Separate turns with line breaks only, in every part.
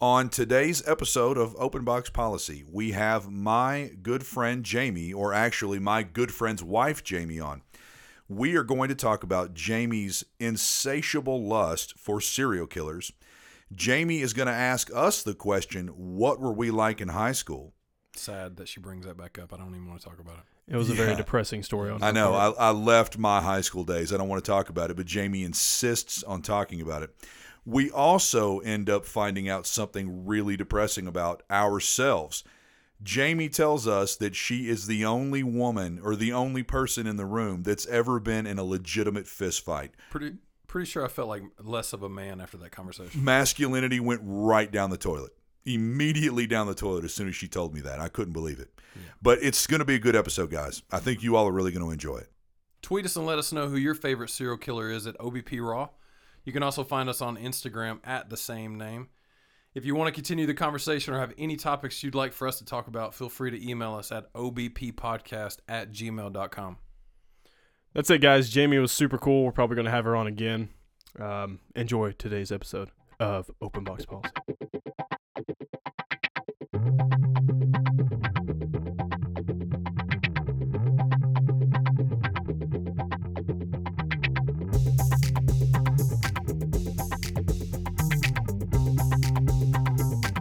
On today's episode of Open Box Policy, we have my good friend Jamie, or actually my good friend's wife Jamie, on. We are going to talk about Jamie's insatiable lust for serial killers. Jamie is going to ask us the question what were we like in high school?
Sad that she brings that back up. I don't even want to talk about it.
It was a very
Yeah.
depressing story. On
I
her
know.
part.
I, I left my high school days. I don't want to talk about it, but Jamie insists on talking about it. We also end up finding out something really depressing about ourselves. Jamie tells us that she is the only woman or the only person in the room that's ever been in a legitimate fistfight.
Pretty pretty sure I felt like less of a man after that conversation.
Masculinity went right down the toilet, immediately down the toilet as soon as she told me that. I couldn't believe it. But it's going to be a good episode, guys. I think you all are really going to enjoy it.
Tweet us and let us know who your favorite serial killer is at OBP Raw. You can also find us on Instagram at the same name. If you want to continue the conversation or have any topics you'd like for us to talk about, feel free to email us at obppodcast at gmail.com.
That's it, guys. Jamie was super cool. We're probably going to have her on again. Um, enjoy today's episode of Open Box Policy.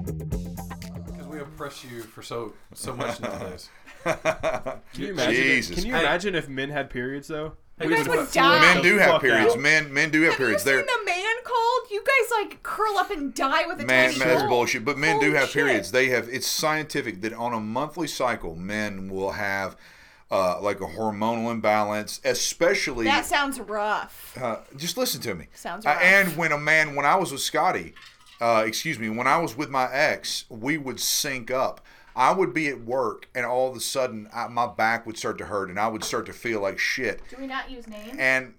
Because we oppress you for so so much nowadays. Can you imagine?
Jesus.
Can you imagine if men had periods though?
Hey,
We
guys
would
would
flip
men
the
do have
fuck
periods.
out.
Men men do have
Have you
periods. They're
seen the man cold? You guys like curl up and die with a
man,
tiny
man that's
hole.
bullshit. But men do
Holy
have
shit.
periods. They have it's scientific that on a monthly cycle, men will have uh, like a hormonal imbalance, especially
That sounds rough.
uh, just listen to me.
Sounds
Uh,
rough.
and when a man, when I was with Scotty, uh, excuse me, when I was with my ex, we would sync up. I would be at work, and all of a sudden, I, my back would start to hurt, and I would start to feel like shit.
Do we not use names?
And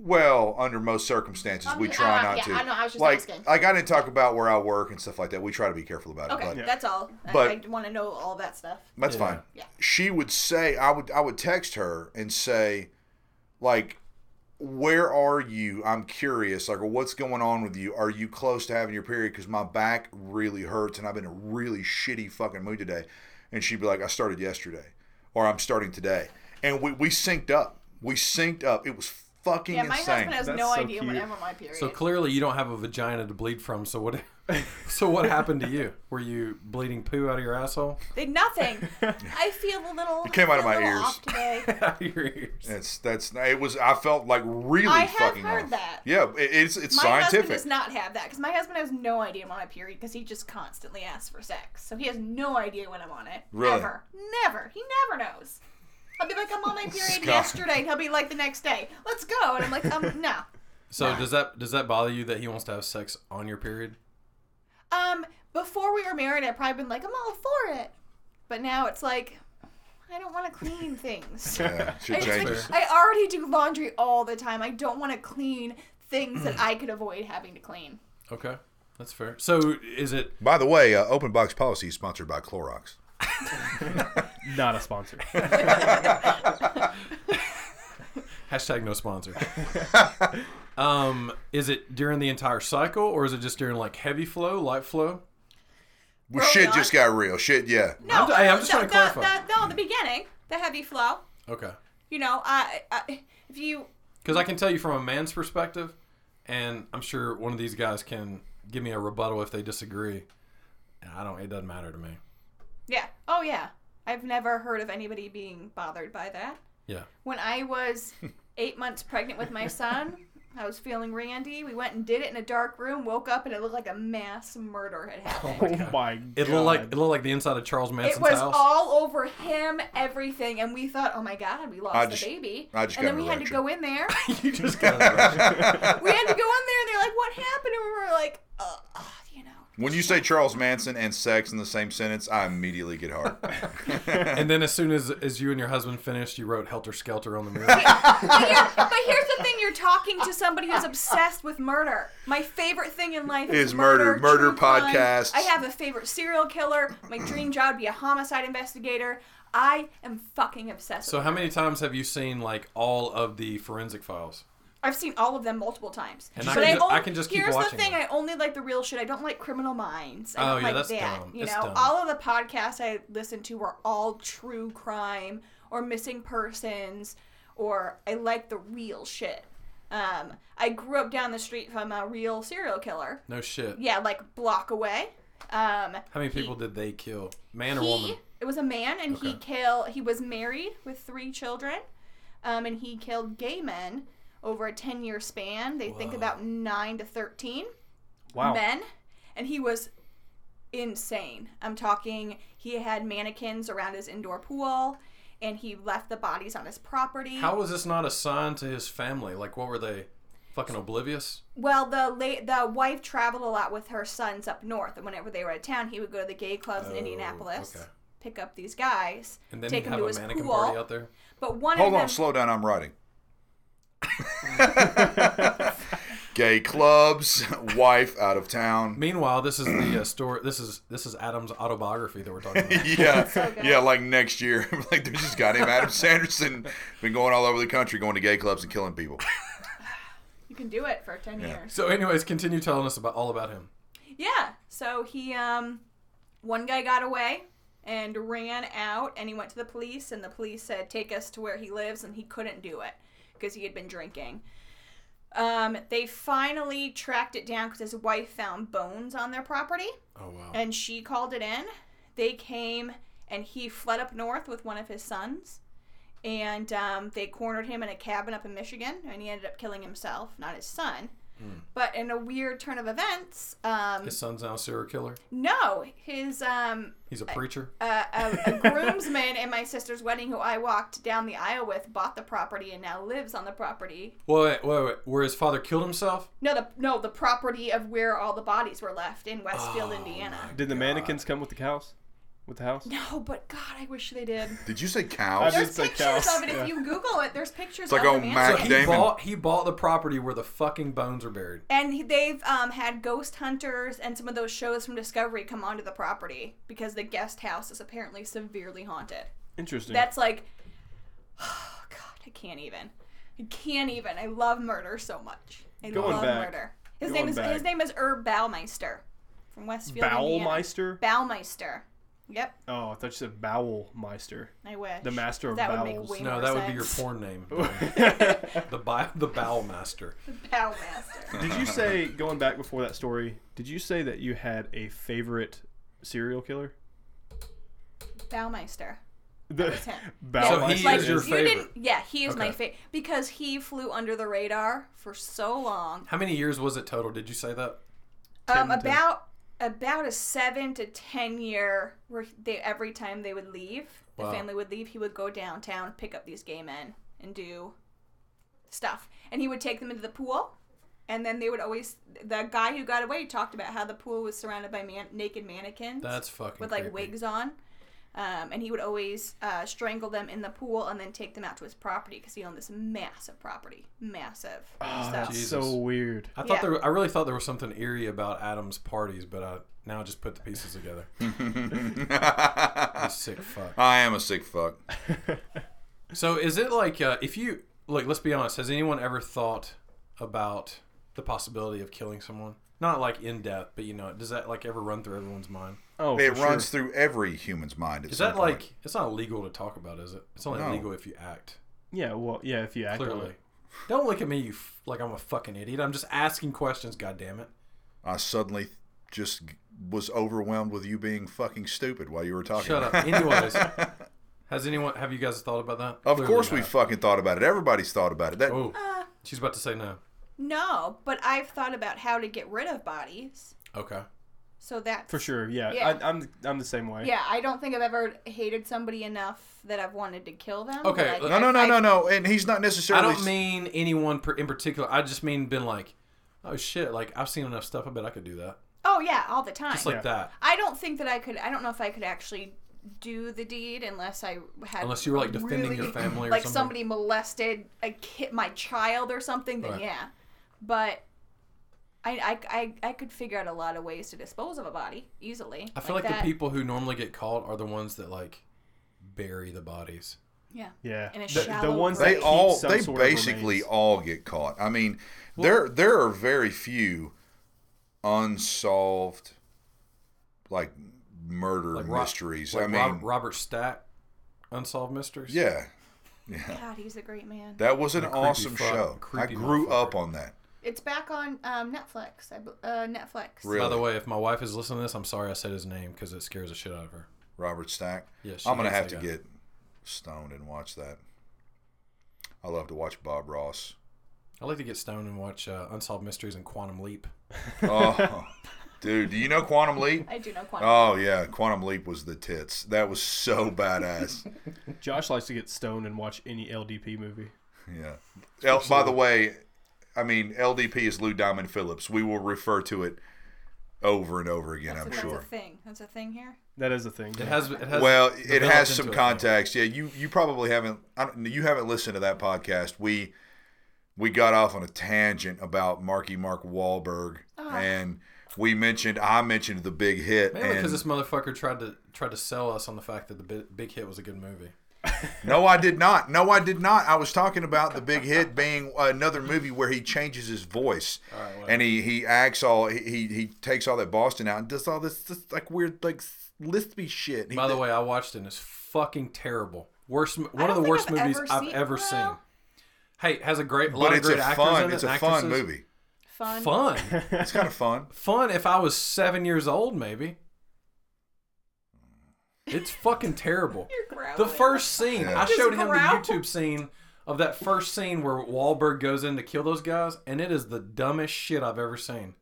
well, under most circumstances,
I'm
we
just-
try
uh,
not
yeah,
to.
I know, I was just
like,
asking.
like I didn't talk about where I work and stuff like that. We try to be careful about it,
okay,
but
that's all.
uh, but-
I, I want to know all that stuff.
that's
Yeah.
fine.
Yeah.
She would say, I would, I would text her and say, like, where are you? I'm curious. Like, what's going on with you? Are you close to having your period? Because my back really hurts, and I've been in a really shitty fucking mood today. And she'd be like, I started yesterday, or I'm starting today. And we we synced up. We synced up. It was fucking
Yeah, my
insane.
husband has
That's
no
so
idea when
cute.
I'm on my period.
So clearly you don't have a vagina to bleed from. So what? so what happened to you? Were you bleeding poo out of your asshole?
They- nothing. I feel a little. It
came out of my ears.
Off today.
out of your ears?
It's that's it was. I felt like really
I have
fucking.
heard
off.
that.
Yeah, it, it's it's
My husband
scientific.
does not have that because my husband has no idea I'm on my period because he just constantly asks for sex. So he has no idea when I'm on it.
Really?
Ever. Never. He never knows. I'll be like, I'm on my period
Scott.
yesterday. And he'll be like, the next day, let's go. And I'm like, um, no.
So does that does that bother you that he wants to have sex on your period?
Um, before we were married, I'd probably been like, I'm all for it. But now it's like, I don't want to clean things.
yeah,
I,
shit
just
changes.
like, I already do laundry all the time. I don't want to clean things that I could avoid having to clean.
Okay, that's fair. So is it?
By the way, uh, Open Box Policy is sponsored by Clorox.
Not a sponsor.
Hashtag no sponsor. um, is it during the entire cycle, or is it just during like heavy flow, light flow?
Well,
Early
shit
on?
just got real. Shit, yeah.
No,
I'm- hey, I'm just
no,
trying to
no,
clarify.
No, no, the beginning, the heavy flow.
Okay,
You know, I, I if you
because I can tell you from a man's perspective, and I'm sure one of these guys can give me a rebuttal if they disagree. And I don't. It doesn't matter to me.
Yeah. Oh yeah. I've never heard of anybody being bothered by that.
Yeah.
When I was eight months pregnant with my son, I was feeling randy. We went and did it in a dark room, woke up and it looked like a mass murder had happened.
oh my god.
It looked like it looked like the inside of Charles
It
Manson's
was
house.
all over him, everything, and we thought, "Oh my God, we lost
I
the
just-
baby."
I just
and
got
then
an
we had to
erection.
go in there.
you just got it.
we had to go in there, and they're like, "What happened?" And we were like, "Uh, uh, you know."
When you say Charles Manson and sex in the same sentence, I immediately get hard.
and then as soon as as you and your husband finished, you wrote "Helter Skelter" on the mirror.
But, here, but here's the thing: you're talking to somebody who's obsessed with murder. My favorite thing in life is,
Is murder. Murder
true crime.
podcasts.
I have a favorite serial killer. My dream job would be a homicide investigator. I am fucking obsessed.
So
with
how many times have you seen like all of the forensic files?
I've seen all of them multiple times.
And I
But
can ju-
only,
I can just keep
here's
watching
the thing:
them.
I only like the real shit. I don't like Criminal Minds. I
Oh,
don't
yeah,
like
that's
that.
dumb.
You
It's
know,
dumb.
all of the podcasts I listen to are all true crime or missing persons, or I like the real shit. Um, I grew up down the street from a real serial killer.
No shit.
Yeah, like block away. Um,
How many people did they kill? Man or
he,
woman?
It was a man, and he
Okay.
killed. He was married with three children, um, and he killed gay men over a ten-year span. They think
Whoa.
about nine to thirteen
Wow.
men, and he was insane. I'm talking. He had mannequins around his indoor pool, and he left the bodies on his property.
How was this not a sign to his family? Like, what were they? Fucking oblivious?
Well, the la- the wife traveled a lot with her sons up north, and whenever they were out of town, he would go to the gay clubs in
Oh,
Indianapolis,
okay.
pick up these guys,
And then
take
he'd
them
have
to
a
his
mannequin
pool.
party out there?
But one
Hold
of
on,
them,
slow down. I'm writing. Gay clubs, wife out of town.
Meanwhile, this is the uh, story. This is this is Adam's autobiography that we're talking about.
Yeah,
good.
yeah. Like next year, like they just got him. Adam Sanderson been going all over the country, going to gay clubs and killing people.
you can do it for ten years.
so, anyways, continue telling us about all about him.
Yeah. So he, um, one guy got away and ran out, and he went to the police, and the police said, "Take us to where he lives," and he couldn't do it because he had been drinking. Um, they finally tracked it down because his wife found bones on their property.
Oh wow.
and she called it in. They came and he fled up north with one of his sons, and um, they cornered him in a cabin up in Michigan, and he ended up killing himself, not his son. But in a weird turn of events, um,
His son's now a serial killer.
no, his um,
He's a preacher.
uh, a, a groomsman at my sister's wedding, who I walked down the aisle with, bought the property and now lives on the property.
Wait, wait, wait. Where his father killed himself?
No, the no, the property of where all the bodies were left in Westfield, Indiana.
Did the mannequins come with the cows? With the house?
No, but God, I wish they did.
Did you say cows?
I
There's
just say
pictures
cows,
of it.
yeah.
If you Google it, there's pictures
like,
of
oh,
the
Mac
So
mannequin.
he
Damon.
bought he bought the property where the fucking bones are buried.
And he- they've um, had ghost hunters and some of those shows from Discovery come onto the property because the guest house is apparently severely haunted.
Interesting.
That's like, oh God, I can't even. I can't even. I love murder so much. I
Going
love
back.
murder. His
Going
name is
back.
his name is Herb Baumeister from Westfield. Indiana.
Bowelmeister?
Baumeister. Yep,
Oh, I thought you said Bowelmeister.
I wish.
The master of
that
bowels.
Would make way
No,
more
that would be your
sense.
porn name. the bi- the bowel master.
Baumeister.
Did you say going back before that story? Did you say that you had a favorite serial killer?
Baumeister.
The
was him.
So he
Baumeister
is your
you
favorite.
didn't yeah he is my
Okay.
favorite because he flew under the radar for so long
How many years was it total? Did you say that?
10
um
to-
about about a seven to ten year where they every time they would leave the
Wow.
family would leave he would go downtown pick up these gay men and do stuff and he would take them into the pool and then they would always the guy who got away talked about how the pool was surrounded by man, naked mannequins
That's fucking
with like
creepy.
wigs on. Um, and he would always uh, strangle them in the pool and then take them out to his property because he owned this massive property, massive.
Oh,
so,
that's
Jesus.
so weird.
I thought
Yeah.
there I really thought there was something eerie about Adam's parties, but I now just put the pieces together. You sick fuck.
I am a sick fuck.
Oh, So is it like uh, if you like? Let's be honest. Has anyone ever thought about the possibility of killing someone? Not like in depth, but you know, does that like ever run through everyone's mind?
Oh,
It
for
runs
sure.
through every human's mind. At
Is
some
that
point.
like it's not illegal to talk about, is it? It's only
No.
illegal if you act.
Yeah, well, yeah. If you act on
Clearly,
it,
don't look at me, you f- like I'm a fucking idiot. I'm just asking questions. God damn it!
I suddenly just was overwhelmed with you being fucking stupid while you were talking.
Shut up. Anyways, has anyone? Have you guys thought about that?
Of
Clearly
course, we
not.
fucking thought about it. Everybody's thought about it. That
Oh, she's about to say no.
no, but I've thought about how to get rid of bodies.
Okay.
So that's
for sure. Yeah,
Yeah.
I, I'm I'm the same way.
Yeah, I don't think I've ever hated somebody enough that I've wanted to kill them. but,
Okay,
like,
no,
no, no,
if
no, no,
I-
no. And he's not
I
necessarily.
don't mean anyone per- in particular. I just mean been like, oh shit, like I've seen enough stuff. I bet I could do that.
Oh yeah, all the time.
Just like
Yeah.
that.
I don't think that I could. I don't know if I could actually do the deed unless I had.
Unless you were, like, defending
really-
your family or
like
something.
somebody molested a kid, my child or something. Then
Right.
yeah, but I, I I I could figure out a lot of ways to dispose of a body easily.
I feel like,
that.
the people who normally get caught are the ones that like bury the bodies.
Yeah.
Yeah.
In a
the,
shallow
the ones
grave.
that
They
keep
all
some
they
sort of
basically
remains.
all get caught. I mean, there there are very few unsolved like murder
Like Ro-
mysteries.
Like
I mean,
Robert, Robert Stack, Unsolved Mysteries.
yeah.
God, he's a great man.
That was an
creepy
awesome
fuck-
show. I
creepy
grew
motherfucker.
up on that.
It's back on um, Netflix. I, bel- uh, Netflix.
Really.
By the way, if my wife is listening to this, I'm sorry I said his name because it scares the shit out of her.
Robert Stack.
Yeah, she
I'm gonna
hates
have
that
to
guy.
get stoned and watch that. I love to watch Bob Ross.
I like to get stoned and watch uh, Unsolved Mysteries and Quantum Leap.
Oh, dude, do you know Quantum Leap?
I do know Quantum.
Oh yeah, Quantum Leap was the tits. That was so badass.
Josh likes to get stoned and watch any LDP movie.
Yeah. L, by the way, I mean LDP is Lou Diamond Phillips. We will refer to it over and over again.
that's, a,
I'm
that's a
sure.
thing. That's a thing here.
That is a thing.
It has. It has
Well, it
developed
has
into
some
a thing.
context. Yeah, you you probably haven't I don't, you haven't listened to that podcast. We we got off on a tangent about Marky Mark Wahlberg, and we mentioned I mentioned the big hit.
Mainly because
and-
this motherfucker tried to tried to sell us on the fact that the Bi- Big Hit was a good movie.
No, I did not. No, I did not. I was talking about the big hit being another movie where he changes his voice
right, whatever.
and he he acts all he he- he takes all that Boston out and does all this, this like weird like lispy shit. He-
By the way, I watched it. and It's fucking terrible. Worst. mo-
I
One of the
don't think
worst
I've
movies
ever
I've
seen-
ever seen.
well-
Hey, it has a great. lot
but
of
it's
great
a
actors in
fun
it
it's
and
a fun
actresses.
movie.
Fun.
Fun.
It's kind of fun.
fun if I was seven years old, maybe. It's fucking terrible.
You're growling.
The first scene,
Yeah.
I
Just
showed him the
growl.
YouTube scene of that first scene where Wahlberg goes in to kill those guys, and it is the dumbest shit I've ever seen.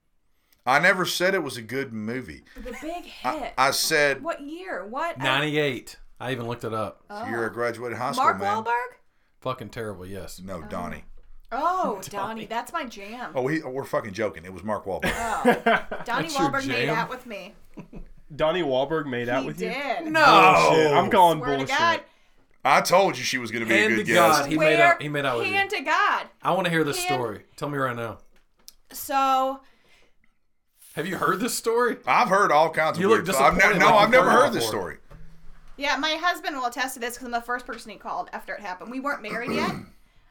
I never said it was a good movie.
The big hit.
I, I said
what year? What?
98. I even looked it up.
Oh.
you're a graduated high school
Mark
man.
Wahlberg.
Fucking terrible, yes.
No, Donnie.
Oh, Donnie. That's my jam. Oh.
Oh, he, we're fucking joking. It was Mark Wahlberg.
Donnie
That's your
Wahlberg made
jam?
out with me.
Donnie Wahlberg made out
he
with you.
did.
Bullshit.
Oh.
I'm calling
Swear
bullshit.
to God.
I told you she was going to be
And
a good
to
guest.
God, He
Swear
made out- he made out with you.
hand to God.
I want to hear this
And-
story. Tell me right now.
So
Have you heard this story?
I've heard all kinds of
You look
weird. I've ne-
disappointed
no,
like
I've
you've
never
heard it
heard this
before.
story.
Yeah, my husband will attest to this because I'm the first person he called after it happened. We weren't married yet.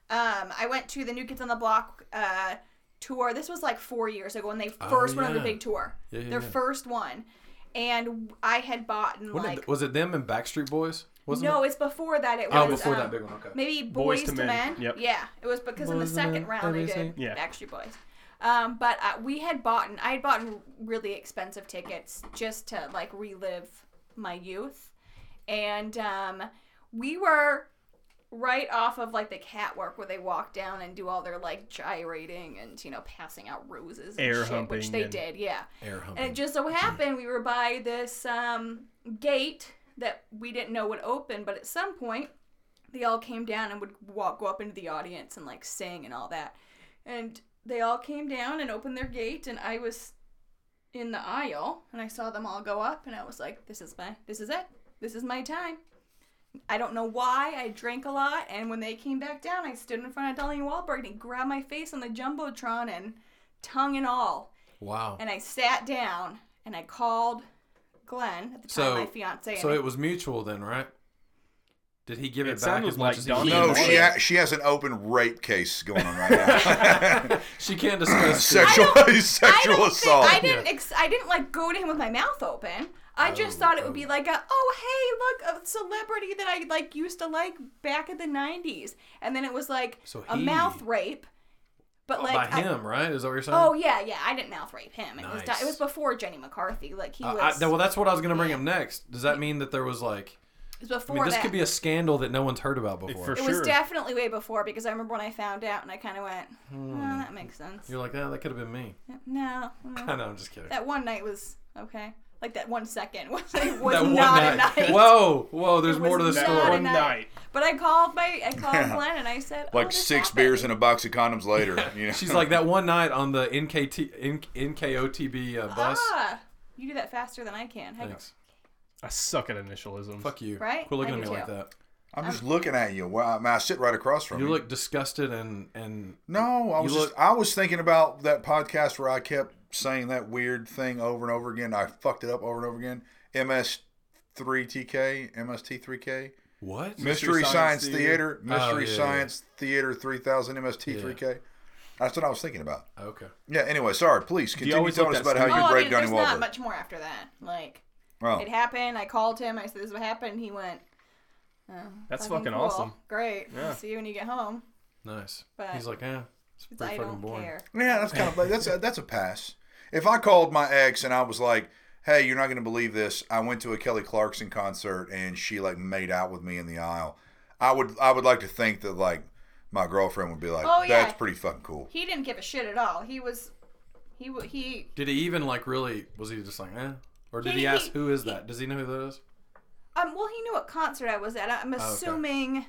Um, I went to the New Kids on the Block uh, tour. This was like four years ago when they first went on the
Oh, yeah.
big tour.
Yeah, yeah,
Their
yeah.
first one. And I had bought and
When did-
like.
was it them and Backstreet Boys? Wasn't
no,
it?
it's before that. It was.
Oh, before
um,
that big one. Okay.
Maybe
Boys
Boys,
to
to,
Men.
Men.
Yep.
Yeah, it was because in the
Boys to Men,
second round they
obviously.
did
Yeah.
Backstreet Boys. Um, but uh, we had bought, I had bought really expensive tickets just to like relive my youth, and um, we were right off of like the catwalk where they walk down and do all their like gyrating and you know passing out roses and
Air
shit, which
humping
they
and-
did, yeah.
Air humping.
And it just so happened we were by this um, gate that we didn't know would open, but at some point they all came down and would walk go up into the audience and like sing and all that. And they all came down and opened their gate, and I was in the aisle and I saw them all go up, and I was like, "This is my, this is it, this is my time." I don't know why I drank a lot, and when they came back down, I stood in front of Donnie Wahlberg and he grabbed my face on the jumbotron and tongue and all
wow.
and I sat down and I called Glenn at the time,
So-
my fiance.
So
and I-
it was mutual then, right? Did he give
It
it, back
sounded
as much
like
as
Donnie
he
No,
Wahlberg.
she ha- she has an open rape case going on right now.
She can't discuss shit.
sexual
I don't- I
sexual
don't
assault.
Think, I didn't. Ex- I didn't like go to him with my mouth open. I
Oh
just thought it would be like a, oh hey, look, a celebrity that I like used to like back in the '90s, and then it was like
So
a
he- Oh,
mouth rape, but like
by
I-
him, right? Is that what you're saying?
Oh yeah, yeah. I didn't mouth rape him. It was
Nice.
was it was before Jenny McCarthy. Like he
Uh,
was.
I, no, well, that's what I was going to bring up next. Does that mean that there was like,
it was before
I mean, this
that.
could be a scandal that no one's heard about before?
For
it
sure.
was definitely way before because I remember when I found out and I kind of went,
Hmm.
oh, that makes sense.
You're like, ah, that could have been me.
No, no.
I know, I'm just kidding.
that one night was okay. Like that one second was, like, was
That
not
one
a night.
Whoa, whoa, there's
It
more to the
was
story.
not a
One night.
But I called my I called Glenn and I said oh,
like
this
six
happened.
beers and a box of condoms later. You know?
She's like, that one night on the NKT, N- NKOTB uh, bus.
Ah, you do that faster than I can. Heck,
Thanks.
I suck at initialisms.
Fuck you.
Right?
Quit looking
I
at me
do
like
too.
that.
I'm just looking at you. Wow, I, mean, I sit right across from you.
You look disgusted and, and
no, I was
look-
just, I was thinking about that podcast where I kept saying that weird thing over and over again. I fucked it up over and over again. MS3TK, MST3K.
What?
Mystery Science, Theater, Mystery
Oh, yeah,
Science Theater 3000 MST3K. That's what I was thinking about.
Okay.
Yeah. Anyway, sorry. Please
you
continue
always
telling us
look
about
that
how
Oh,
you
I
break
mean,
Donnie
there's not
Wahlberg.
much more after that. Like
Oh,
it happened. I called him. I said, "This is what happened." He went, oh,
That's fucking
cool.
awesome."
Great. I'll
Yeah.
see you when you get home."
Nice.
But-
He's like, yeah, it's
It's,
pretty
I
fucking
don't
boring.
care.
yeah. That's kind of that's a, that's a pass. If I called my ex and I was like, "Hey, you're not going to believe this. I went to a Kelly Clarkson concert and she like made out with me in the aisle," I would I would like to think that like my girlfriend would be like,
Oh, yeah.
"That's pretty fucking cool."
He didn't give a shit at all. He was, he wa- he.
Did he even like really? Was he just like, eh? Or did
He-
he, ask
he-
who is that? Does he know who that is?
Um. Well, he knew what concert I was at. I'm assuming.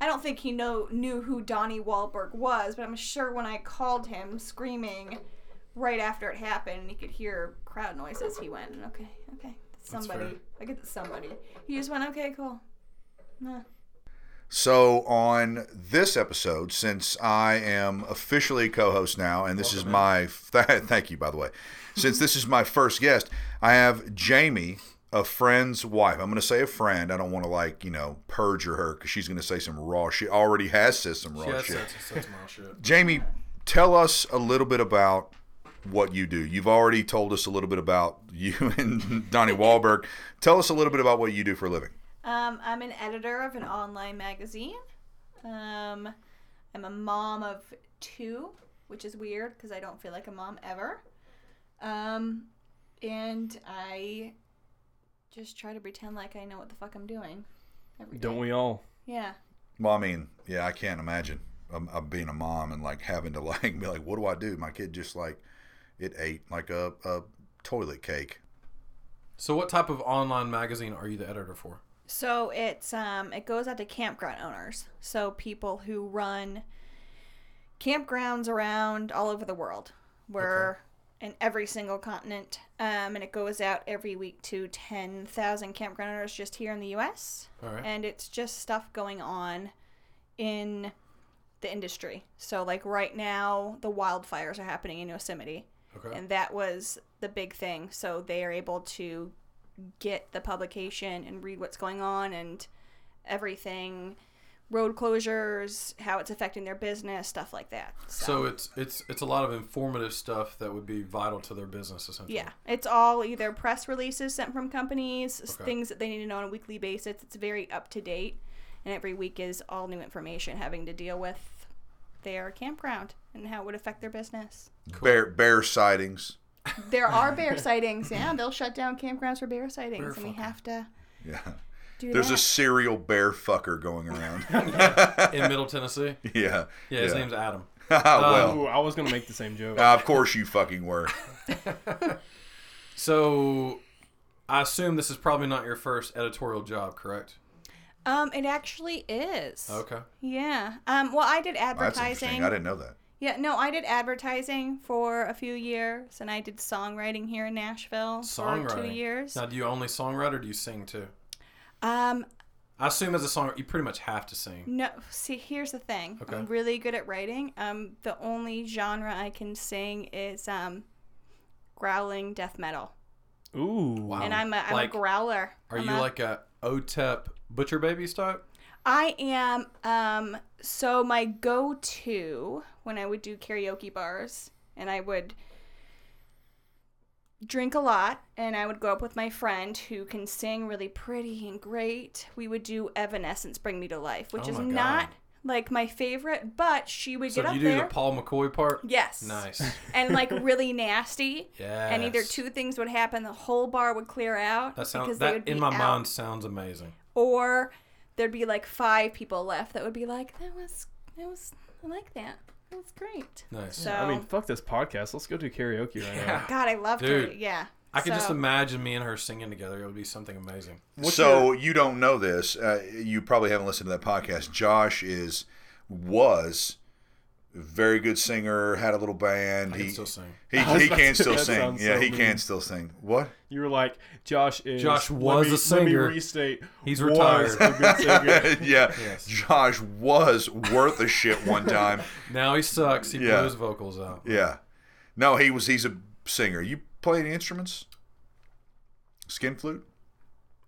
I don't think he know knew who Donnie Wahlberg was, but I'm sure when I called him screaming right after it happened, he could hear crowd noise as he went. Okay, okay, somebody.
fair.
I get that somebody. He just went, okay, cool. Nah.
So, on this episode, since I am officially a co host now, and this is my thank you, by the way, since this is my first guest, I have Jamie, a friend's wife. I'm going to say a friend. I don't want to, like, you know, perjure her because she's going to say some raw shit. Already has said some raw
Yeah, that's,
shit.
that's, that's some real shit.
Jamie, tell us a little bit about what you do. You've already told us a little bit about you and Donnie Wahlberg. Tell us a little bit about what you do for a living.
Um, I'm an editor of an online magazine. Um, I'm a mom of two, which is weird because I don't feel like a mom ever. Um, and I just try to pretend like I know what the fuck I'm doing. every
Don't
day.
we all?
Yeah.
Well, I mean, yeah, I can't imagine um, uh, being a mom and like having to like be like, what do I do? My kid just like it ate like a, a toilet cake.
So, what type of online magazine are you the editor for?
So it's um it goes out to campground owners. So people who run campgrounds around all over the world. We're in every single continent. Um and it goes out every week to 10,000 campground owners just here in the US.
All right.
And it's just stuff going on in the industry. So like right now the wildfires are happening in Yosemite
Okay.
and that was the big thing. So they are able to get the publication and read what's going on and everything, road closures, how it's affecting their business, stuff like that. So,
So it's it's it's a lot of informative stuff that would be vital to their business essentially.
yeah, it's all either press releases sent from companies, s
Okay.
things that they need to know on a weekly basis. It's very up to date, and every week is all new information having to deal with their campground and how it would affect their business.
Bear bear sightings.
There are bear sightings. Yeah, they'll shut down campgrounds for bear sightings, and we
fucking-
have to
Yeah.
do
There's
that.
a serial bear fucker going around.
In Middle Tennessee.
yeah. Ah,
Yeah, his name's um, Adam.
well,
Ooh, I was gonna make the same joke.
uh, of course you fucking were.
So I assume this is probably not your first editorial job, correct?
Um, it actually is.
Okay.
Yeah. Um, well, I did
That's interesting.
advertising.
I didn't know that.
yeah, no, I did advertising for a few years, and I did songwriting here in Nashville
Songwriting.
for two years.
Now, do you only songwrite or do you sing too?
Um,
I assume as a songwriter, you pretty much have to sing.
no, see, here's the thing.
Okay.
I'm really good at writing. Um, the only genre I can sing is um, growling death metal,
Ooh,
Wow.
and I'm a I'm
Um, like-
a growler.
Are
I'm
you
a-
like a OTEP Butcher Babies type?
I am. Um, so my go-to when I would do karaoke bars, and I would drink a lot, and I would go up with my friend who can sing really pretty and great. We would do Evanescence, "Bring Me to Life," which
Oh
is
my
not
God.
like my favorite, but she would
So
get
you
up
do
there.
the Paul McCoy part?
yes.
Nice.
and like really nasty.
Yeah.
And either two things would happen: the whole bar would clear out
That sounds
because they
that
would
in
be
my
out
mind sounds amazing.
or there'd be like five people left that would be like, "That was, that was, I like that. That was great."
Nice.
So,
I mean, fuck this podcast. Let's go do karaoke right now.
God, I loved her.
Dude,
Yeah,
I can just
So-
imagine me and her singing together. It would be something amazing.
so you don't know this. Uh, you probably haven't listened to that podcast. Josh is was a very good singer. Had a little band.
I
he
can still sing.
He, he can still
That
sing.
sounds
Yeah,
so
he
mean.
can still sing. What?
You were like, Josh is.
Josh
let
was
me-
a
Let
singer.
me restate.
He's
was
retired.
a good singer.
yeah.
Yes.
Josh was worth a shit one time.
Now he sucks. He
Yeah.
blew his vocals out.
Yeah. No, he was he's a singer. You play any instruments? Skin flute?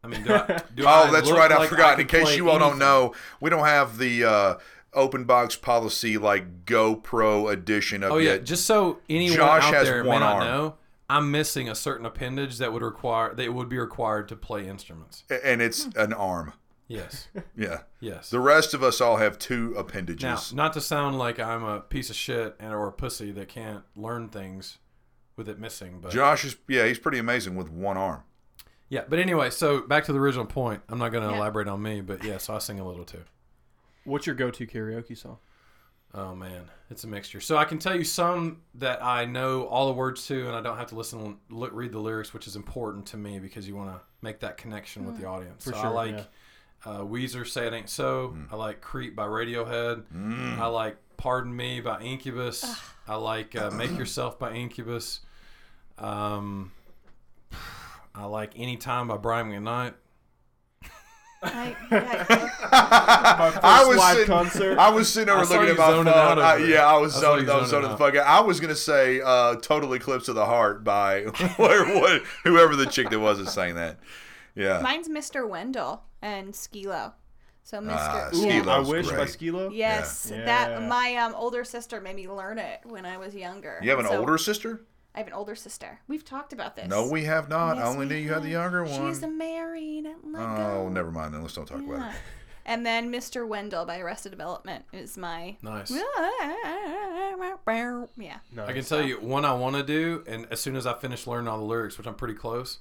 I mean, do I, do I
Oh, that's
look
right. I
like
forgot.
can
In case
play
you all don't
anything?
know, we don't have the uh, open box policy like GoPro edition of
Oh yeah,
it.
just so anyone
Josh
out
has
there may
one
not
arm.
know, I'm missing a certain appendage that would require that would be required to play instruments.
and it's
Hmm.
an arm.
Yes,
Yeah.
yes.
The rest of us all have two
now,
appendages.
not to sound like I'm a piece of shit and or a pussy that can't learn things with it missing, but
Josh is yeah, he's pretty amazing with one arm.
yeah. But anyway, so back to the original point. I'm not going to
Yeah.
elaborate on me, but yeah, so I sing a little too.
What's your go-to karaoke song?
Oh man, it's a mixture. So I can tell you some that I know all the words to, and I don't have to listen, look, read the lyrics, which is important to me because you want to make that connection with the audience.
Mm, For
so I
sure,
like
yeah.
uh, Weezer, "Say It Ain't So." I like "Creep" by Radiohead. I like "Pardon Me" by Incubus. I like uh, "Make Yourself" by Incubus. Um, I like "Anytime" by Brian McKnight.
I, yeah,
I
first live
sitting,
concert.
I was sitting over
I saw
looking
you
at my phone.
zoning out
I-
over it.
yeah, I was
I saw
zoning,
you
I was
zoning
zoning the fuck out. I was gonna say uh, "Total Eclipse of the Heart" by whoever, what- whoever the chick that was that sang that. Yeah,
mine's Mr. Wendell and Skilo. So Mr.
Ah,
yeah.
Skee Love's
I wish by
great.
Skilo.
Yes,
Yeah. Yeah.
that my um, older sister made me learn it when I was younger.
you have an
So-
older sister?
I have an older sister. We've talked about this.
No, we have not. I
Yes,
only
we
knew you had the younger
have.
one.
She's married. and let
oh,
go.
never mind. Then let's not talk about
Yeah.
it.
And then Mr. Wendell by Arrested Development is my.
Nice.
Yeah.
I can tell you one I want to do, and as soon as I finish learning all the lyrics, which I'm pretty close,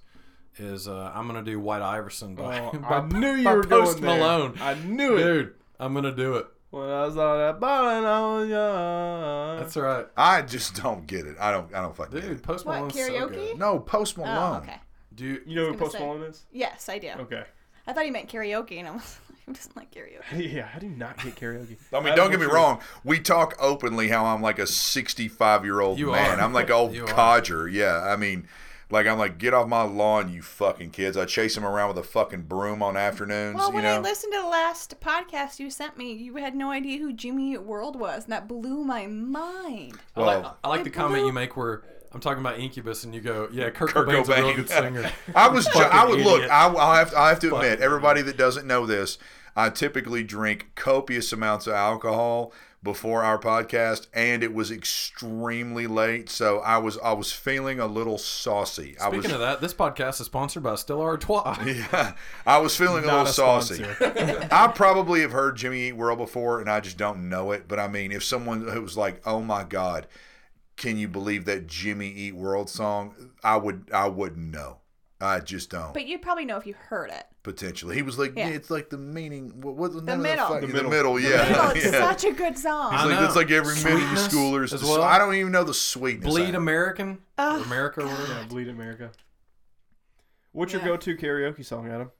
is uh, I'm gonna do White Iverson by,
Oh,
by-
I knew you
by
were going
Post
there.
Malone.
I knew it.
dude. I'm gonna do it.
When I saw that ball and I was young.
That's right,
I just don't get it. I don't. I don't fucking get
dude.
it.
Post
What,
Malone's so
karaoke?
good.
No, Post Malone.
Oh, okay.
Do you,
you know who
gonna
Post
say-
Malone is?
Yes, I do.
Okay.
I thought he meant karaoke, and I was like, who doesn't like karaoke?
Yeah, how do you not get karaoke?
I mean, don't get me wrong. We talk openly how I'm like a 65 year old
You
man.
are.
I'm like old
You are.
codger. Yeah, I mean, like I'm like get off my lawn, you fucking kids. I chase them around with a fucking broom on afternoons.
Well,
you
when
know.
I listened to the last podcast you sent me, you had no idea who Jimmy Eat World was, and that blew my mind.
I like,
Well-
I like the
Hey,
comment
Blue.
you make where I'm talking about Incubus, and you go, "Yeah, Kurt,
Kurt
Cobain's a real
Cobain.
good singer."
I was. Ju- I would
Fucking
look.
idiot.
I, I'll have. To, I have to admit, everybody that doesn't know this, I typically drink copious amounts of alcohol before our podcast, and it was extremely late, so I was. I was feeling a little saucy. I was.
Speaking of that, this podcast is sponsored by Stella Artois.
yeah, I was feeling a
Not
little
a
saucy.
sponsor.
I probably have heard Jimmy Eat World before, and I just don't know it. But I mean, if someone who was like, "Oh my God, can you believe that Jimmy Eat World song?" I would. I wouldn't know. I just don't.
But you'd probably know if you heard it.
potentially. He was like,
Yeah.
yeah. it's like the meaning. What, what, the,
middle.
The, fuck-
The
the
middle.
middle, yeah.
Middle, it's
yeah.
such a good song.
I
It's like,
know.
it's like every middle
Sweetness
schooler's.
as
the-
well.
I don't even know the sweetness.
Bleed
I,
American,
Ugh,
America, or
Yeah,
whatever.
Bleed America. What's
Yeah.
your go-to karaoke song, Adam?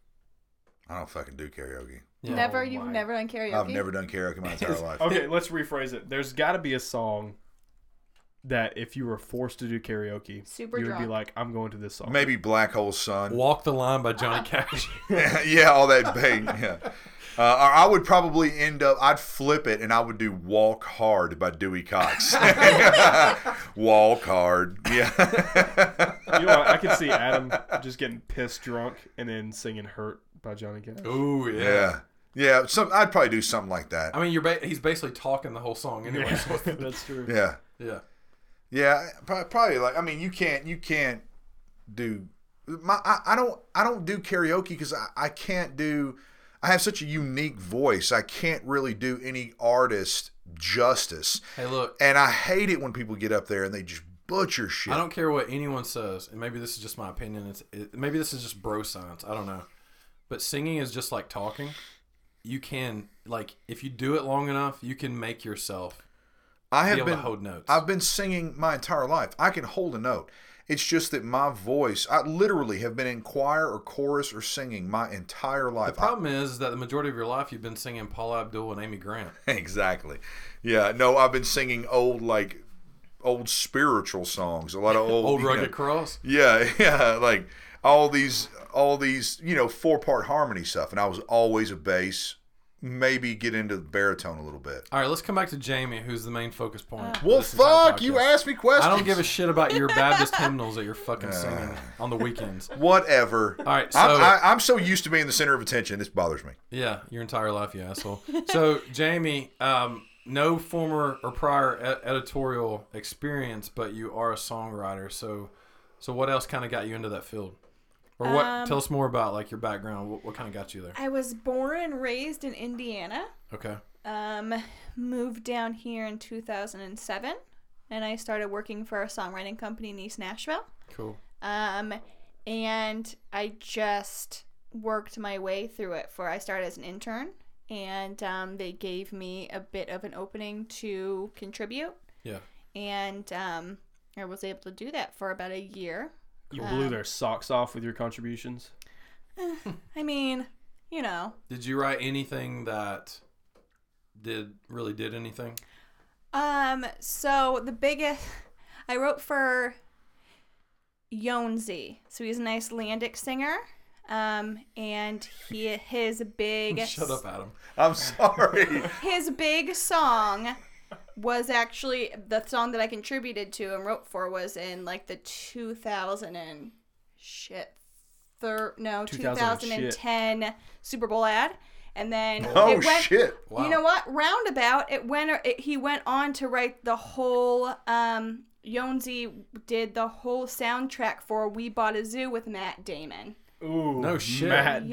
I don't fucking do karaoke.
Yeah.
Never,
Oh
you've
my.
never done karaoke.
I've never done karaoke my entire life.
Okay, let's rephrase it. There's got to be a song that if you were forced to do karaoke,
Super
you would be
drunk.
like, I'm going to this song.
Maybe Black Hole Sun.
Walk the Line by Johnny Cash.
yeah, all that bait. Yeah. Uh, or I would probably end up. I'd flip it and I would do "Walk Hard" by Dewey Cox. Walk hard. Yeah.
You know, I could see Adam just getting pissed drunk and then singing "Hurt" by Johnny Cash.
Ooh, yeah.
yeah. Yeah. Some. I'd probably do something like that.
I mean, you're ba- he's basically talking the whole song anyway.
Yeah,
so-
that's true.
Yeah.
yeah.
Yeah, pro- probably like I mean you can't you can't do my I, I don't I don't do karaoke because I, I can't do I have such a unique voice I can't really do any artist justice
Hey, look,
and I hate it when people get up there and they just butcher shit.
I don't care what anyone says, and maybe this is just my opinion. It's it, maybe this is just bro science. I don't know, but singing is just like talking. You can like if you do it long enough, you can make yourself
I
be
have
able
been
to hold notes.
I've been singing my entire life. I can hold a note. It's just that my voice I literally have been in choir or chorus or singing my entire life.
the problem is that the majority of your life you've been singing Paul Abdul and Amy Grant.
exactly. Yeah. No, I've been singing old like old spiritual songs. A lot of old,
Old
you know-
rugged cross.
yeah, yeah. Like all these all these you know four part harmony stuff, and I was always a bass. maybe get into the baritone a little bit.
All right, let's come back to Jamie, who's the main focus point. for
Well,
this entire
fuck! You
podcast.
asked me questions.
I don't give a shit about your Baptist hymnals that you're fucking singing on the weekends.
Whatever.
All right, so
I'm, Ah. I, I'm so used to being the center of attention. This bothers me.
yeah, your entire life, you asshole. So Jamie, um, no former or prior e- editorial experience, but you are a songwriter. So, so what else kind of got you into that field? Or what?
Um,
tell us more about like your background. What, what kind of got you there?
I was born and raised in Indiana.
Okay.
Um, moved down here in 2007, and I started working for a songwriting company in East Nashville.
Cool.
Um, and I just worked my way through it. For I started as an intern, and um, they gave me a bit of an opening to contribute,
Yeah.
and um, I was able to do that for about a year.
You blew their socks off with your contributions.
I mean, you know,
Did you write anything that did really did anything?
Um, so the biggest I wrote for Yonzi. So he's an Icelandic singer. Um, and he his big
Shut up, Adam.
I'm sorry.
his big song was actually the song that I contributed to and wrote for was in like the 2000 and shit thir- no
2000 and shit.
2010 Super Bowl ad and then
oh
it went
shit!
Wow.
you know what? Roundabout. It went. uh, It, he went on to write the whole. Um, Yonzi did the whole soundtrack for "We Bought a Zoo" with Matt Damon.
Ooh,
No shit.
Matt Damon.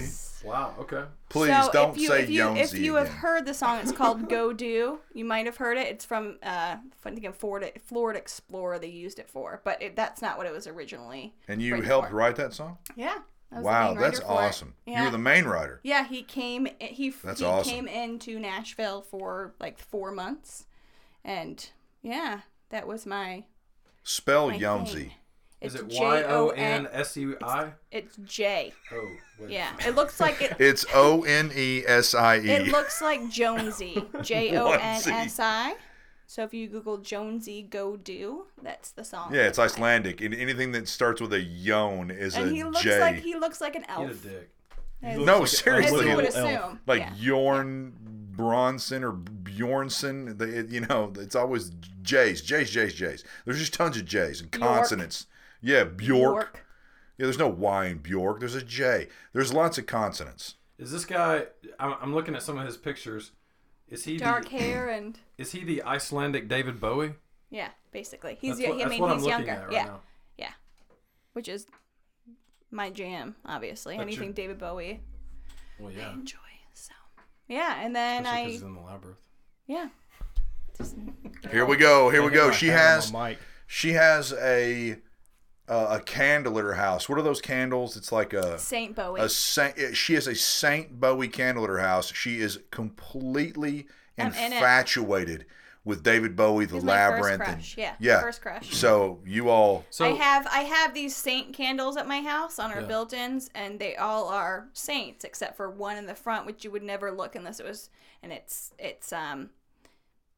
Yes.
Wow. Okay.
Please
so
don't
if you,
say
if you,
Yonzi
If you have
again.
heard the song, it's called "Go Do." You might have heard it. It's from uh, I think in Florida, Florida Explorer. They used it for, but it, that's not what it was originally.
And you
Right
helped
before.
write that song?
Yeah. I was the
Wow,
main
that's
writer for it.
awesome. You
Yeah.
were the main writer.
Yeah, he came. He
That's
he
awesome.
came into Nashville for like four months, and yeah, that was my.
Spell
my
Yonzi.
thing.
Is
It's
it Y O N
J-O-N-
S E I?
It's J.
Oh, wait.
Yeah, it looks like it.
It's O N E S I
It
E.
looks like Jonesy. J O N S I. So if you Google Jonesy Go Do, that's the song.
Yeah, it's Icelandic, and anything that starts with a yon is
And
a
he looks
J.
like he looks like an
Get a
elf.
dick.
no,
looks like a-
As
seriously,
you would
Elf.
assume.
like
yeah.
Jorn Bronson or Bjornson. They, it- you know, it's always J's, J's, J's, J's. There's just tons of J's and
Bjork.
consonants. Yeah, Bjork.
York.
Yeah, there's no Y in Bjork. There's a J. There's lots of consonants.
Is this guy? I'm, I'm looking at some of his pictures. Is he
dark
the,
hair and
Is he the Icelandic David Bowie?
yeah, basically he's.
that's what,
I
that's
mean,
what I'm
he's
looking
younger.
at right
yeah.
now.
which is my jam, obviously.
That's
Anything
your-
David Bowie,
Well,
I
yeah.
enjoy. So, yeah, and then
Especially 'cause
I,
he's in the labyrinth.
yeah,
Here
Oh,
we go. Here we
Hit
go.
my
She
hat on
has.
my mic.
She has a uh, a candle at her house. What are those candles? It's like a
Saint Bowie.
a Saint. She has a Saint Bowie candle at her house. She is completely
I'm in it.
infatuated with David Bowie, the
He's my first
labyrinth. and-
crush, yeah,
yeah.
first crush.
So you all,
So
I have I have these saint candles at my house on our
Yeah.
built-ins, and they all are saints except for one in the front, which you would never look unless it was, and it's it's um,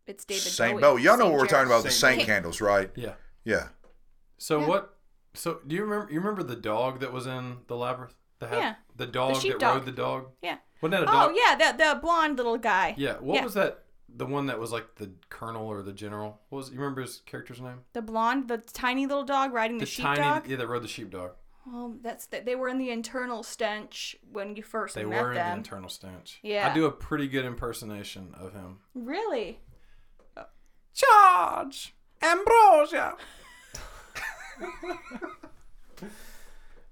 it's David
Saint
Bowie.
Bowie. Y'all know what
Saint
we're
Jared.
talking about. the
Saint
Saint candles, right?
yeah.
Yeah.
So
Yeah.
what? So do you remember? You remember the dog that was in the labyrinth? The hat-
Yeah.
The dog that
sheepdog.
rode the dog.
Yeah.
Wasn't that a
Oh
dog?
yeah, the the blonde little guy.
Yeah. What
Yeah.
was that? The one that was like the colonel or the general. What was? You remember his character's name?
The blonde, the tiny little dog riding the, sheepdog.
tiny. Yeah, that rode the sheepdog.
Well, that's that. They were in the internal stench when you first
They
met
were in the
them.
internal stench.
Yeah.
I do a pretty good impersonation of him.
really?
Charge! Ambrosia!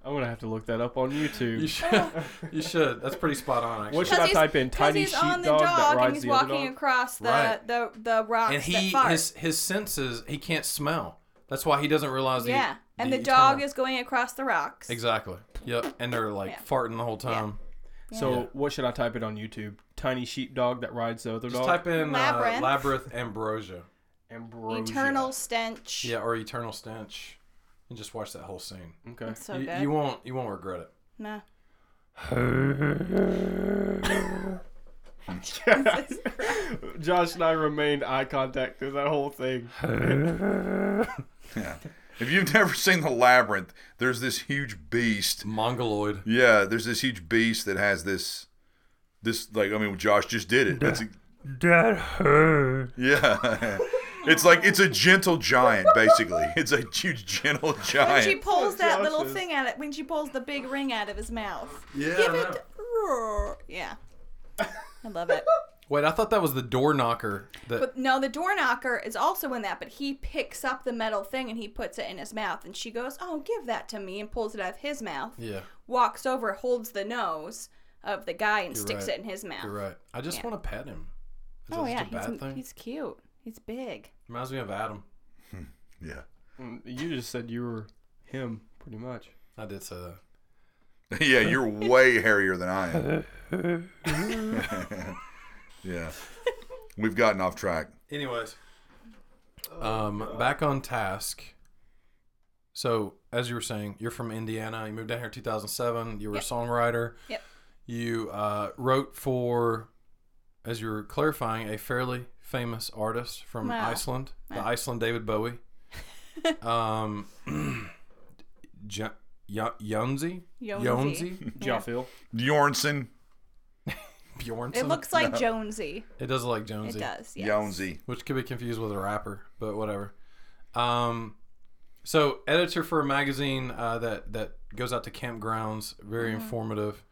I'm gonna have to look that up on YouTube.
You should. you should. That's pretty spot on, actually.
What should I
he's-
type in? Tiny
he's on the
sheepdog that
dog and
rides
he's
the other
walking
dog?
across the,
Right.
the the rocks
and he
that fart.
his his senses he can't smell. That's why he doesn't realize.
yeah,
The,
and the, dog
eternal-
is going across the rocks.
exactly. Yep. And they're like
Yeah.
farting the whole time.
So
Yeah.
what should I type it on YouTube? Tiny sheepdog that rides the other
Just
dog.
type in labyrinth.
Labyrinth.
Uh, labyrinth ambrosia.
Ambrosia.
Eternal stench.
Yeah, or eternal stench, and just watch that whole scene.
Okay.
So
you,
good.
you won't you won't regret it.
Nah.
Josh and I remained eye contact through that whole thing.
Yeah. if you've never seen the labyrinth, there's this huge beast
Mongoloid.
Yeah, there's this huge beast that has this This like I mean Josh just did it. That's
That hurt.
yeah. It's like it's a gentle giant, basically. It's a huge gentle
When she
giant.
pulls that little
Josh's.
thing out, of, when she pulls the big ring out of his mouth.
Yeah,
Give
I know.
it. roar. Yeah. I love it.
Wait, I thought that was the door knocker. That
But no, the door knocker is also in that, but he picks up the metal thing and he puts it in his mouth. And she goes, Oh, give that to me, and pulls it out of his mouth.
yeah,
Walks over, holds the nose of the guy, and sticks
right.
it in his mouth.
you're right. I just want to pet him. Is
Oh,
that
yeah.
just a bad
He's,
thing?
he's cute. He's big.
Reminds me of Adam.
Yeah.
Mm, You just said you were him, pretty much.
I did say that.
Yeah, you're way hairier than I am. yeah. We've gotten off track.
Anyways,
Oh,
um, back on task. So, as you were saying, you're from Indiana. You moved down here in 2007. You were
Yep.
a songwriter.
Yep.
You uh, wrote for, as you were clarifying, a fairly famous artist from
Wow.
Iceland, the Iceland David Bowie. um, J- Jonzi?
Jonesy.
Y'all feel?
Jornsen,
Bjornsson?
It looks like Jonesy.
It does look like
It
Jonesy.
does. Yes.
Jonesy.
which could be confused with a rapper, but whatever. Um, so editor for a magazine uh, that that goes out to campgrounds, very informative.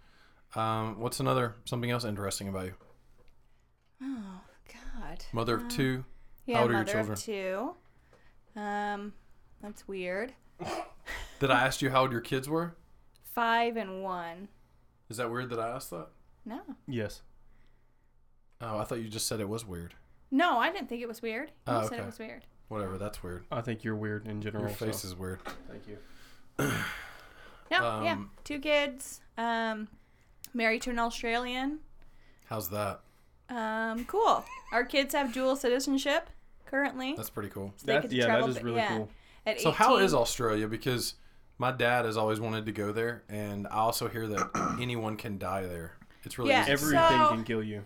Um, what's another something else interesting about you?
Oh, God.
Mother of two.
Yeah,
old are your
mother of two. Um, that's weird.
Did I ask you how old your kids were?
Five and one.
Is that weird that I asked that?
No.
Yes.
Oh, I thought you just said it was weird.
No, I didn't think it was weird. You
Oh,
said
okay.
it was weird.
Whatever, that's weird.
I think you're weird in general.
Your face
so.
is weird.
Thank you.
No, yeah.
Um,
Two kids. Um, married to an Australian.
How's that?
Um, cool. Our kids have dual citizenship currently.
That's pretty cool.
so they
That,
could
yeah,
travel
that is
ba-
really
yeah.
cool.
At
So how
18
is Australia? Because my dad has always wanted to go there, and I also hear that anyone can die there. It's really
Yeah.
easy.
Every-
Everything
So-
can kill you.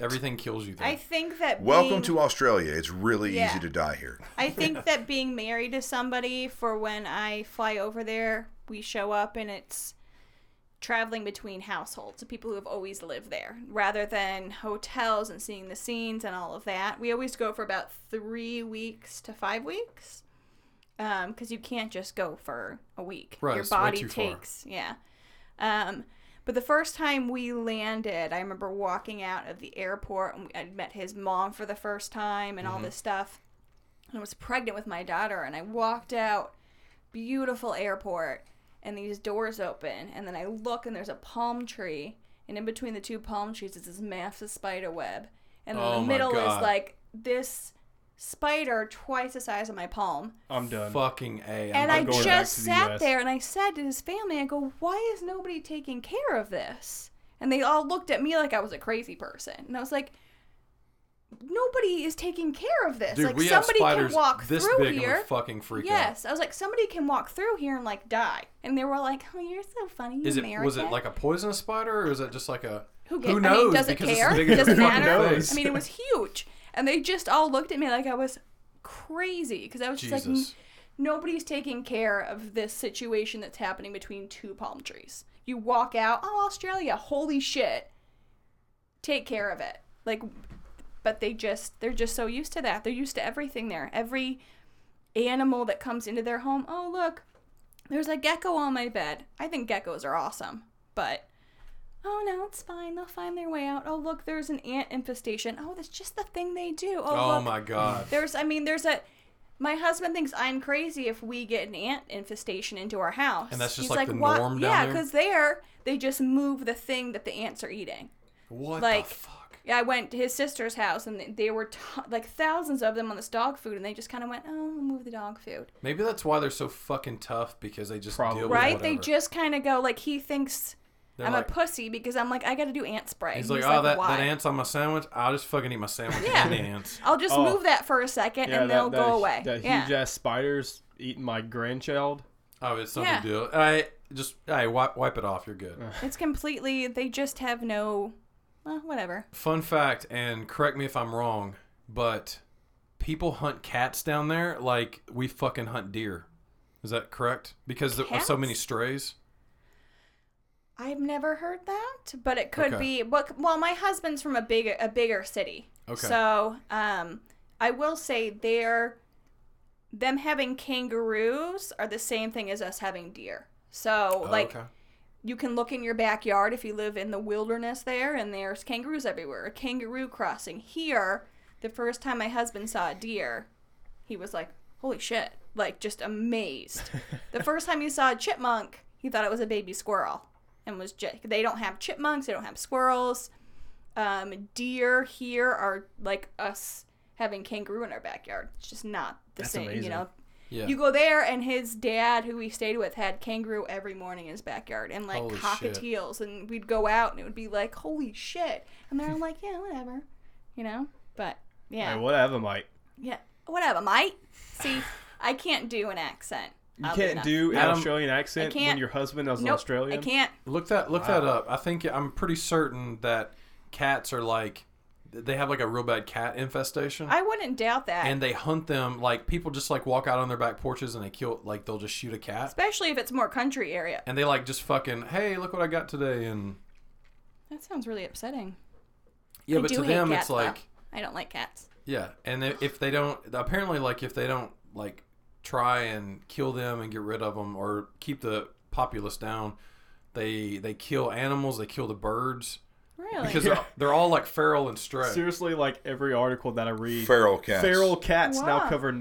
everything kills you there.
I think that
Welcome
being,
to Australia. It's really
Yeah.
easy to die here.
I think that being married to somebody for when I fly over there, we show up and it's traveling between households, so people who have always lived there, rather than hotels and seeing the scenes and all of that. We always go for about three weeks to five weeks, because you can't just go for a week.
Right,
Your
it's way
body
too far.
takes, yeah. Um, but the first time we landed, I remember walking out of the airport and I met his mom for the first time and all
Mm-hmm.
this stuff. And I was pregnant with my daughter, and I walked out, beautiful airport, and these doors open, and then I look and there's a palm tree, and in between the two palm trees is this massive spider web, and in
Oh
the
my
middle is
God.
like this spider twice the size of my palm.
I'm done.
Fucking A. I'm
and I
like,
going back
just
to the
sat
US.
there and I said to his family, I go, why is nobody taking care of this? And they all looked at me like I was a crazy person. And I was like, nobody is taking care of this.
dude,
like
we have
somebody
spiders
can walk
this
through
big and
here.
we fucking freak out.
yes. I was like, somebody can walk through here and like die. And they were like, oh, you're so funny. You
Is it
American.
was it like a poisonous spider or is it just like a
who,
who
I mean,
knows?
does it
Because it's
care?
big
It
as
doesn't
your fucking
matter.
face.
I mean, it was huge, and they just all looked at me like I was crazy because I was just like,
Jesus.
"N- nobody's taking care of this situation that's happening between two palm trees. You walk out, oh Australia, holy shit, take care of it. Like, but they just they're just so used to that. They're used to everything there. Every animal that comes into their home, oh look, there's a gecko on my bed. I think geckos are awesome, but oh no, it's fine. They'll find their way out. Oh look, there's an ant infestation. Oh, that's just the thing they do. Oh,
oh
look,
my god.
there's I mean, there's a my husband thinks I'm crazy if we get an ant infestation into our house.
And that's just
He's
like the
"Why-"
norm down
yeah,
there?
because there they just move the thing that the ants are eating.
What
like-
the fuck?
Yeah, I went to his sister's house and they- they were t- like thousands of them on this dog food, and they just kind of went, "Oh, we'll move the dog food."
Maybe that's why they're so fucking tough because they just
Probably.
deal with
right? They
whatever.
just kind of go like he thinks
They're
I'm
like-
a pussy because I'm like I got to do ant spray.
He's
And
like, oh, that,
"Why?"
that ant's on my sandwich. I'll just fucking eat my sandwich
Yeah.
and the ants.
I'll just
Oh.
move that for a second and
that-
they'll
that
go
hu-
away.
That
yeah.
huge ass spider's eating my grandchild.
Oh, it's no
Yeah.
big deal. I just, hey, wipe, wipe it off. You're good.
It's completely. They just have no. Well, whatever.
Fun fact, and correct me if I'm wrong, but people hunt cats down there like we fucking hunt deer. Is that correct? Because there are so many
Cats?
strays.
I've never heard that, but it could
Okay.
be. But well, my husband's from a big a bigger city,
Okay.
so um, I will say they're them having kangaroos are the same thing as us having deer. So like
Oh, okay.
you can look in your backyard if you live in the wilderness there, and there's kangaroos everywhere. A kangaroo crossing here. The first time my husband saw a deer, he was like, "Holy shit!" Like just amazed. the first time he saw a chipmunk, he thought it was a baby squirrel, and was just, they don't have chipmunks, they don't have squirrels. Um, deer here are like us having kangaroo in our backyard. It's just not the
That's
same, you
amazing.
know.
Yeah.
You go there, and his dad, who we stayed with, had kangaroo every morning in his backyard, and like
Holy shit.
cockatiels. And we'd go out, and it would be like, "Holy shit!" And they're like, "Yeah, whatever," you know. But yeah,
Hey, whatever, mate.
yeah, whatever, mate. See, I can't do an accent.
You can't do an
Adam,
Australian accent when
can't.
your husband is
nope,
Australian.
I can't.
Look that look that up. I think I'm pretty certain that cats are like they have like a real bad cat infestation.
I wouldn't doubt that,
and they hunt them like people just like walk out on their back porches and they kill like they'll just shoot a cat.
especially if it's more country area.
And they like just fucking, hey, look what I got today and
That sounds really upsetting.
Yeah,
I
but
do
to
hate
them
cats,
it's like
though. I don't like cats.
Yeah, and if if they don't, apparently, like if they don't like try and kill them and get rid of them or keep the populace down, they they kill animals, they kill the birds
Really?
because they're, they're all like feral and stray.
Seriously, like every article that I read,
Feral cats.
feral cats now
Wow.
cover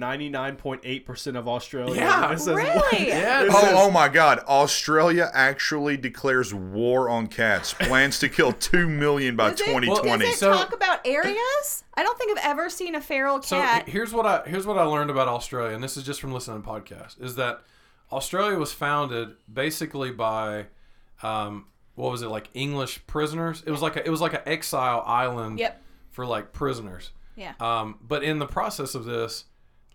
99.8% of Australia.
Yeah,
This is-
really?
Yeah,
This
Oh,
is-
oh my God! Australia actually declares war on cats. Plans to kill two million by
Does it-
twenty twenty.
Does it
So-
talk about areas? I don't think I've ever seen a feral
So he-
cat.
here's what I here's what I learned about Australia, and this is just from listening to podcasts, is that Australia was founded basically by, um, what was it like English prisoners? It was like a, it was like an exile island
Yep.
for like prisoners.
yeah.
Um, but in the process of this,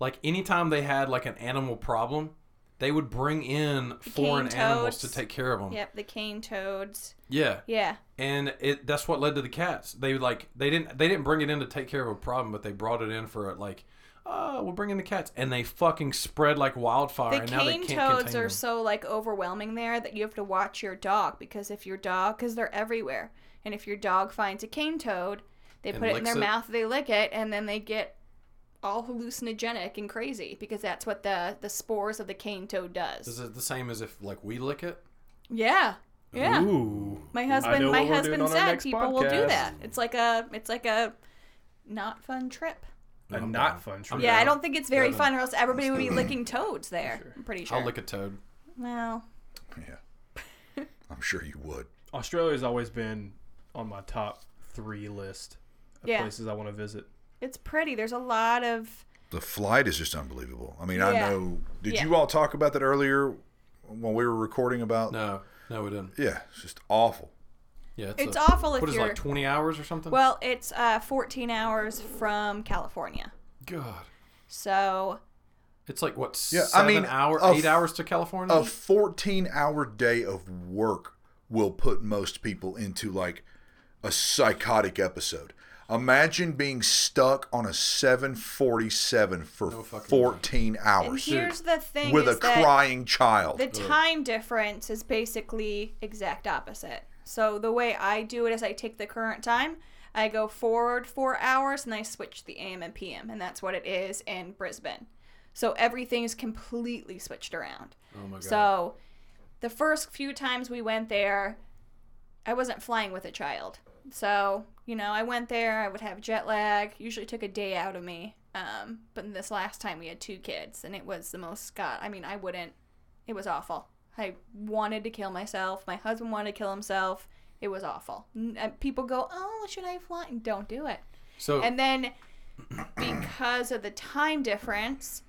like anytime they had like an animal problem, they would bring in foreign
cane
animals to
toads.
take care of them.
Yep, the cane toads.
Yeah,
Yeah.
and it that's what led to the cats. They would, like they didn't they didn't bring it in to take care of a problem, but they brought it in for like, oh, we'll bring in the cats, and they fucking spread like wildfire.
The
and now they
cane
can't
toads
contain
are
them.
so like overwhelming there that you have to watch your dog because if your dog cuz they're everywhere. And if your dog finds a cane toad, they
And
put it in
licks
their
it.
mouth, they lick it and then they get all hallucinogenic and crazy because that's what the the spores of the cane toad does.
Is it the same as if like we lick it?
yeah. Yeah.
Ooh.
My
I
husband
know
my
what we're doing
husband
on our
said
next
people will do
podcast.
that. It's like a it's like a not fun trip.
A
I'm
not
down.
fun
I'm
trip.
Yeah, I
down.
don't think it's very
Devin.
fun, or else everybody would be licking toads there. I'm pretty sure.
I'll lick a toad.
Well,
I'm sure you would.
Australia's always been on my top three list of
Yeah.
places I want to visit.
it's pretty. There's a lot of
The flight is just unbelievable. I mean, I
Yeah.
know. Did
Yeah.
you all talk about that earlier when we were recording about?
No, no, we didn't.
Yeah, it's just awful.
Yeah, it's,
It's
a-
awful if
What is it,
you're-
like twenty hours or something?
well, it's uh, 14 hours from California,
God.
so
It's like what
Yeah, I
seven
mean, oh,
hour,
a
eight
f-
hours to California.
A 14 hour day of work will put most people into like a psychotic episode. Imagine being stuck on a 747 for 14
and
hours
here's the thing:
with a
is that
crying child.
the time difference is basically exact opposite. So the way I do it is I take the current time, I go forward four hours, and I switch the AM and PM, and that's what it is in Brisbane. So everything's completely switched around.
oh my god.
So the first few times we went there, I wasn't flying with a child. So, you know, I went there, I would have jet lag, usually took a day out of me. Um, but this last time we had two kids and it was the most God, I mean, I wouldn't it was awful. I wanted to kill myself. My husband wanted to kill himself. It was awful. N- uh, People go, "Oh, should I fly?" Don't do it.
so
And then because of the time difference,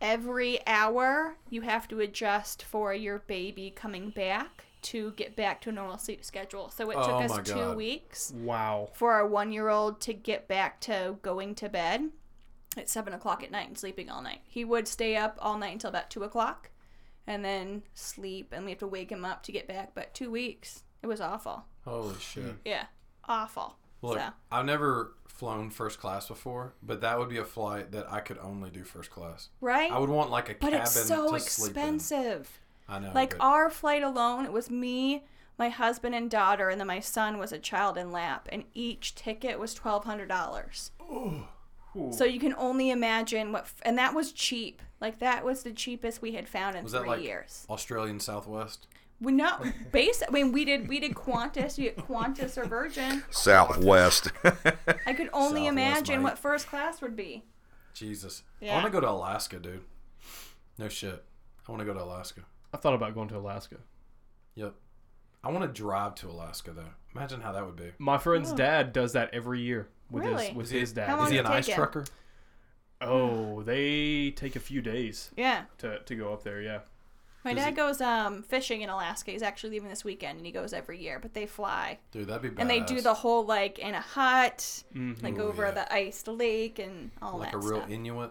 every hour you have to adjust for your baby coming back to get back to a normal sleep schedule. So it took
Oh my
us two
God.
weeks
Wow.
for our one year old to get back to going to bed at seven o'clock at night and sleeping all night. He would stay up all night until about two o'clock and then sleep and we have to wake him up to get back. But two weeks. It was awful.
holy shit.
Yeah. Awful.
Look,
so
I've never flown first class before, but that would be a flight that I could only do first class.
right?
I would want like a
But
cabin
it's so
to sleep in. Oh,
expensive.
I know.
Like
but-
our flight alone, it was me, my husband and daughter, and then my son was a child in lap, and each ticket was twelve hundred dollars. So you can only imagine what, f- and that was cheap. Like that was the cheapest we had found in
Was
three
that like
years.
Australian Southwest?
We not base. I mean, we did we did Qantas. You get Qantas or Virgin.
Southwest.
I could only
Southwest,
imagine
mate.
what first class would be.
Jesus. I
Yeah.
want to go to Alaska, dude. No shit. I want to go to Alaska.
I've thought about going to Alaska.
Yep. I want to drive to Alaska though. Imagine how that would be.
My friend's dad does that every year with
Oh. Really?
his with
Is he-
his dad.
How
Is he
long
an
does it
ice
take him?
trucker?
Oh, they take a few days
Yeah,
to, to go up there. Yeah.
my
Does
dad
it-
goes um fishing in Alaska. He's actually leaving this weekend, and he goes every year. But they fly,
Dude, that'd be badass.
and they do the whole like in a hut, like
Ooh,
over
Mm-hmm. yeah.
the iced lake and all
like
that
a real
stuff.
Inuit.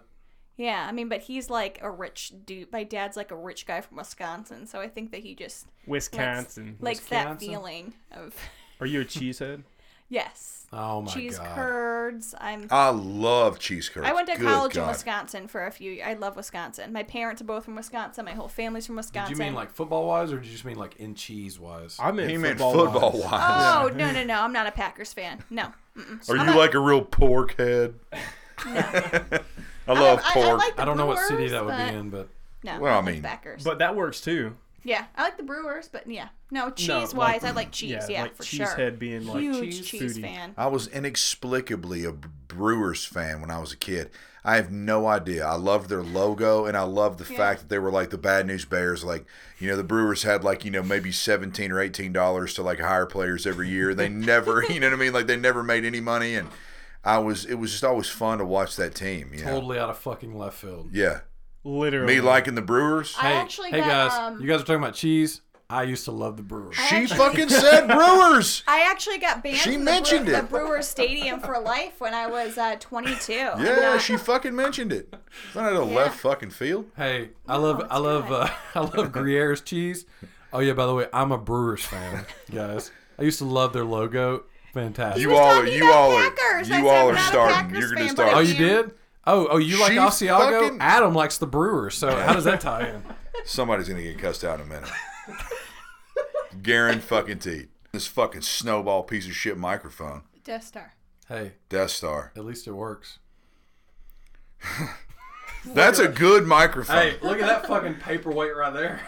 yeah, I mean, but he's like a rich dude. My dad's like a rich guy from Wisconsin, so I think that he just
Wisconsin.
likes that
Wisconsin?
feeling of
Are you a cheesehead?
yes,
Oh my
cheese
god. Oh,
curds. I'm
I love cheese curds.
I went to
Good
college in
God.
Wisconsin for a few. I love Wisconsin. My parents are both from Wisconsin. My whole family's from
Did
Wisconsin.
you mean like football wise or did you just mean like in cheese wise?
I meant
He meant
football.
football
wise.
wise.
Oh no no no! I'm not a Packers fan. No. Mm-mm.
Are
Oh, I'm
you
a-
like a real pork head? I
I-
love
I- I
pork.
like the
I don't know what city
Brewers,
that would
but-
be in, but
No.
Well, I
like
mean-
Packers.
But that works too.
yeah, I like the Brewers, but yeah, no cheese
No,
wise, I like cheese. Yeah,
like
for
cheesehead
sure.
being like
Huge
cheese,
cheese,
foodie.
Uh,
fan.
I was inexplicably a Brewers fan when I was a kid. I have no idea. I loved their logo and I loved the fact that they were like the bad news bears. Like, you know, the Brewers had like, you know, maybe seventeen or eighteen dollars to like hire players every year. They never you know what I mean? Like they never made any money and I was it was just always fun to watch that team. You know?
totally out of fucking left field.
Yeah.
Literally.
Me liking the Brewers.
I
Hey,
actually
hey
got
guys,
um.
you guys are talking about cheese. I used to love the Brewers.
I
She
actually-
fucking said Brewers.
I actually got banned
She
from
mentioned
the,
it.
Brewer, the Brewers Stadium for life when I was uh, 22. I'm
Yeah,
not-
she fucking mentioned it. Not out of left fucking field.
Hey, I love I love uh, I love Gruyere's cheese. Oh yeah, by the way, I'm a Brewers fan, guys. I used to love their logo. Fantastic.
You
was
all are.
talking
You
about
all are.
Packers. I
You
said
all
I'm
are
not a
starting.
Packers
You're gonna
fan, but I
oh,
start.
you did? Oh, oh, you like
She
Asiago?
fucking-
Adam likes the Brewers. So how does that tie in?
Somebody's gonna get cussed out in a minute. Garen fucking Teed. This fucking snowball piece of shit microphone.
Death Star.
Hey,
Death Star.
at least it works.
That's a good microphone.
Hey, look at that fucking paperweight right there.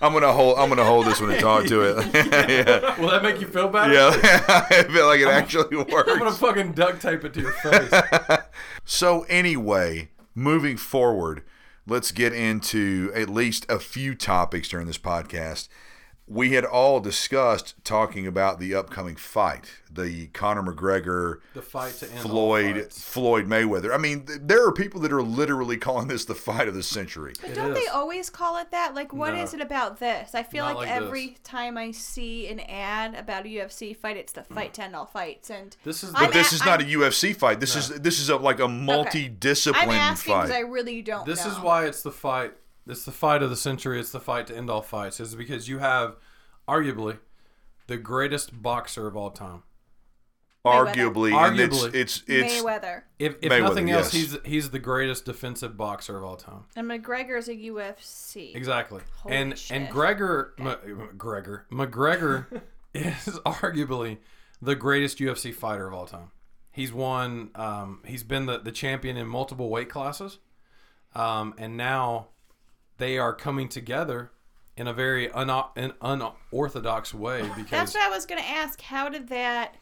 I'm gonna hold. I'm gonna hold this one and talk to it. yeah,
Will that make you feel better?
yeah. I feel like it actually
I'm gonna
works.
fucking duct tape it to your face.
So anyway, moving forward, let's get into at least a few topics during this podcast. We had all discussed talking about the upcoming fight, the Conor McGregor
the fight to end all
Floyd
fights.
Floyd Mayweather. I mean, th- there are people that are literally calling this the fight of the century.
But
It
don't
is.
they always call it that? Like, what is
No.
it about this? I feel
Not
like,
like
every
this.
time I see an ad about a UFC fight, it's the fight to end all fights. And
This is the
I'm
But this
a-
is not a
I'm-
UFC fight. This is this is a, like a multi-discipline
I'm asking because
fight.
I really don't
This
know.
is why it's the fight. It's the fight of the century. It's the fight to end all fights. Is because you have, arguably, the greatest boxer of all time.
arguably, and it's
Arguably.
it's it's
Mayweather.
If, if
Mayweather,
nothing else,
yes.
he's he's the greatest defensive boxer of all time.
And McGregor's a UFC.
Exactly.
Holy
and and
shit.
Gregor M- Gregor McGregor is arguably the greatest UFC fighter of all time. He's won. Um, he's been the, the champion in multiple weight classes, um, and now they are coming together in a very uno- an unorthodox way
That's
because
what I was going to ask. How did that.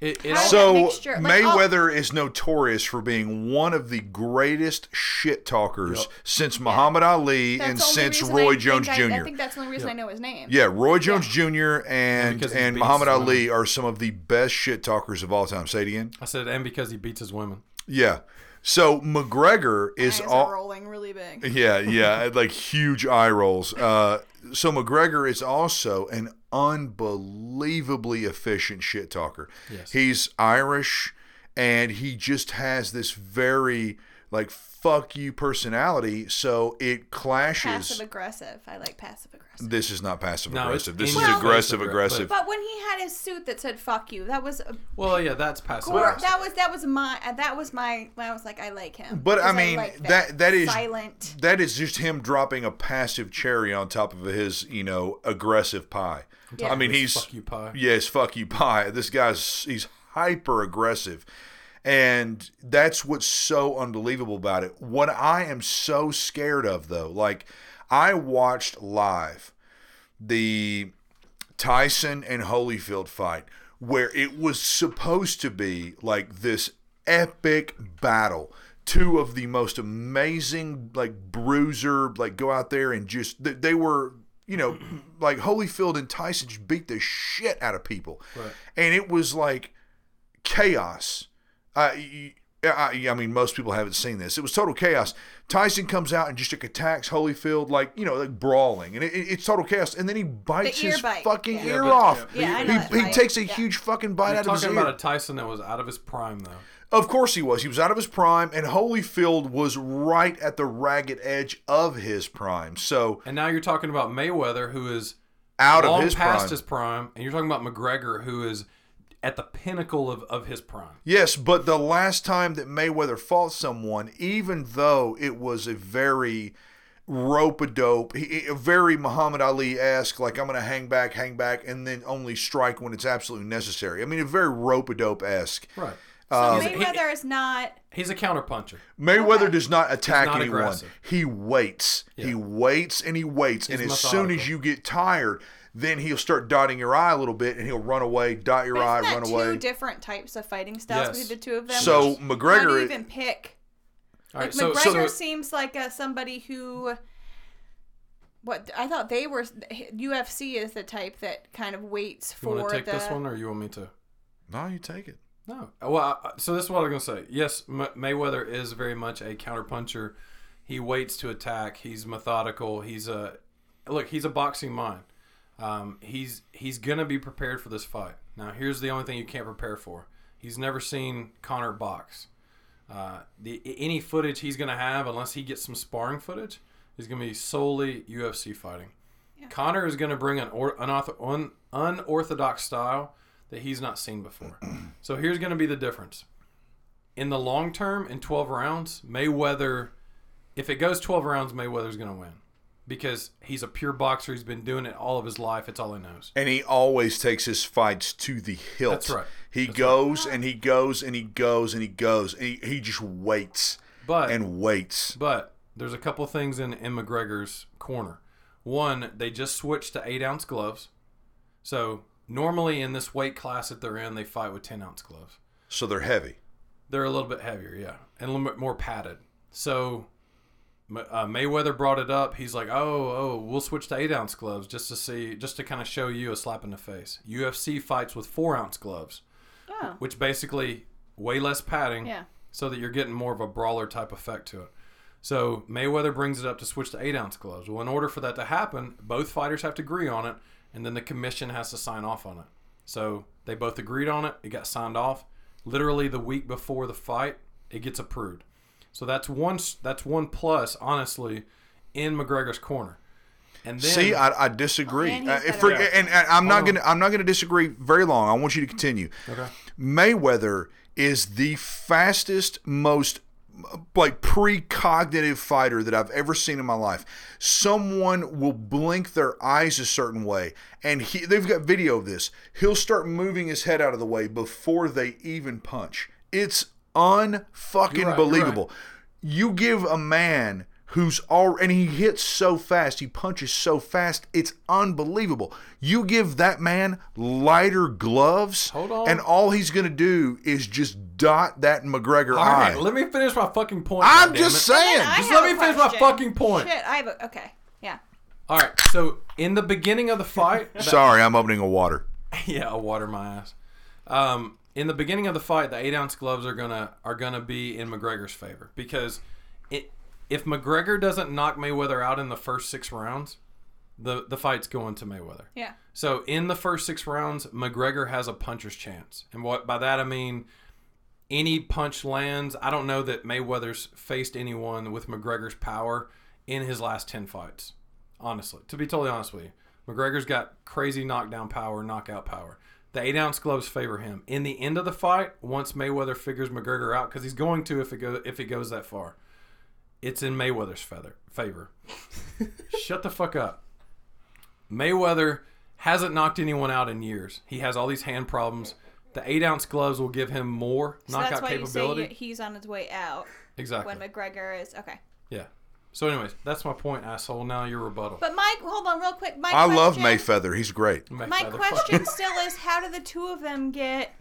it,
how
it's
did
So
that mixture- like, all-
Mayweather is notorious for being one of the greatest shit talkers since Muhammad Ali
That's
and
the only
since
reason
Roy
I
Jones
think
Jr.
I, I think that's the only reason I know his name.
yeah, Roy Jones Jr. and
because
and,
he beats
Muhammad
women.
Ali are some of the best shit talkers of all time. Say it again.
I said, and because he beats his women.
Yeah. So McGregor is
Eyes are
all
rolling really big.
Yeah, yeah, like huge eye rolls. Uh, so McGregor is also an unbelievably efficient shit talker.
Yes.
He's Irish, and he just has this very like fuck you personality. So it clashes.
Passive aggressive. I like passive aggressive.
This is not passive
No, it's
aggressive. This is
Well-
aggressive aggressive.
But when he had his suit that said "fuck you," that was a
Well, yeah, that's passive.
Or
aggressive.
that was that was my uh, that was my when I was like I like him.
But I
'Cause
mean
like
that that is
silent.
that is just him dropping a passive cherry on top of his you know aggressive pie.
Yeah.
I mean
This
he's
fuck you pie.
yes fuck you pie. This guy's he's hyper aggressive, and that's what's so unbelievable about it. What I am so scared of though, like I watched live the Tyson and Holyfield fight, where it was supposed to be like this epic battle. Two of the most amazing, like, bruiser, like, go out there and just, they, they were, you know, like Holyfield and Tyson just beat the shit out of people.
Right.
And it was like chaos. Uh, y- I, I mean, most people haven't seen this. It was total chaos. Tyson comes out and just like, attacks Holyfield, like, you know, like brawling. And it, it- it's total chaos. And then he bites
ear
his
bite.
fucking
Yeah.
ear
Yeah, but-
off.
yeah. Yeah, I know that
he he
fight.
takes a
Yeah.
huge fucking bite
You're
out of his
talking
ear.
about a Tyson that was out of his prime, though.
Of course he was. He was out of his prime, and Holyfield was right at the ragged edge of his prime. So
And now you're talking about Mayweather, who is
out
long
of his
past
prime.
his prime, and you're talking about McGregor, who is at the pinnacle of, of his prime.
Yes, but the last time that Mayweather fought someone, even though it was a very rope a dope, a very Muhammad Ali esque, like I'm going to hang back, hang back, and then only strike when it's absolutely necessary. I mean, a very rope a dope esque.
Right.
uh,
so Mayweather is not.
He's a counterpuncher.
Mayweather does not attack
not
anyone.
aggressive.
He waits. He waits and he waits. and as soon as
methodical.
you get tired, then he'll start dotting your eye a little bit and he'll run away, dot your
But
eye,
isn't that
run
two
away.
different types of fighting styles
Yes.
between the two of them?
So
Like, How do
McGregor
you even pick?
All right.
Like
so,
McGregor
so
seems like a, somebody who. What I thought they were UFC is the type that kind of waits
you
for
want to take
the.
this one, or you want me to?
No, you take it.
No. Well, I- so this is what I'm gonna say. Yes, M- Mayweather is very much a counterpuncher. He waits to attack. He's methodical. He's a look. He's a boxing mind. Um, he's he's gonna be prepared for this fight. Now, here's the only thing you can't prepare for. He's never seen Connor box. Uh, the any footage he's gonna have, unless he gets some sparring footage, is gonna be solely UFC fighting. Connor is going to bring an or, unauthor, un, unorthodox style that he's not seen before. so here's going to be the difference. In the long term, in 12 rounds, Mayweather, if it goes 12 rounds, Mayweather's going to win because he's a pure boxer. He's been doing it all of his life. It's all he knows.
And he always takes his fights to the hilt.
That's right.
He goes and he goes and he goes and he goes and he, he just waits
But
and waits.
But there's a couple things in, in McGregor's corner. One, they just switched to eight ounce gloves. So normally in this weight class that they're in, they fight with 10 ounce gloves.
So they're heavy.
They're a little bit heavier, yeah, and a little bit more padded. So Ma- uh, Mayweather brought it up. He's like, "Oh, oh, we'll switch to eight ounce gloves just to see, just to kind of show you a slap in the face." UFC fights with four ounce gloves,
Oh,
which basically way less padding,
yeah.
so that you're getting more of a brawler type effect to it. So Mayweather brings it up to switch to eight ounce gloves. Well, in order for that to happen, both fighters have to agree on it, and then the commission has to sign off on it. So they both agreed on it. It got signed off. Literally the week before the fight, it gets approved. So that's one. s- That's one plus, honestly, in McGregor's corner. And then
See, I, I disagree.
And he's
Uh, if
better
for-
at it.
and, and I'm not gonna I'm not gonna disagree very long. I want you to continue.
okay.
Mayweather is the fastest, most like precognitive fighter that I've ever seen in my life. Someone will blink their eyes a certain way, and he, they've got video of this. He'll start moving his head out of the way before they even punch. It's unfucking
right,
believable. You give a man who's already and he hits so fast, he punches so fast, it's unbelievable. You give that man lighter gloves,
Hold on.
and all he's gonna do is just dot that McGregor
All
eye.
right, let me finish my fucking point.
I'm
goddammit.
just saying.
I
Just
have
let
a
me finish my
question.
fucking point.
Shit, I have a, okay. Yeah.
All right, so in the beginning of the fight,
Sorry, I'm opening a water.
yeah, I'll water my ass. Um, in the beginning of the fight, the eight ounce gloves are gonna are gonna be in McGregor's favor because it, if McGregor doesn't knock Mayweather out in the first six rounds, the the fight's going to Mayweather.
Yeah.
So in the first six rounds, McGregor has a puncher's chance, and what by that I mean any punch lands. I don't know that Mayweather's faced anyone with McGregor's power in his last 10 fights. Honestly, to be totally honest with you, McGregor's got crazy knockdown power, knockout power. The eight ounce gloves favor him. In the end of the fight, once Mayweather figures McGregor out, because he's going to if it goes if it goes that far, it's in Mayweather's feather favor. Shut the fuck up. Mayweather hasn't knocked anyone out in years. He has all these hand problems. The eight ounce gloves will give him more
So
knockout
that's why
capability.
you say he's on his way out
exactly.
when McGregor is okay.
yeah. So, anyways, that's my point, asshole. Now your rebuttal.
But Mike, hold on real quick. My
I love
question-
Mayfeather. He's great.
My
Mayweather, fuck
question still is, how do the two of them get?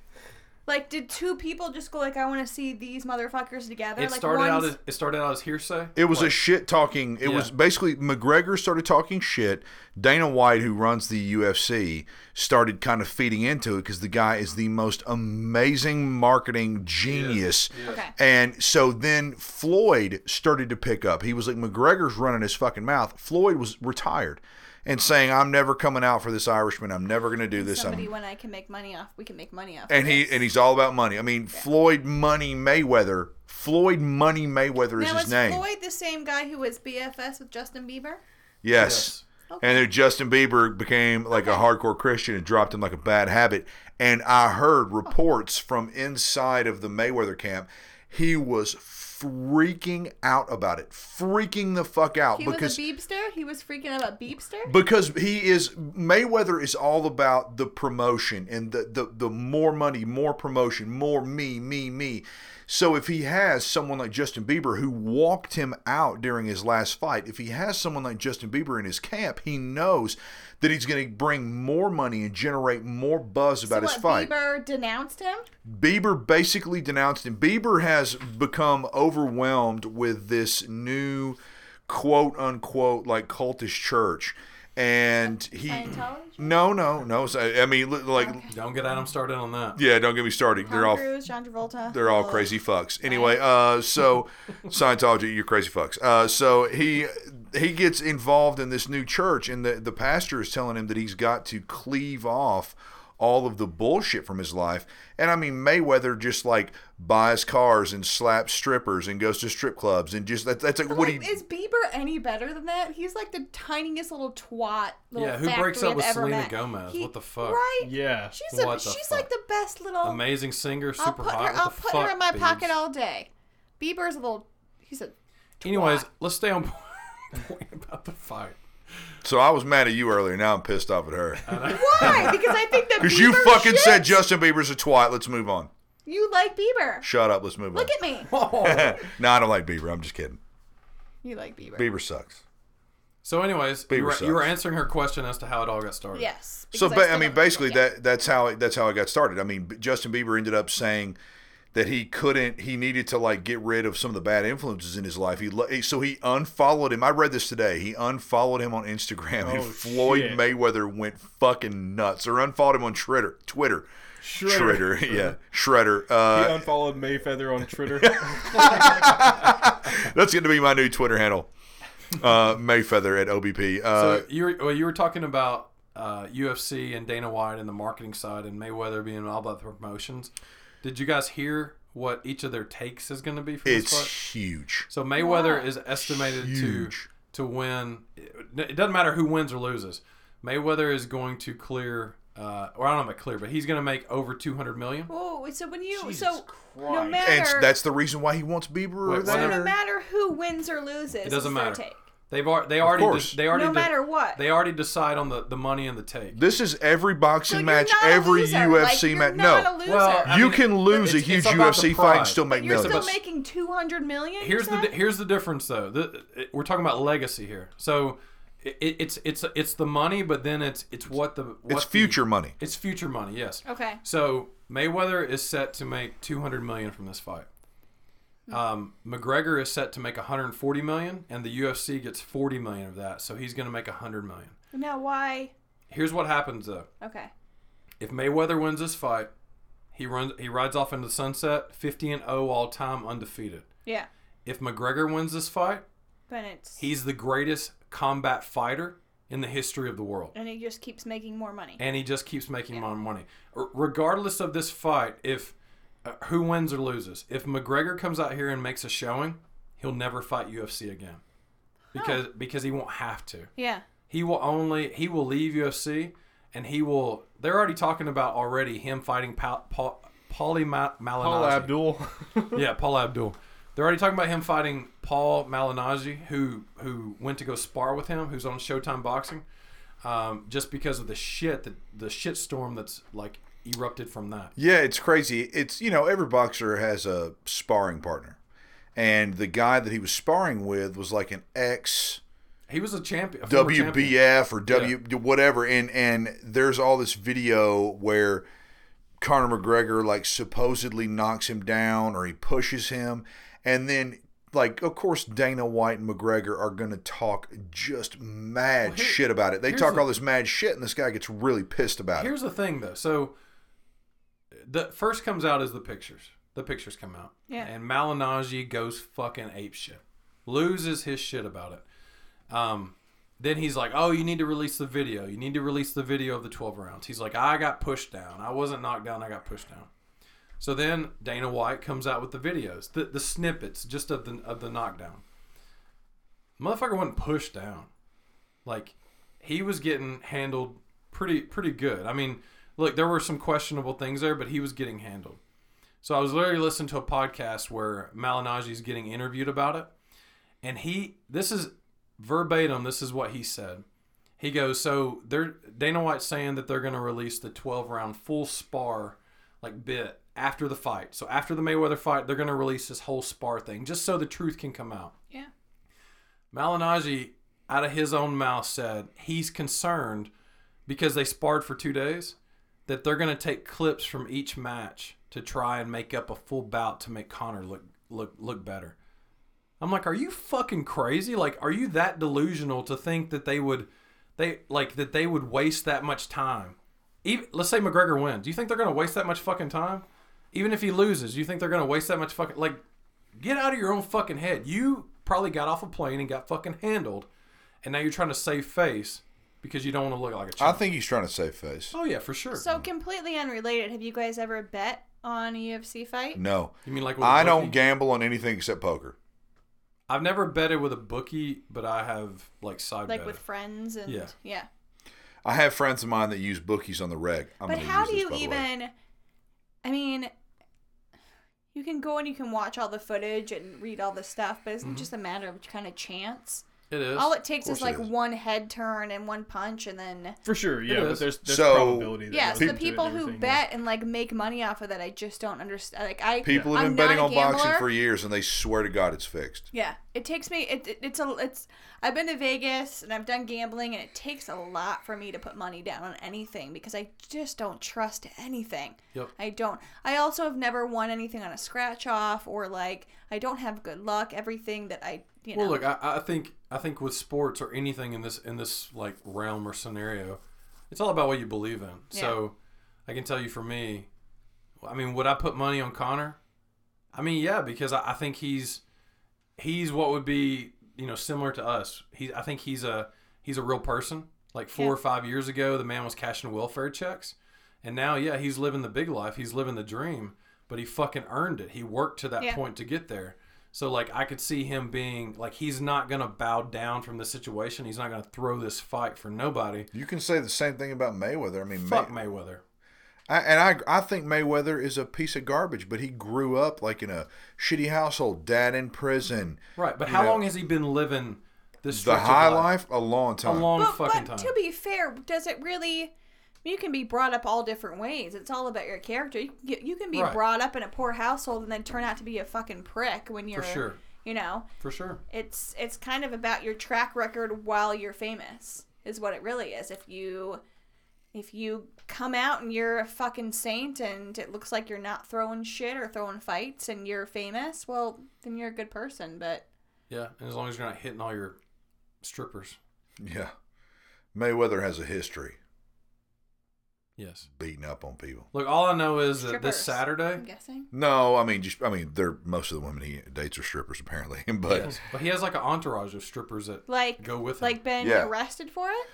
Like, did two people just go like, I want to see these motherfuckers together?
It
like,
started out
one's-
as it started out as hearsay.
It was a
Like,
shit talking. It was
Yeah.
basically McGregor started talking shit. Dana White, who runs the UFC, started kind of feeding into it because the guy is the most amazing marketing genius.
Okay.
And so then Floyd started to pick up. He was like, McGregor's running his fucking mouth. Floyd was retired and saying, I'm never coming out for this Irishman. I'm never going to do this.
somebody
I'm
when I can make money off. We can make money off.
and
of
he
this.
and he's all about money. I mean, Floyd Money Mayweather. Floyd Money Mayweather is
now
his
is
name.
Floyd the same guy who was BFS with Justin Bieber?
Yes. And then Justin Bieber became like a hardcore Christian and dropped him like a bad habit. And I heard reports from inside of the Mayweather camp. He was freaking out about it, freaking the fuck out
He
Oh, because
was a beepster. He was freaking out about beepster.
because he is Mayweather is all about the promotion and the, the the more money, more promotion, more me, me, me. So if he has someone like Justin Bieber who walked him out during his last fight, if he has someone like Justin Bieber in his camp, he knows that he's going to bring more money and generate more buzz
So
about
what?
his fight.
Bieber denounced him.
Bieber basically denounced him. Bieber has become overwhelmed with this new quote unquote like cultish church. And he
Scientology?
No, no, no. So, I mean li- like
Don't get Adam started on that.
yeah, don't get me started. They're
Tom
all
Cruise, John Travolta.
they're all
Ugh.
crazy fucks. Anyway, uh, so Scientology, you're crazy fucks. Uh, so he he gets involved in this new church, and the the pastor is telling him that he's got to cleave off all of the bullshit from his life. And I mean Mayweather just like buys cars and slaps strippers and goes to strip clubs and just that, that's like
But,
what
like,
he
is Bieber any better than that? He's like the tiniest little twat. Little
Yeah, who breaks
factory
up
I've
with
ever
Selena
met.
Gomez?
He-
What the fuck?
Right?
Yeah.
She's a,
What the
she's
fuck?
like the best little.
Amazing singer, super
I'll put
hot.
her.
What
I'll
the
put
fuck,
her in my pocket
babes?
all day. Bieber's a little. He's a.
Anyways, let's stay on point about the fight.
So I was mad at you earlier. Now I'm pissed off at her
Why? Because I think that.
because you
Bieber
fucking
shit-
said Justin Bieber's a twat. Let's move on.
You like Bieber.
Shut up. Let's move
Look
on.
at me.
no, I don't like Bieber. I'm just kidding.
You like Bieber.
Bieber sucks.
So, anyways, you
Bieber
were, you were
sucks.
answering her question as to how it all got started.
Yes.
So ba-
because
I,
still
mean,
don't like
basically
it.
that that's how it, that's how it got started. I mean, B- Justin Bieber ended up saying that he couldn't, he needed to like get rid of some of the bad influences in his life. He le- so he unfollowed him. I read this today. He unfollowed him on Instagram, and Floyd
shit.
Mayweather went fucking nuts, or unfollowed him on Twitter. Twitter. Shredder, yeah, Shredder.
He
Uh,
unfollowed Mayfeather on Twitter.
that's going to be my new Twitter handle, uh, Mayfeather at OBP. Uh,
So you were, well, you were talking about uh, UFC and Dana White and the marketing side and Mayweather being all about the promotions. Did you guys hear what each of their takes is going to be for this fight?
it's huge.
So Mayweather is estimated
Huge.
to to win. It doesn't matter who wins or loses. Mayweather is going to clear, uh, or I don't know about clear, but he's going to make over two hundred million.
Oh, so when you
Jesus
so no
Christ.
matter
And that's the reason why he wants Bieber there.
Wait,
so
Whatever.
no matter who wins or loses,
It doesn't
it's their
matter.
Take.
They've already they already
course.
de- they already
No
de-
matter what.
they already decide on the the money and the take.
This is every boxing
So you're
match,
not a
every
loser. Like,
UFC
you're
match.
not
No,
a loser.
Well, I
you
mean,
can lose a
it's-
huge
it's about the
UFC fight
pride.
and still make
You're
millions.
still
about-
making two hundred million. you
here's the
said?
di- here's the difference though. The, it- we're talking about legacy here. So it, it- it's it's it's the money, but then it's it's what the what
it's
the-
future money.
it's future money. Yes.
okay.
So Mayweather is set to make 200 million from this fight. Um, McGregor is set to make 140 million, and the UFC gets 40 million of that. So he's going to make 100 million.
Now why?
Here's what happens though:
Okay.
if Mayweather wins this fight, he runs he rides off into the sunset, 50 and 0 all time, undefeated.
Yeah.
If McGregor wins this fight,
But it's
he's the greatest combat fighter in the history of the world.
and he just keeps making more money.
and he just keeps making more money. R- regardless of this fight, if uh, who wins or loses. If McGregor comes out here and makes a showing, he'll never fight UFC again because because he won't have to.
Yeah.
He will only he will leave UFC and he will. They're already talking about already him fighting Paul pa, Paulie Ma,
Paul
Malignaggi.
Abdul.
Yeah, Paul Abdul. They're already talking about him fighting Paul Malignaggi, who who went to go spar with him, who's on Showtime Boxing, um, just because of the shit that the shit storm that's like erupted from that.
Yeah, it's crazy. It's you know every boxer has a sparring partner, and the guy that he was sparring with was like an ex
He was a champion. a former champion.
WBF or W whatever, and and there's all this video where Conor McGregor like supposedly knocks him down or he pushes him, and then like of course Dana White and McGregor are gonna talk just mad
here-
shit about it. They
here's
talk
the-
all this mad shit, and this guy gets really pissed about it.
Here's the thing, though. So the first comes out is the pictures. The pictures come out.
Yeah.
And Malignaggi goes fucking ape shit. Loses his shit about it. Um, then he's like, "Oh, you need to release the video. You need to release the video of the 12 rounds." He's like, "I got pushed down. I wasn't knocked down. I got pushed down." So then Dana White comes out with the videos, the, the snippets just of the of the knockdown. Motherfucker wasn't pushed down. Like he was getting handled pretty pretty good. I mean, look, there were some questionable things there, but he was getting handled. So I was literally listening to a podcast where Malignaggi's getting interviewed about it, and he this is verbatim. This is what he said. He goes, so they're Dana White's saying that they're going to release the 12 round full spar like bit after the fight. So after the Mayweather fight, they're going to release this whole spar thing just so the truth can come out.
Yeah.
Malignaggi, out of his own mouth, said he's concerned because they sparred for two days that they're going to take clips from each match to try and make up a full bout to make Connor look look look better. I'm like, are you fucking crazy? Like, are you that delusional to think that they would they like that they would waste that much time? Even, let's say McGregor wins. Do you think they're going to waste that much fucking time? Even if he loses, do you think they're going to waste that much fucking like get out of your own fucking head. You probably got off a plane and got fucking handled, and now you're trying to save face because you don't want to look like a
I
chump.
think he's trying to save face.
oh yeah, for sure.
So completely unrelated. Have you guys ever bet on a UFC fight?
No,
you mean like with a
I
bookie?
don't gamble on anything except poker.
I've never betted with a bookie, but I have like side
Like
betted.
with friends and
Yeah.
yeah.
I have friends of mine that use bookies on the reg. I'm
but
gonna
how
use
do
this,
you
by the way.
even i mean you can go and you can watch all the footage and read all the stuff but isn't it just a matter of kind of chance
it is.
all it takes
Mm-hmm. course
is
it
like
is.
one head turn and one punch and then
For sure, yeah.
is.
But there's, there's
So-
probability. That
yeah
goes
so the
into it and
people who
everything, yeah.
bet and like make money off of that i just don't understand like i
People have
I'm
been betting
not
on
a
boxing
gambler.
for years, and they swear to God it's fixed.
yeah it takes me it, it- it's a it's i've been to vegas and i've done gambling and it takes a lot for me to put money down on anything because i just don't trust anything
Yep.
I don't. I also have never won anything on a scratch off or like I don't have good luck. Everything that I you know.
Well, look, I, I think I think with sports or anything in this in this like realm or scenario, it's all about what you believe in. So, I can tell you for me, I mean, would I put money on Connor? I mean, yeah, because I, I think he's he's what would be you know similar to us. He I think he's a he's a real person. Like four or five years ago, the man was cashing welfare checks, and now yeah, he's living the big life. He's living the dream, but he fucking earned it. He worked to that
Yeah.
point to get there. So like I could see him being like he's not gonna bow down from the situation. He's not gonna throw this fight for nobody.
You can say the same thing about Mayweather. I mean,
Fuck
May,
Mayweather.
I, and I, I think Mayweather is a piece of garbage, but he grew up like in a shitty household, dad in prison,
Right, but
You
how
know,
long has he been living this
the
stretch of
high life, a long
A
time.
long
but,
fucking time.
but to be fair, does it really? You can be brought up all different ways. It's all about your character. You can, get, you can be
Right.
brought up in a poor household and then turn out to be a fucking prick when you're,
sure.
you know.
for sure.
It's it's kind of about your track record while you're famous is what it really is. If you if you come out and you're a fucking saint and it looks like you're not throwing shit or throwing fights and you're famous, well, then you're a good person, but
Yeah, and as long as you're not hitting all your strippers.
Yeah, Mayweather has a history
Yes.
beating up on people.
Look, all I know is that
Strippers.
this Saturday.
I'm guessing.
No, I mean, just I mean, they're most of the women he dates are strippers apparently, but.
Yes, but he has like an entourage of strippers that
Like
go with him.
like been
Yeah.
arrested for it?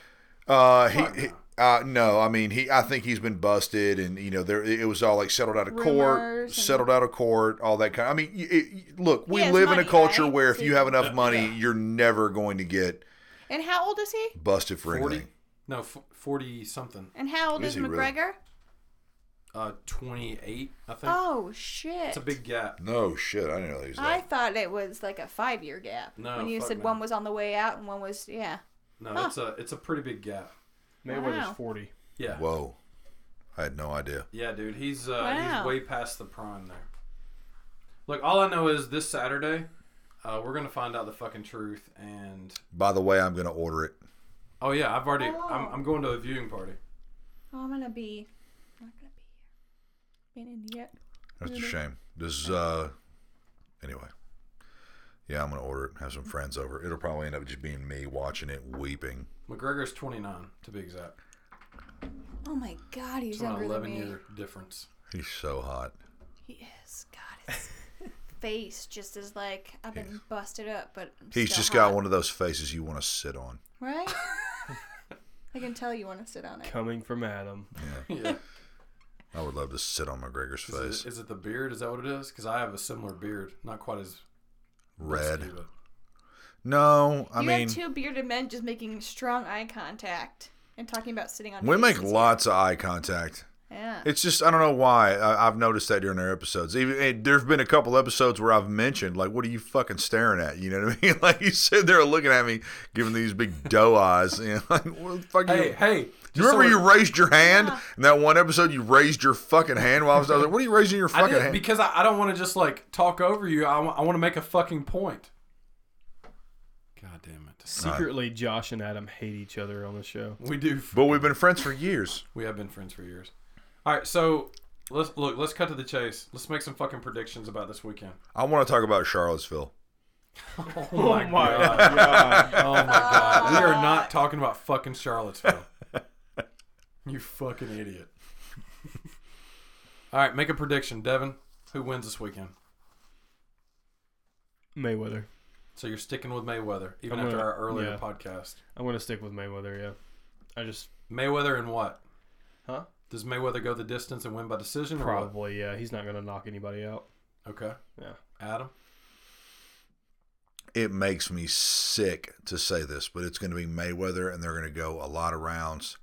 Uh, he, he uh, no, I mean he. I think he's been busted, and you know there it was all like settled out of court,
Rumors and-
settled out of court, all that kind. I mean, y y- look, we
has
live in
money,
a culture
right?
where if
So
you
you
have
can-
enough money,
Yeah.
you're never going to get
And how old is he?
busted for
Forty?
anything.
No, f- forty something.
And how old
Is
is,
he really?
McGregor?
Uh, twenty-eight. I think.
Oh shit!
It's a big gap.
No shit, I didn't know he was
I
that.
thought it was like a five year gap.
No,
When you
fuck
said
no.
one was on the way out and one was yeah.
No, it's a it's a pretty big gap.
Mayweather's
Wow.
40.
Yeah.
Whoa, I had no idea.
Yeah, dude, he's uh,
Wow.
he's way past the prime there. Look, all I know is this Saturday, uh, we're gonna find out the fucking truth. And
By the way, I'm gonna order it.
oh yeah, I've already
Oh.
I'm, I'm going to a viewing party.
Oh, I'm gonna be. I'm not gonna be here. Being an idiot.
That's
Mm-hmm.
a shame. This is uh anyway. Yeah, I'm gonna order it. Have some friends over. It'll probably end up just being me watching it, weeping.
McGregor's 29 to be exact.
Oh my god, he's
It's about
younger
an
than
11
me.
year difference.
He's so hot.
He is. God, his face just is like I've been busted up, but I'm
He's
still
just
hot.
got one of those faces you want to sit on.
right. I can tell you want to sit on it.
Coming from Adam.
yeah.
I would love to sit on McGregor's
Is
face.
it, is it the beard? Is that what it is? Because I have a similar beard, not quite as
Red.
busty, but-
No, I
you
mean
have two bearded men just making strong eye contact and talking about sitting on.
we make
faces.
lots of eye contact.
Yeah.
It's just I don't know why I, I've noticed that during our episodes. Even and there've been a couple episodes where I've mentioned like, "What are you fucking staring at?" You know what I mean? Like you sit there looking at me, giving these big doe eyes. You know, like what the fuck? are
Hey,
you,
hey.
You
just so
remember
it-
you raised your hand
Yeah.
in that one episode? You raised your fucking hand while I was, I was like, "What are you raising your
I
fucking
did
hand?"
because I, I don't want to just like talk over you. I want to make a fucking point. God damn it.
Secretly, Josh and Adam hate each other on the show.
We do.
But we've been friends for years.
We have been friends for years. All right, so let's look. Let's cut to the chase. Let's make some fucking predictions about this weekend.
I want to talk about Charlottesville.
Oh my, god.
God.
Oh my god. We are not talking about fucking Charlottesville. you fucking idiot. All right, make a prediction, Devin. Who wins this weekend?
Mayweather.
So you're sticking with Mayweather, even
I'm
after
gonna-
our earlier
yeah.
podcast.
I'm going to stick with Mayweather, yeah. I just,
Mayweather and what?
Huh?
Does Mayweather go the distance and win by decision? or what?
probably, yeah. He's not going to knock anybody out.
Okay.
Yeah.
Adam.
It makes me sick to say this, but it's going to be Mayweather, and they're going to go a lot of rounds.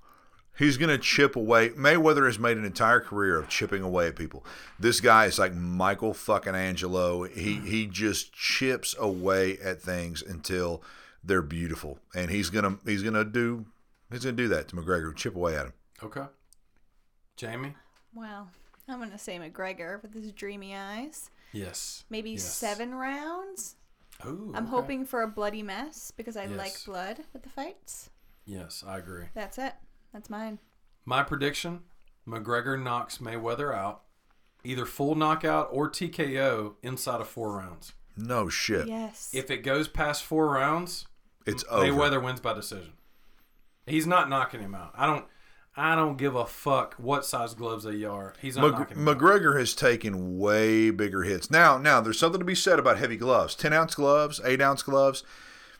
He's going to chip away. Mayweather has made an entire career of chipping away at people. This guy is like Michael fucking Angelo. He he just chips away at things until they're beautiful, and he's gonna he's gonna do he's gonna do that to McGregor. Chip away at him.
Okay. Jamie.
Well, I'm gonna say McGregor with his dreamy eyes.
Yes.
Maybe
Yes.
seven rounds.
Ooh,
I'm
okay.
hoping for a bloody mess because I like
Yes.
blood with the fights.
Yes, I agree.
That's it. That's mine.
My prediction McGregor knocks Mayweather out, either full knockout or TKO inside of four rounds.
No shit.
Yes.
If it goes past four rounds,
It's over.
Mayweather wins by decision. He's not knocking him out. I don't I don't give a fuck what size gloves they are. He's not
Mc-
knocking him out.
McGregor has taken way bigger hits. Now, now there's something to be said about heavy gloves, ten ounce gloves, eight ounce gloves.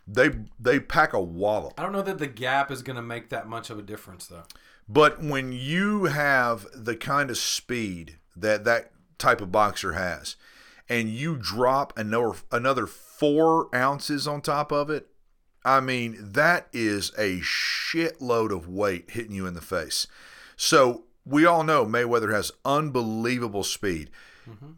They they pack a wallop.
I don't know that the gap is going to make that much of a difference, though.
But when you have the kind of speed that that type of boxer has, and you drop another another four ounces on top of it, I mean that is a shitload of weight hitting you in the face. So we all know Mayweather has unbelievable speed.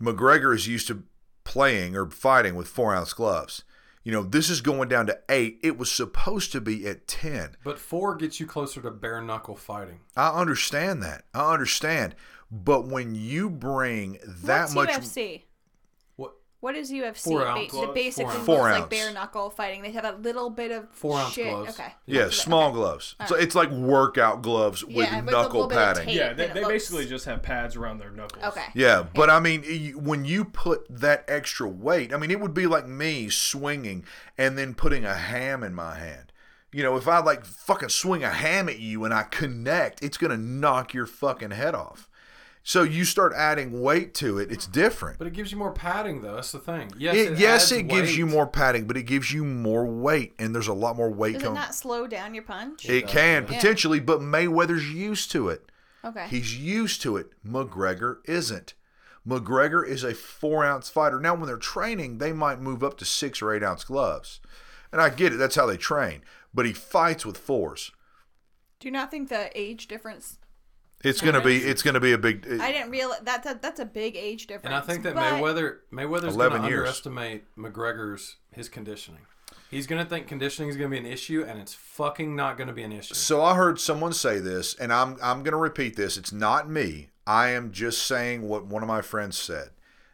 McGregor is used to playing or fighting with four ounce gloves. You know, this is going down to eight. It was supposed to be at 10.
But four gets you closer to bare knuckle fighting.
I understand that. I understand. But when you bring that
What's
much.
UFC?
What?
What is UFC?
Four ounce
the
gloves?
basic
Four
thing
ounce.
was
Four
like
ounce.
bare knuckle fighting. They have a little bit of
Four ounce
shit.
gloves.
Okay.
Yeah,
That's it.
small
Okay.
gloves. So it's like workout gloves with
Yeah, with a
knuckle
little bit of
padding.
tape.
Yeah, they,
and it
they
looks-
basically just have pads around their knuckles.
Okay.
Yeah, but I mean, y- when you put that extra weight, I mean, it would be like me swinging and then putting a ham in my hand. You know, if I like fucking swing a ham at you and I connect, it's going to knock your fucking head off. So you start adding weight to it. It's
Mm-hmm.
different.
But it gives you more padding, though. That's the thing. Yes,
It,
it,
yes,
adds
it gives you
weight.
more padding, but it gives you more weight, and there's a lot more weight
Does it
coming.
not slow down your punch?
It can potentially, but Mayweather's used to it.
okay.
He's used to it. McGregor isn't. McGregor is a four ounce fighter. Now, when they're training, they might move up to six or eight ounce gloves. And I get it. That's how they train. But he fights with fours.
Do you not think the age difference?
It's gonna be. It's gonna be a big.
I didn't realize that, that that's a big age difference.
And I think that
but-
Mayweather Mayweather's going to
11 years.
underestimate McGregor's his conditioning. He's going to think conditioning is going to be an issue, and it's fucking not going to be an issue.
So I heard someone say this, and I'm I'm going to repeat this. It's not me. I am just saying what one of my friends said.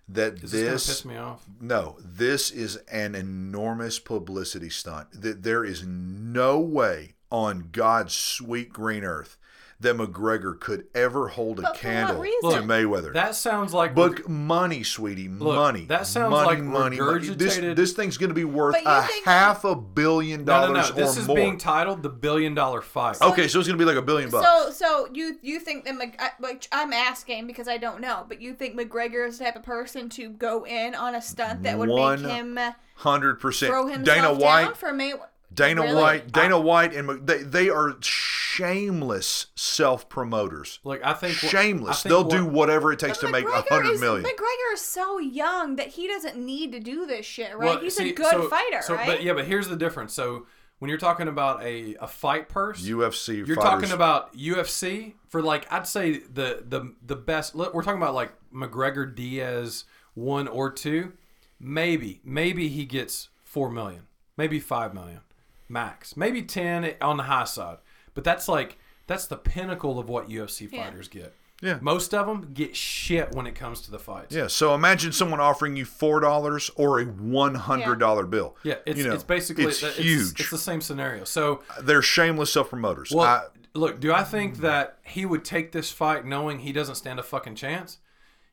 That
Is this, going to
this,
piss me off?
no, this is an enormous publicity stunt. That there is no way on God's sweet green earth that McGregor could ever hold a
But for what
candle to
reason?
Mayweather.
That sounds like
Book money, sweetie, money.
that sounds
money,
like
money, money. This,
regurgitated-
this thing's going to be worth
But you
a
think-
half a billion
no, no,
dollars
no. This
or
is
more. Oh,
being titled the Billion Dollar Fight.
okay, so it's going to be like a billion bucks.
So, so you you think that Mc, I, which I'm asking because I don't know, but you think McGregor is the type of person to go in on a stunt that would
One-
make him
Hundred percent.
throw himself
Dana
down
White,
for Mayweather?
Dana
Really?
White, Dana White, and Mc- they they are shameless self promoters.
Like I think what-
Shameless.
I think
They'll
what-
do whatever it takes to make a hundred
is,
million.
McGregor is so young that he doesn't need to do this shit, right?
well,
He's
see,
a good
so-
fighter,
so-
right?
But yeah, but here's the difference. So when you're talking about a a fight purse,
UFC.
You're
fighters.
talking about UFC for like I'd say the the the best. Look, we're talking about like McGregor Diaz one or two, maybe maybe he gets four million, maybe five million, max, maybe ten on the high side. But that's like that's the pinnacle of what UFC fighters get.
Yeah.
most of them get shit when it comes to the fights.
Yeah. So imagine someone offering you four dollars or a one hundred dollar bill.
Yeah, it's,
you know,
it's basically
it's
it's-
huge.
It's the same scenario. So
They're shameless self promoters.
Well, look, do I think that he would take this fight knowing he doesn't stand a fucking chance?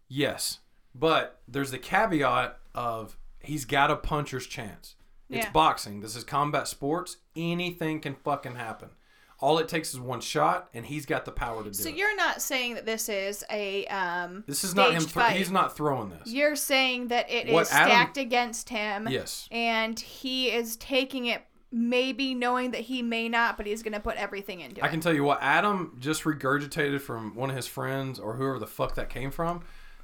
Yes. But there's the caveat of he's got a puncher's chance. It's
Yeah.
boxing. This is combat sports. Anything can fucking happen. All it takes is one shot, and he's got the power to do
so
it.
you're not saying that this is a um
This is not him.
staged
Th-
fight.
he's not throwing this.
You're saying that it is
What Adam-
stacked against him.
Yes.
And he is taking it maybe knowing that he may not, but he's going to put everything into
I
it.
can tell you what Adam just regurgitated from one of his friends or whoever the fuck that came from.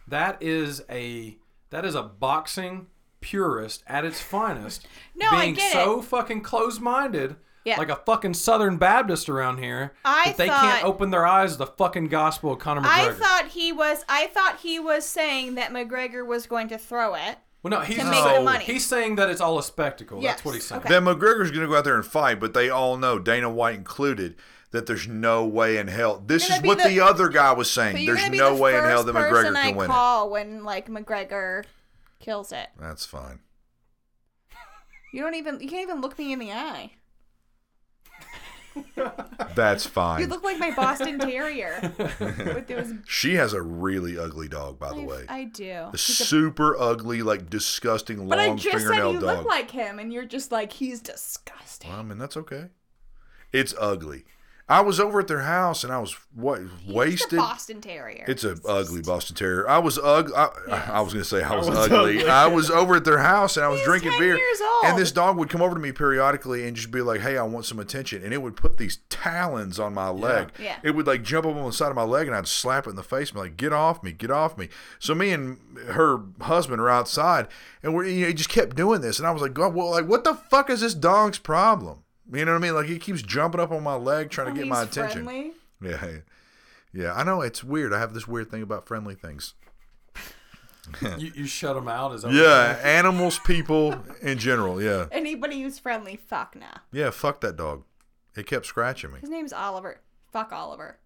That is a that is a boxing purist at its finest.
No, I
being
get
so fucking close-minded,
Yeah.
like a fucking Southern Baptist around here,
I
that they
thought-
can't open their eyes to the fucking gospel of Conor
I
McGregor.
thought he was I thought he was saying that McGregor was going to throw it.
well, no, he's
to make
the
money.
he's saying that it's all a spectacle. That's
Yes,
what he's saying.
okay.
Then McGregor's going to go out there and fight, but they all know, Dana White included, that there's no way in hell. This
You're
is
gonna be
what the,
the-
other guy was
But
saying.
you're
There's
gonna be
no
the
way in hell
first
that McGregor
person I
can win it.
call when like McGregor kills it.
That's fine.
You don't even you can't even look me in the eye.
That's fine.
You look like my Boston Terrier with those.
she has a really ugly dog, by the way.
I do.
a super ugly, like disgusting, long
But I just said
fingernail
you
dog.
look like him, and you're just like he's disgusting.
Well, I mean, that's okay. It's ugly. I was over at their house and I was what
He's a
wasted.
Boston Terrier.
It's a ugly Boston Terrier. I was ugly. I, I was gonna say I was,
was
ugly.
ugly.
I was over at their house and I was
He's
drinking
10
beer.
years old.
And this dog would come over to me periodically and just be like, "Hey, I want some attention." And it would put these talons on my leg.
Yeah.
It would like jump up on the side of my leg and I'd slap it in the face. and be like, "Get off me! Get off me!" So me and her husband were outside and we you know, he just kept doing this. And I was like, "God, well, like what the fuck is this dog's problem?" You know what I mean? Like he keeps jumping up on my leg trying to get
Oh, He's
my attention.
friendly.
Yeah. Yeah, I know it's weird. I have this weird thing about friendly things.
You, you shut him out. Is that what you're
Yeah,
saying?
animals, people in general. Yeah.
Anybody who's friendly, fuck nah.
Yeah, fuck that dog. It kept scratching me.
His name's Oliver. Fuck Oliver.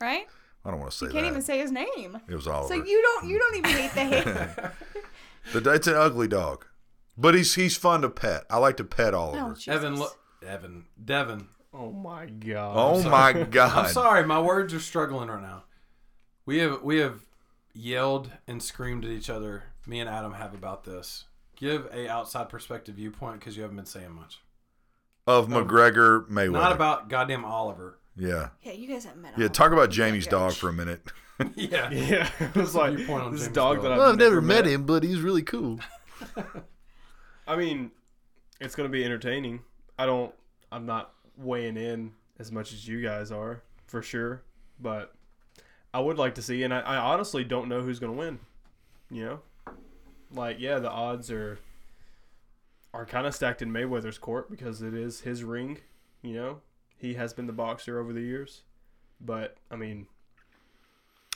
Right?
I don't want to say
You can't
that.
even say his name.
it was Oliver.
So you don't you don't even hate the hate.
The d- it's an ugly dog. But he's he's fun to pet. I like to pet
Oh,
Oliver.
Jesus.
Evan, look, Evan, Devin.
Oh my god.
Oh, my god.
I'm sorry, my words are struggling right now. We have we have yelled and screamed at each other. Me and Adam have about this. Give a outside perspective viewpoint because you haven't been saying much.
Of McGregor Mayweather.
Not about goddamn Oliver.
Yeah.
Yeah, you guys haven't met.
Yeah.
all.
Talk about Jamie's dog for a minute.
Yeah.
Yeah, it was like
Your point on
this
James
dog that
Bond.
I've,
Well, I've never met him, but he's really cool.
I mean, it's gonna be entertaining. I don't. I'm not weighing in as much as you guys are for sure, but I would like to see. And I, I honestly don't know who's gonna win. You know, like yeah, the odds are are kind of stacked in Mayweather's court because it is his ring. You know, he has been the boxer over the years, but I mean,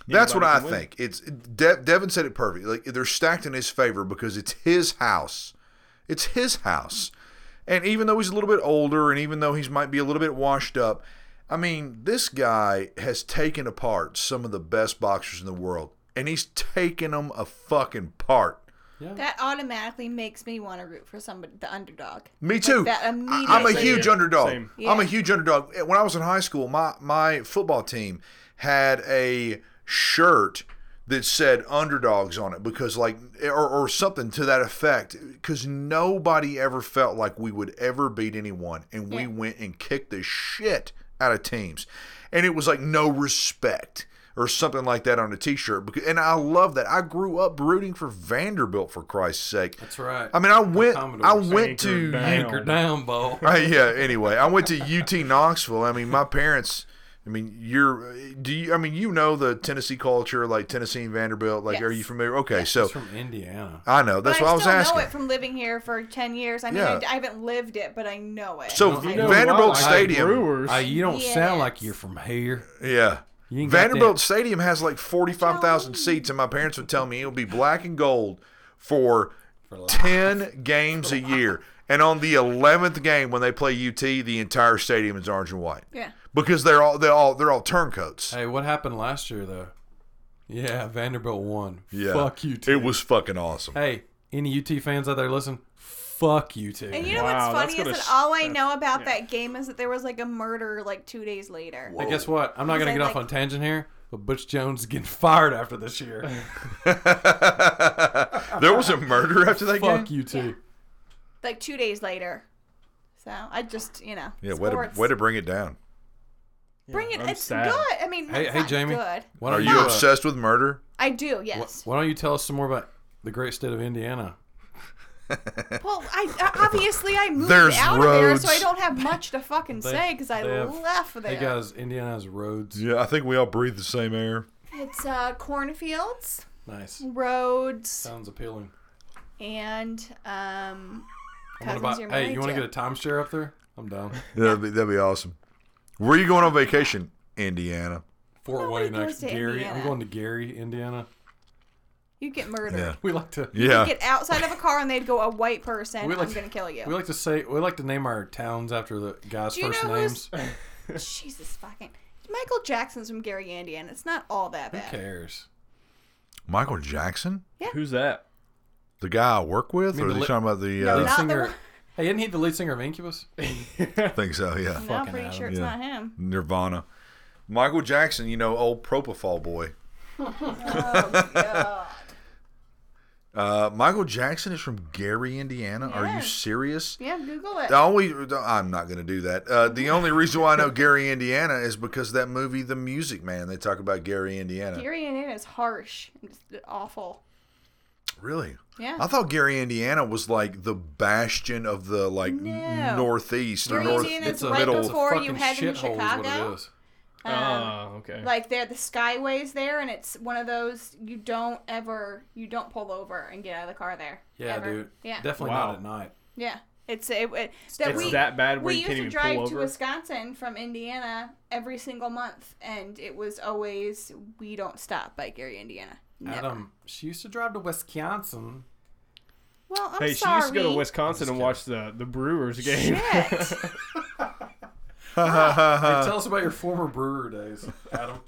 That's what
anybody
I
can win.
think. It's De- Devin said it perfect. Like they're stacked in his favor because it's his house. It's his house. And even though he's a little bit older and even though he's might be a little bit washed up, I mean, this guy has taken apart some of the best boxers in the world and he's taken them a fucking part.
That automatically makes me want to root for somebody, the underdog.
Me too.
that
I- I'm a
immediately.
huge
Same.
underdog.
Same.
I'm a
Yeah.
huge underdog. When I was in high school, my my football team had a shirt that said underdogs on it because like or, or something to that effect because nobody ever felt like we would ever beat anyone and we
Yeah.
went and kicked the shit out of teams and it was like no respect or something like that on a t-shirt Becau- and I love that I grew up rooting for Vanderbilt for Christ's sake
That's right.
I mean I went I
Commodores.
went to
Anchored down.
Anchor down, Bo.
uh, yeah. Anyway, I went to UT Knoxville. I mean, my parents. I mean, you're. Do you? I mean, you know the Tennessee culture, like Tennessee and Vanderbilt. Like, are you
Yes.
familiar? Okay, so
It's from Indiana.
I know that's
but
what I
I
was
still know
asking.
it from living here for ten years. I mean,
Yeah.
I, I haven't lived it, but I know it.
So
I,
You know, Vanderbilt
I like
Stadium.
Brewers.
I, you don't
Yes.
sound like you're from here.
yeah.
You ain't got
Vanderbilt
that-
Stadium has like forty-five thousand seats, and my parents would tell me it'll be black and gold for, ten games a year. And on the eleventh game, when they play UT, the entire stadium is orange and white
yeah,
because they're all they are all they're all turncoats.
Hey, what happened last year though? Yeah, Vanderbilt won.
Yeah,
Fuck UT.
It was fucking awesome.
Hey, any UT fans out there listen? Fuck UT.
and you know
Wow, that's
what's funny is
gonna
that
sh-
all I know about
yeah.
that game is that there was like a murder like two days later.
Hey, guess what? I'm not
Because
gonna
I
get off
like-
on tangent here, but Butch Jones is getting fired after this year.
there was a murder after that
Fuck
game.
UT.
Like two days later. So I just you know.
Yeah, way to,
sports.
way to bring it down.
bring it.
I'm
it's
sad.
good. I mean,
Hey,
it's
hey,
not
Jamie.
Good.
Why
Are
don't
you
uh,
obsessed with murder?
I do. Yes.
Why don't you tell us some more about the great state of Indiana?
Well, I I- obviously I moved
There's
out
roads.
of there, so I don't have much to fucking say because I
they have-
left there.
Hey guys, Indiana has roads.
Yeah, I think we all breathe the same air.
It's uh, cornfields,
Nice.
roads,
Sounds appealing.
and um.
I wanna
Cousins
buy-
you're
hey, you
want
wanna
to
get a timeshare up there? I'm down.
That'd be, that'd be awesome. Where are you going on vacation? Indiana.
Fort
Nobody
Wayne next.
goes to
Gary. I'm
Indiana.
going to Gary, Indiana.
You get murdered.
Yeah.
We like to
Yeah.
Get outside of a car and they'd go a white person.
We like-
I'm gonna kill you.
we like to say we like to name our towns after the guys'
Do you
first
know
names.
who's- Jesus fucking. Michael Jackson's from Gary, Indiana. It's not all that
Who
bad.
cares?
Michael Jackson,
Who's that?
the guy I work with,
mean
or
the
are you
li-
talking about the?
No,
uh,
not- the
singer.
one-
Hey, isn't he the lead singer of Incubus?
I think so. Oh, Yeah.
No, I'm
Fucking
pretty
Adam,
sure it's
yeah.
not him.
Nirvana. Michael Jackson, you know, old propofol boy.
Oh,
Uh, Michael Jackson is from Gary, Indiana. Are
Yeah.
you serious?
Yeah, Google it.
The only I'm not going to do that. Uh, the only reason why I know Gary, Indiana, is because of that movie, The Music Man. They talk about Gary, Indiana.
Gary, Indiana is harsh. It's awful.
Really?
Yeah.
I thought Gary, Indiana was like the bastion of the like n-
No.
northeast or
Gary,
north
Indiana is
the
right
middle.
before- Before you
fucking
head into
shithole is what it
Chicago?
is.
Um,
Ah, okay.
Like there, the skyway's there, and it's one of those you don't ever, you don't pull over and get out of the car there.
Yeah,
ever.
dude.
Yeah,
Definitely
Wow.
not at night.
yeah. It's it, it- that
it's
we
that bad where
we
you
used
can't
to
even
drive
pull
to
over.
Wisconsin from Indiana every single month, and it was always we don't stop by Gary, Indiana. Never.
Adam, she used to drive to Wisconsin.
Well, I'm
Hey, she
sorry.
used to go to Wisconsin and watch the the Brewers game.
Shit.
Uh,
Hey, tell us about your former brewer days, Adam.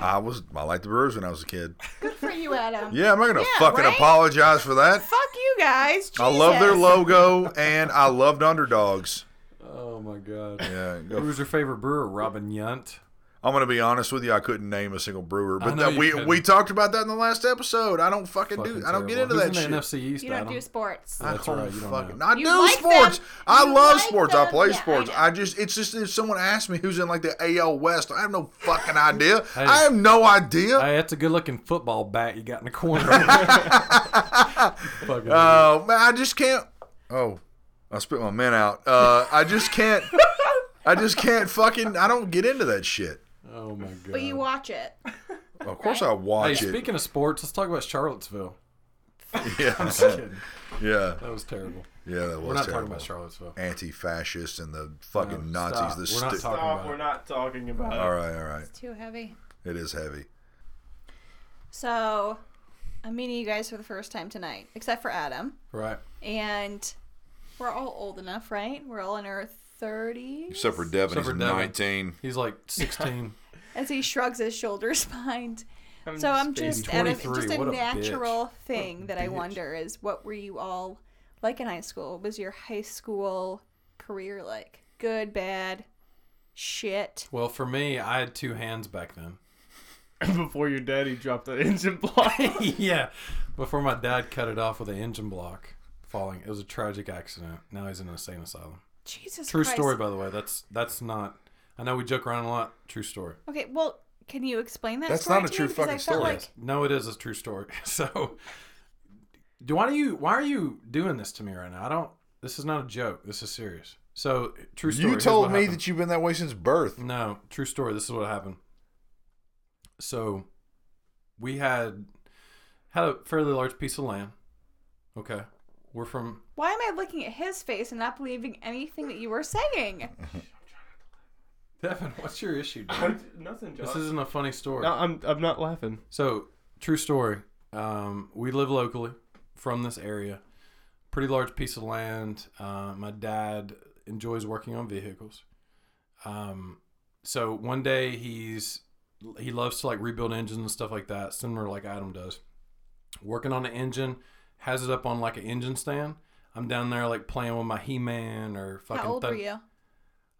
I was I liked the Brewers when I was a kid.
Good for you, Adam.
Yeah, I'm not going to
Yeah,
fucking
right?
apologize for that.
Fuck you guys.
I love their
Jesus.
logo and I loved underdogs.
Oh my god.
Yeah, go
Who was your favorite brewer? Robin Yunt.
I'm gonna be honest with you. I couldn't name a single brewer, but
know
that,
you
we
couldn't.
we talked about that in the last episode. I don't fucking, do.
Fucking
I don't get into
terrible.
that
Who's
shit.
in the NFC East,
You don't
Adam?
do sports.
I
That's
don't
right, you don't
fucking.
know.
I
You
do
like
sports.
them.
I
You
love
like
sports. I
them.
play
Yeah, I
sports.
know.
I, just it's just if someone asks me who's in like the AL West, I have no fucking idea.
Hey.
I have no idea.
Hey, Uh, that's a good looking football bat you got in the corner.
Uh,
Fucking-
Oh Uh, man, I just can't. Oh, I spit my men out. Uh, I just can't. I just can't fucking. I don't get into that shit.
oh my god.
But you watch it.
Of course, I
hey,
watch it.
speaking of sports, let's talk about Charlottesville.
Yeah, yeah,
That was terrible.
yeah. That was
We're
terrible.
not talking about Charlottesville.
anti-fascists and the fucking
No,
Nazis.
stop.
The
We're not
sti-
talking
Stop,
about
we're
it.
not talking about it.
all right, all right.
Too heavy.
It is heavy.
So, I'm meeting you guys for the first time tonight, except for Adam.
Right.
And we're all old enough, right? We're all in our 30s.
Except for Devin,
Except for
he's
Devin.
19.
He's like 16.
As he shrugs his shoulders behind.
I'm
So I'm
being-
just out of
23.
just a
What a bitch.
natural thing that I
bitch.
wonder is what were you all like in high school? What was your high school career like? Good, bad, shit.
well, for me, I had two hands back then.
before your daddy dropped that engine block.
yeah. Before my dad cut it off with an engine block falling. It was a tragic accident. Now he's in an insane asylum.
Jesus
True
Christ.
story, by the way. That's that's not. I know we joke around a lot. True story.
Okay, well, can you explain that?
That's
story
not a
to
true
me? Because I
fucking
felt
story.
Like,
No, it is a true story. So, do why do you why are you doing this to me right now? I don't. This is not a joke. This is serious. So, true story.
You told me that you've been that way since birth.
No, true story. This is what happened. So, we had had a fairly large piece of land. Okay, we're from
why am I looking at his face and not believing anything that you were saying?
Devin. What's your issue, dude?
Nothing,
This isn't a funny story.
No, I'm I'm not laughing.
So, true story. Um, we live locally from this area. Pretty large piece of land. Uh, my dad enjoys working on vehicles. Um, so one day he's he loves to like rebuild engines and stuff like that, similar like Adam does. Working on an engine, has it up on like an engine stand. I'm down there like playing with my He-Man or fucking.
How old
Thun-
were you?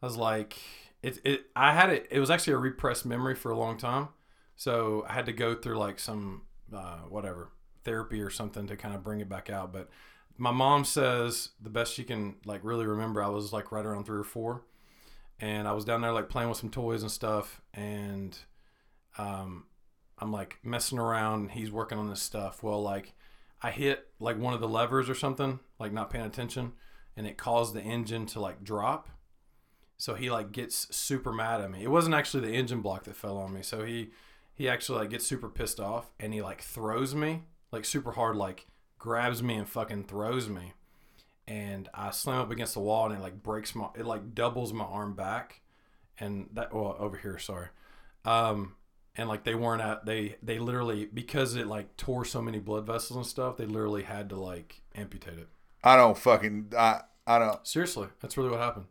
I was like, it, it. I had it. It was actually a repressed memory for a long time, so I had to go through like some uh, whatever therapy or something to kind of bring it back out. But my mom says the best she can like really remember, I was like right around three or four, and I was down there like playing with some toys and stuff, and um, I'm like messing around. and He's working on this stuff. Well, like I hit like one of the levers or something, like not paying attention, and it caused the engine to like drop. So he like gets super mad at me. It wasn't actually the engine block that fell on me. So he he actually like gets super pissed off and he like throws me like super hard, like grabs me and fucking throws me. And I slam up against the wall and it like breaks my it like doubles my arm back and that well over here sorry. Um and like they weren't at they they literally because it like tore so many blood vessels and stuff they literally had to like amputate it.
I don't fucking. I I don't.
Seriously, that's really what happened.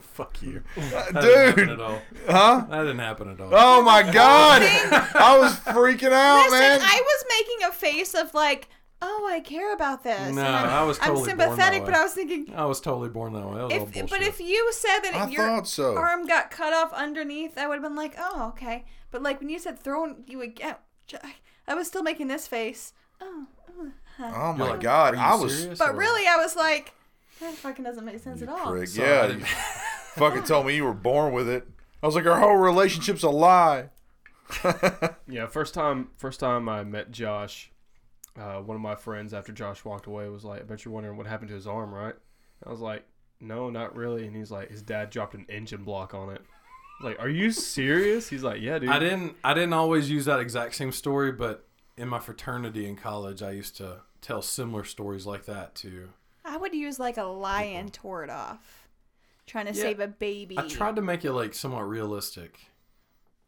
Fuck you. That didn't happen at
Uh, Dude,
all.
huh?
That didn't happen at all.
Oh my god! I was freaking out,
Listen,
man.
I was making a face of like, oh, I care about this.
No,
and I'm,
I was totally
I'm
born that
sympathetic,
way.
but I was thinking,
I was totally born that way. That was all
if
bullshit.
but if you said that
I
your
thought so.
arm got cut off underneath, I would have been like, oh, okay. But like when you said thrown, you would get. I was still making this face. Oh, oh, huh.
Oh
You're
my
like,
god!
"Are you
I was.
serious?"
but
Or-
really, I was like, that fucking doesn't make sense at all.
Prick.
So I
yeah,
didn't-
you fucking told me you were born with it. I was like, our whole relationship's a lie. Oh,
Yeah, first time first time I met Josh, uh, one of my friends after Josh walked away was like, "I bet you're wondering what happened to his arm, right?" I was like, "No, not really." And he's like, "His dad dropped an engine block on it." Like, are you serious? He's like, "Yeah, dude."
I didn't I didn't always use that exact same story, but in my fraternity in college I used to tell similar stories like that to
I would use like a lion tore it off, trying to
Yeah.
save a baby.
I tried to make it like somewhat realistic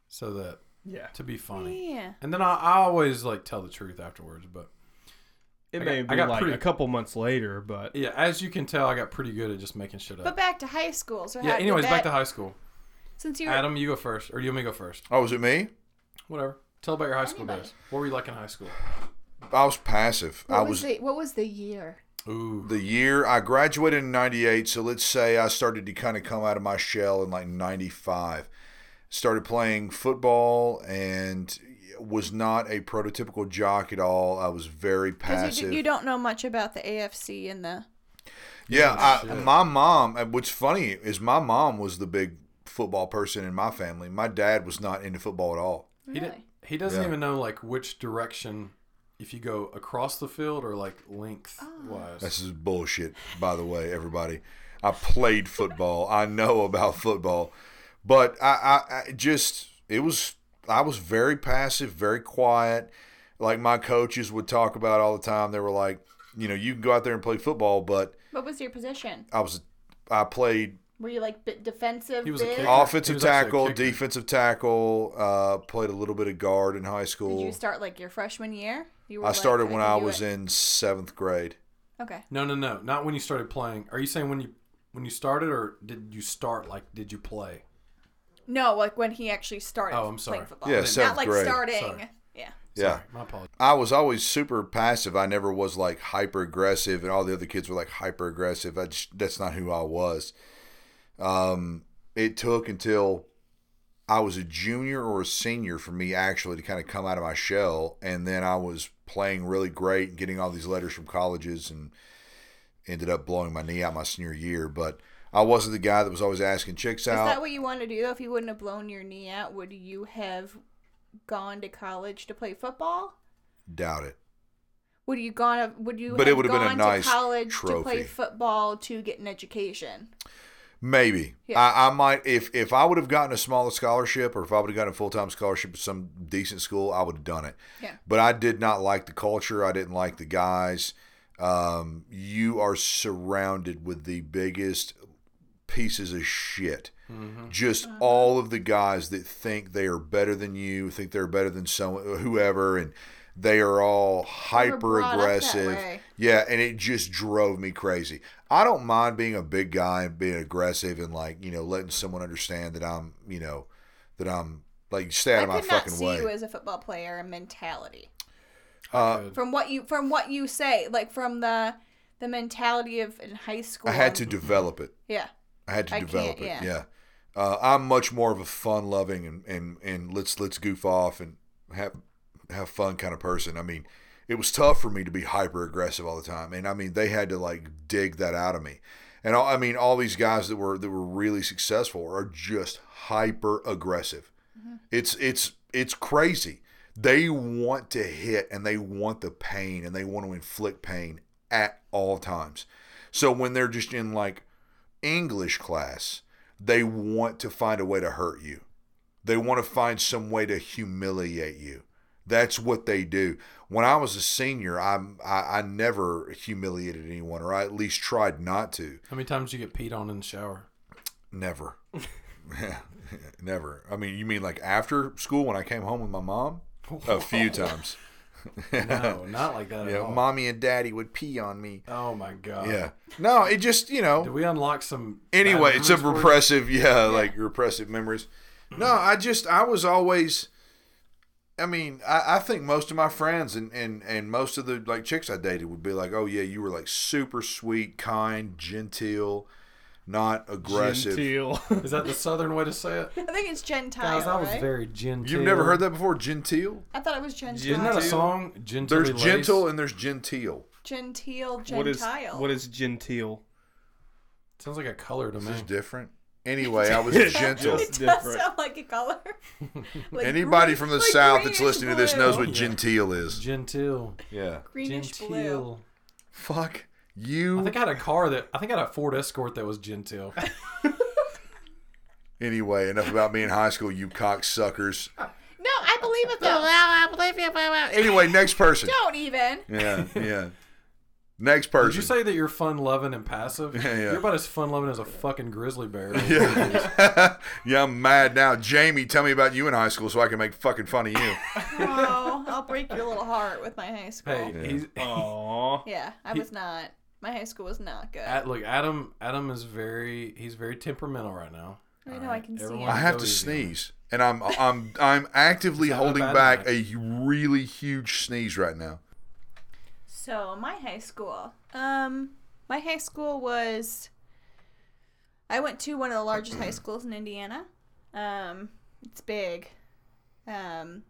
so that
Yeah,
to be funny.
Yeah.
And then I, I always like tell the truth afterwards, but
it
I
may
got-
be
I got
like
pretty-
a couple months later, but
yeah, as you can tell I got pretty good at just making shit
But
up.
back to high school. So
Yeah,
how did
anyways, back to
that-
high school.
Since you were
Adam, you go first or you want me to go first?
Oh, was it me?
Whatever. Tell about your high school days. What were you like in high school?
I was passive. I
What was,
was.
the what was the year?
Ooh.
the year I graduated in 98, so let's say I started to kind of come out of my shell in like 95. Started playing football and was not a prototypical jock at all. I was very
Because you,
passive.
d- you don't know much about the AFC and the.
yeah, I, my mom, and what's funny is my mom was the big football person in my family. My dad was not into football at all.
He,
Really?
did, he doesn't
Yeah.
even know like which direction if you go across the field or like
Oh.
length wise.
This is bullshit, by the way, everybody. I played football. I know about football, but I, I, I just it was I was very passive, very quiet. Like my coaches would talk about all the time. They were like, you know, you can go out there and play football, but
What was your position?
I was I played
Were you like bit defensive?
He was a
big?
kicker. He
offensive
was actually a
tackle,
kicker.
defensive tackle. Uh, played a little bit of guard in high
Did
school.
you start like your freshman year? You
I
like,
started when
can
I
do
was
it.
in seventh grade.
Okay.
No, no, no. Not when you started playing. Are you saying when you when you started or did you start like did you play?
No, like when he actually started
Oh, I'm sorry.
playing football.
Yeah,
Not
seventh
like
grade.
starting.
Sorry.
Yeah.
Yeah.
My apologies.
I was always super passive. I never was like hyper aggressive, and all the other kids were like hyper aggressive. I just, that's not who I was. Um, it took until I was a junior or a senior for me actually to kind of come out of my shell, and then I was playing really great and getting all these letters from colleges, and ended up blowing my knee out my senior year. But I wasn't the guy that was always asking chicks
Is
out.
that what you wanted to do? though? If you wouldn't have blown your knee out, would you have gone to college to play football?
Doubt it.
Would you gone? Would you?
But it
have
would have been a
gone
nice
to college to
trophy.
play football to get an education.
Maybe
Yeah.
I, I might if if I would have gotten a smaller scholarship or if I would have gotten a full time scholarship at some decent school, I would have done it.
Yeah.
But I did not like the culture. I didn't like the guys. Um, you are surrounded with the biggest pieces of shit. Just
Uh-huh.
all of the guys that think they are better than you, think they're better than someone, whoever, and they are all
were
hyper
brought up that
aggressive.
way.
Yeah, and it just drove me crazy. I don't mind being a big guy and being aggressive and like you know letting someone understand that I'm you know that I'm like stay out
I
of my
could not
fucking
see
way.
you as a football player and mentality.
Uh,
From what you from what you say, like from the the mentality of in high school.
I had to
and-
develop it.
Yeah.
I had to
I
develop
can't-
it.
yeah.
Yeah. Uh, I'm much more of a fun loving and, and, and let's let's goof off and have have fun kind of person. I mean, it was tough for me to be hyper aggressive all the time. And I mean they had to like dig that out of me. And all, I mean all these guys that were that were really successful are just hyper aggressive.
Mm-hmm.
It's it's it's crazy. They want to hit and they want the pain and they want to inflict pain at all times. So when they're just in like English class, they want to find a way to hurt you. They want to find some way to humiliate you. That's what they do. When I was a senior, I'm, I I never humiliated anyone, or I at least tried not to.
How many times did you get peed on in the shower?
Never, never. I mean, you mean like after school when I came home with my mom? A few times.
No, not like that at
Yeah,
all.
mommy and daddy would pee on me.
oh my god.
Yeah. No, it just you know.
Did we unlock some
anyway,
bad
it's a
memories for you? Hmm.
repressive, yeah, like repressive memories. No, I just I was always. I mean, I, I think most of my friends and, and, and most of the like chicks I dated would be like, "Oh yeah, you were like super sweet, kind, genteel, not aggressive."
Genteel.
Is that the southern way to say it?
I think it's gentile,
Guys, I was
right?
very genteel.
You've never heard that before, genteel.
I thought it was gentile.
Isn't that a song? Gentle.
There's gentle and there's genteel.
Gentile, gentile.
what is what is genteel?
Sounds like a color to me.
It's different. Anyway, I was gentle.
It
Just
does
different.
sound like a color. Like
Anybody
green-
from the
like
south that's
greenish
listening to this knows
blue.
what genteel is.
Genteel.
Yeah.
greenish blue.
Genteel.
Fuck
I
you.
think I had a car that I think I had a Ford Escort that was genteel.
Anyway, enough about me in high school, you cocksuckers.
No, I believe it though.
Anyway, next person.
Don't even.
Yeah, yeah. Next
Did
person.
you say that you're fun loving and passive?
Yeah.
You're about as fun loving as a fucking grizzly bear.
yeah. yeah, I'm mad now. Jamie, tell me about you in high school so I can make fucking fun of you.
Oh, I'll break your little heart with my high school.
Hey, he's
Oh. Aww.
Yeah, I was not. My high school was not good.
at, look, Adam. Adam is very he's very temperamental right now.
I know I can see
everyone-
I
it.
have
Go
to
easy.
sneeze. And I'm I'm I'm actively
It's not a
holding
bad
back
night.
a really huge sneeze right now.
So my high school, Um, my high school was. I went to one of the largest high schools in Indiana. Um, it's big. Um,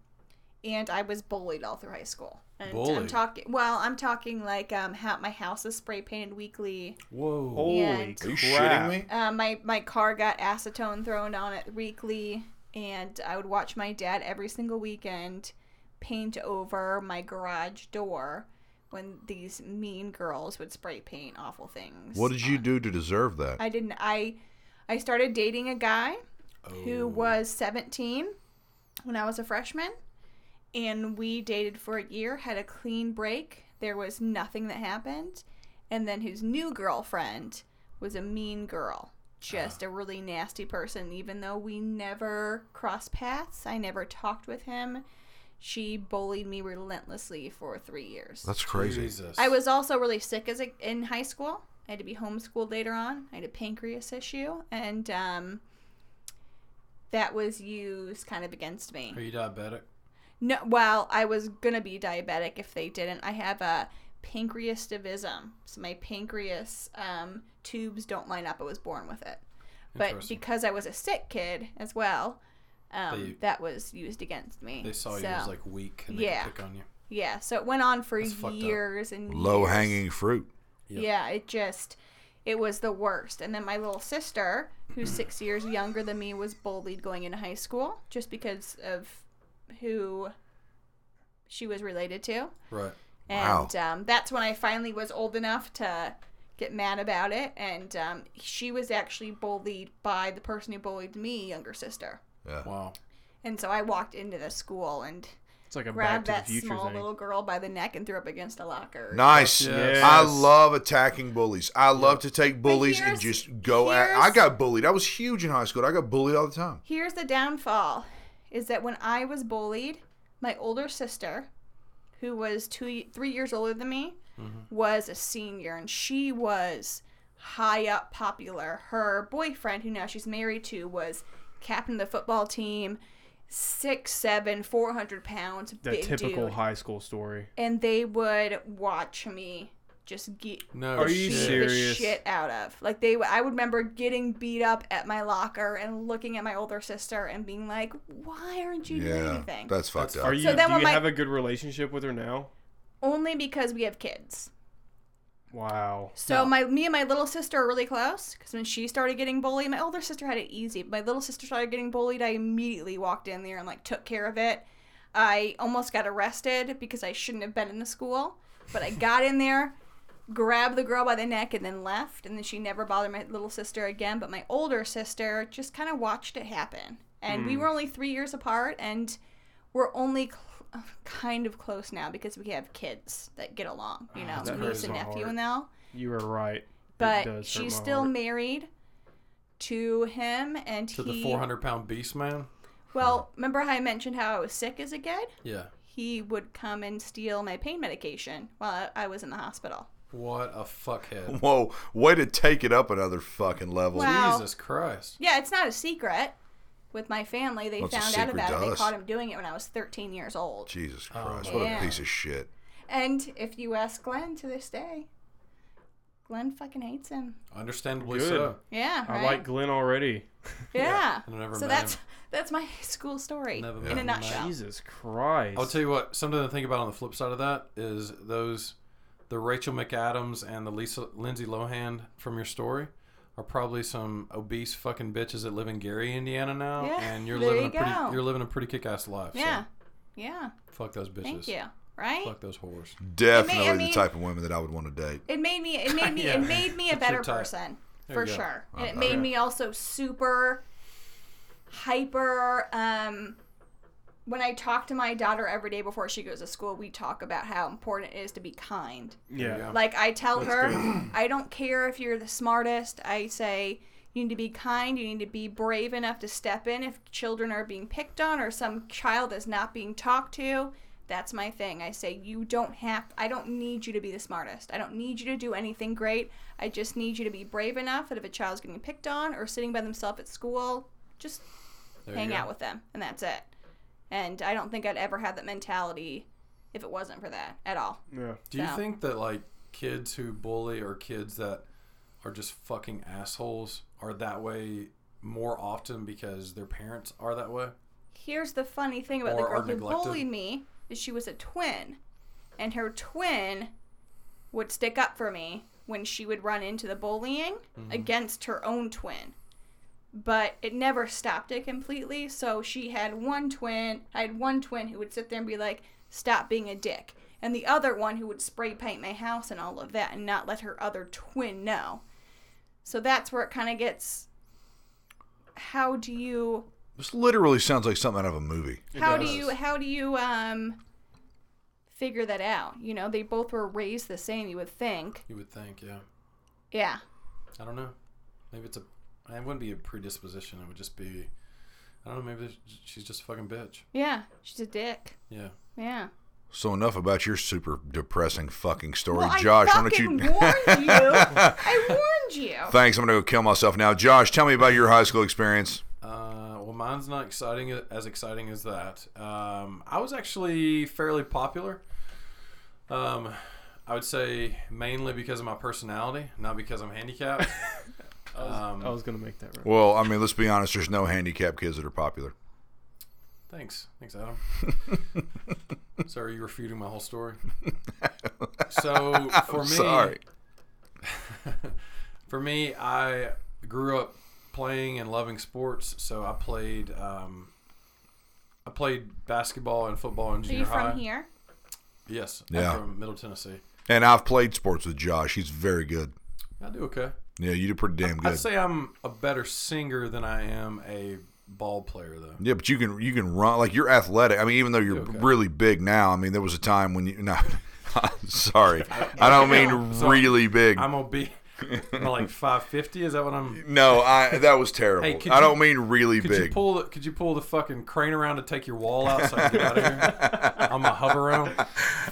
and I was bullied all through high school. And I'm
Bullied?
talking. Well, I'm talking like um, how my house is spray painted weekly.
Whoa.
Holy
And-
Are you
crap.
shitting me?
Um, my my car got acetone thrown on it weekly, and I would watch my dad every single weekend paint over my garage door when these mean girls would spray paint awful things.
What did you do to deserve that?
I didn't. I I started dating a guy
Oh.
who was 17 when I was a freshman, and we dated for a year, had a clean break. There was nothing that happened, and then his new girlfriend was a mean girl, just a really nasty person. Even though we never crossed paths, I never talked with him. She bullied me relentlessly for three years.
That's crazy.
Jesus.
I was also really sick as a, in high school. I had to be homeschooled later on. I had a pancreas issue, and um, that was used kind of against me.
Are you diabetic?
No, well, I was gonna be diabetic if they didn't. I have a pancreas divism, so my pancreas um, tubes don't line up. I was born with it, but
Interesting.
because I was a sick kid as well, um,
They-
that was used against me.
They saw you
So,
as like weak and they could
Yeah.
pick on you.
yeah, so it went on for
That's fucked up.
years and
Low
years.
hanging fruit.
Yep.
Yeah, it just it was the worst. And then my little sister, who's six years younger than me, was bullied going into high school just because of who she was related to.
Right.
And um, that's when I finally was old enough to get mad about it. And um, she was actually bullied by the person who bullied me, younger sister.
Wow.
And so I walked into the school and
It's like a Back
grabbed
to the
that
Future
small
thing.
little girl by the neck and threw up against a locker.
Nice.
Yes.
I love attacking bullies. I love to take bullies and
here's-
just go at. I
here's-
got bullied. I was huge in high school. I got bullied all the time.
Here's the downfall is that when I was bullied, my older sister, who was two, three years older than me, was a senior and she was high up popular. Her boyfriend, who now she's married to, was captain of the football team, six, seven, 400 pounds,
That
big
typical
dude.
high school story.
And they would watch me just get
No.
Are you
beat
shit.
the
serious?
shit out of. Like they, I would remember getting beat up at my locker and looking at my older sister and being like, "Why aren't you doing
Yeah,
anything?"
that's fucked
That's
up.
Are you?
then
do
when
you
my-
have a good relationship with her now?
Only because we have kids.
Wow.
So my, me and my little sister are really close because when she started getting bullied, my older sister had it easy. But my little sister started getting bullied. I immediately walked in there and like took care of it. I almost got arrested because I shouldn't have been in the school, but I got in there, grabbed the girl by the neck, and then left. And then she never bothered my little sister again. But my older sister just kind of watched it happen. And we were only three years apart, and we're only cl- kind of close now because we have kids that get along, you know,
that hurts
niece and
my
nephew
heart.
and all
You were right. it
but
does hurt
she's
my
still
heart.
married to him and
To
he
the 400 pound beast man?
well remember how i mentioned how i was sick as a kid
Yeah.
he would come and steal my pain medication while i I was in the hospital
What a fuckhead.
Whoa, way to take it up another fucking level.
Wow.
Jesus Christ.
yeah it's not a secret with my family they
What's a
found out
secret
about
to
it they
us?
caught him doing it when i was 13 years old
Jesus Christ, what
Yeah.
a piece of shit.
and if you ask glenn to this day glenn fucking hates him
Understandably
Good.
so.
yeah right?
I like Glenn already.
yeah,
and I never
so
met
that's
him.
that's my school story
Never met
in a
him.
nutshell
Jesus Christ.
I'll tell you what, something to think about on the flip side of that is those, the Rachel McAdams and the Lisa Lindsay Lohan from your story are probably some obese fucking bitches that live in Gary, Indiana now.
Yeah,
and you're
there
living
you
a pretty
go.
you're living a pretty kick ass life.
yeah
So
yeah
fuck those bitches.
thank you right
Fuck those whores.
Definitely
I
the
mean-
type of women that I would want to date.
it made me it made me
Yeah.
it made me a
That's your
better
type.
person
There you
for
go. Uh,
sure and it made me also super hyper um when i talk to my daughter every day before she goes to school we talk about how important it is to be kind
yeah.
Yeah.
like I tell her, I don't care if you're the smartest. I say you need to be kind. You need to be brave enough to step in if children are being picked on or some child is not being talked to. That's my thing. I say you don't have. I don't need you to be the smartest. I don't need you to do anything great. I just need you to be brave enough that if a child's getting picked on or sitting by themselves at school, just
There you
hang
go.
out with them, and that's it. And I don't think I'd ever have that mentality if it wasn't for that at all.
yeah.
Do you
So.
think that like kids who bully or kids that are just fucking assholes are that way more often because their parents are that way?
Here's the funny thing about
Or
the girl
are
who
neglected.
bullied me is she was a twin, and her twin would stick up for me when she would run into the bullying
Mm-hmm.
against her own twin. But it never stopped it completely. So she had one twin. I had one twin who would sit there and be like, "Stop being a dick," and the other one who would spray paint my house and all of that, and not let her other twin know. So that's where it kind of gets. How do you
This literally sounds like something out of a movie.
how do
does.
you how do you um figure that out you know they both were raised the same you would think
You would think, yeah.
yeah
I don't know. Maybe it's a. It wouldn't be a predisposition. It would just be. I don't know. Maybe there's- she's just a fucking bitch.
yeah she's a dick
Yeah.
yeah
So enough about your super depressing fucking story,
well, I
Josh. Why don't
fucking
you?
warned you i warned you
Thanks. I'm gonna go kill myself now. Josh, tell me about your high school experience.
Uh, well, mine's not exciting as exciting as that. Um, I was actually fairly popular. Um, I would say mainly because of my personality, not because I'm handicapped. um,
I was gonna make that right.
Well, I mean, let's be honest. There's no handicapped kids that are popular.
Thanks. Thanks, Adam. so are you refuting my whole story? So for me
sorry.
for me, I grew up playing and loving sports, so I played um, I played basketball and football in
are
junior
you
high.
from here
Yes.
Yeah.
I'm from Middle Tennessee.
And I've played sports with Josh. He's very good.
I do okay.
Yeah, you do pretty damn
I'd
good.
say I'm a better singer than I am a ball player, though.
Yeah, but you can you can run like you're athletic. I mean, even though you're
Okay.
really big now, I mean, there was a time when you no. I'm sorry, I don't mean
So,
really big.
I'm gonna be I'm like 550. Is that what I'm?
no, I that was terrible.
Hey, could
I
you-
don't mean really
Could you
big.
pull the Could you pull the fucking crane around to take your wall out so I can get out of here? I'm a hover around.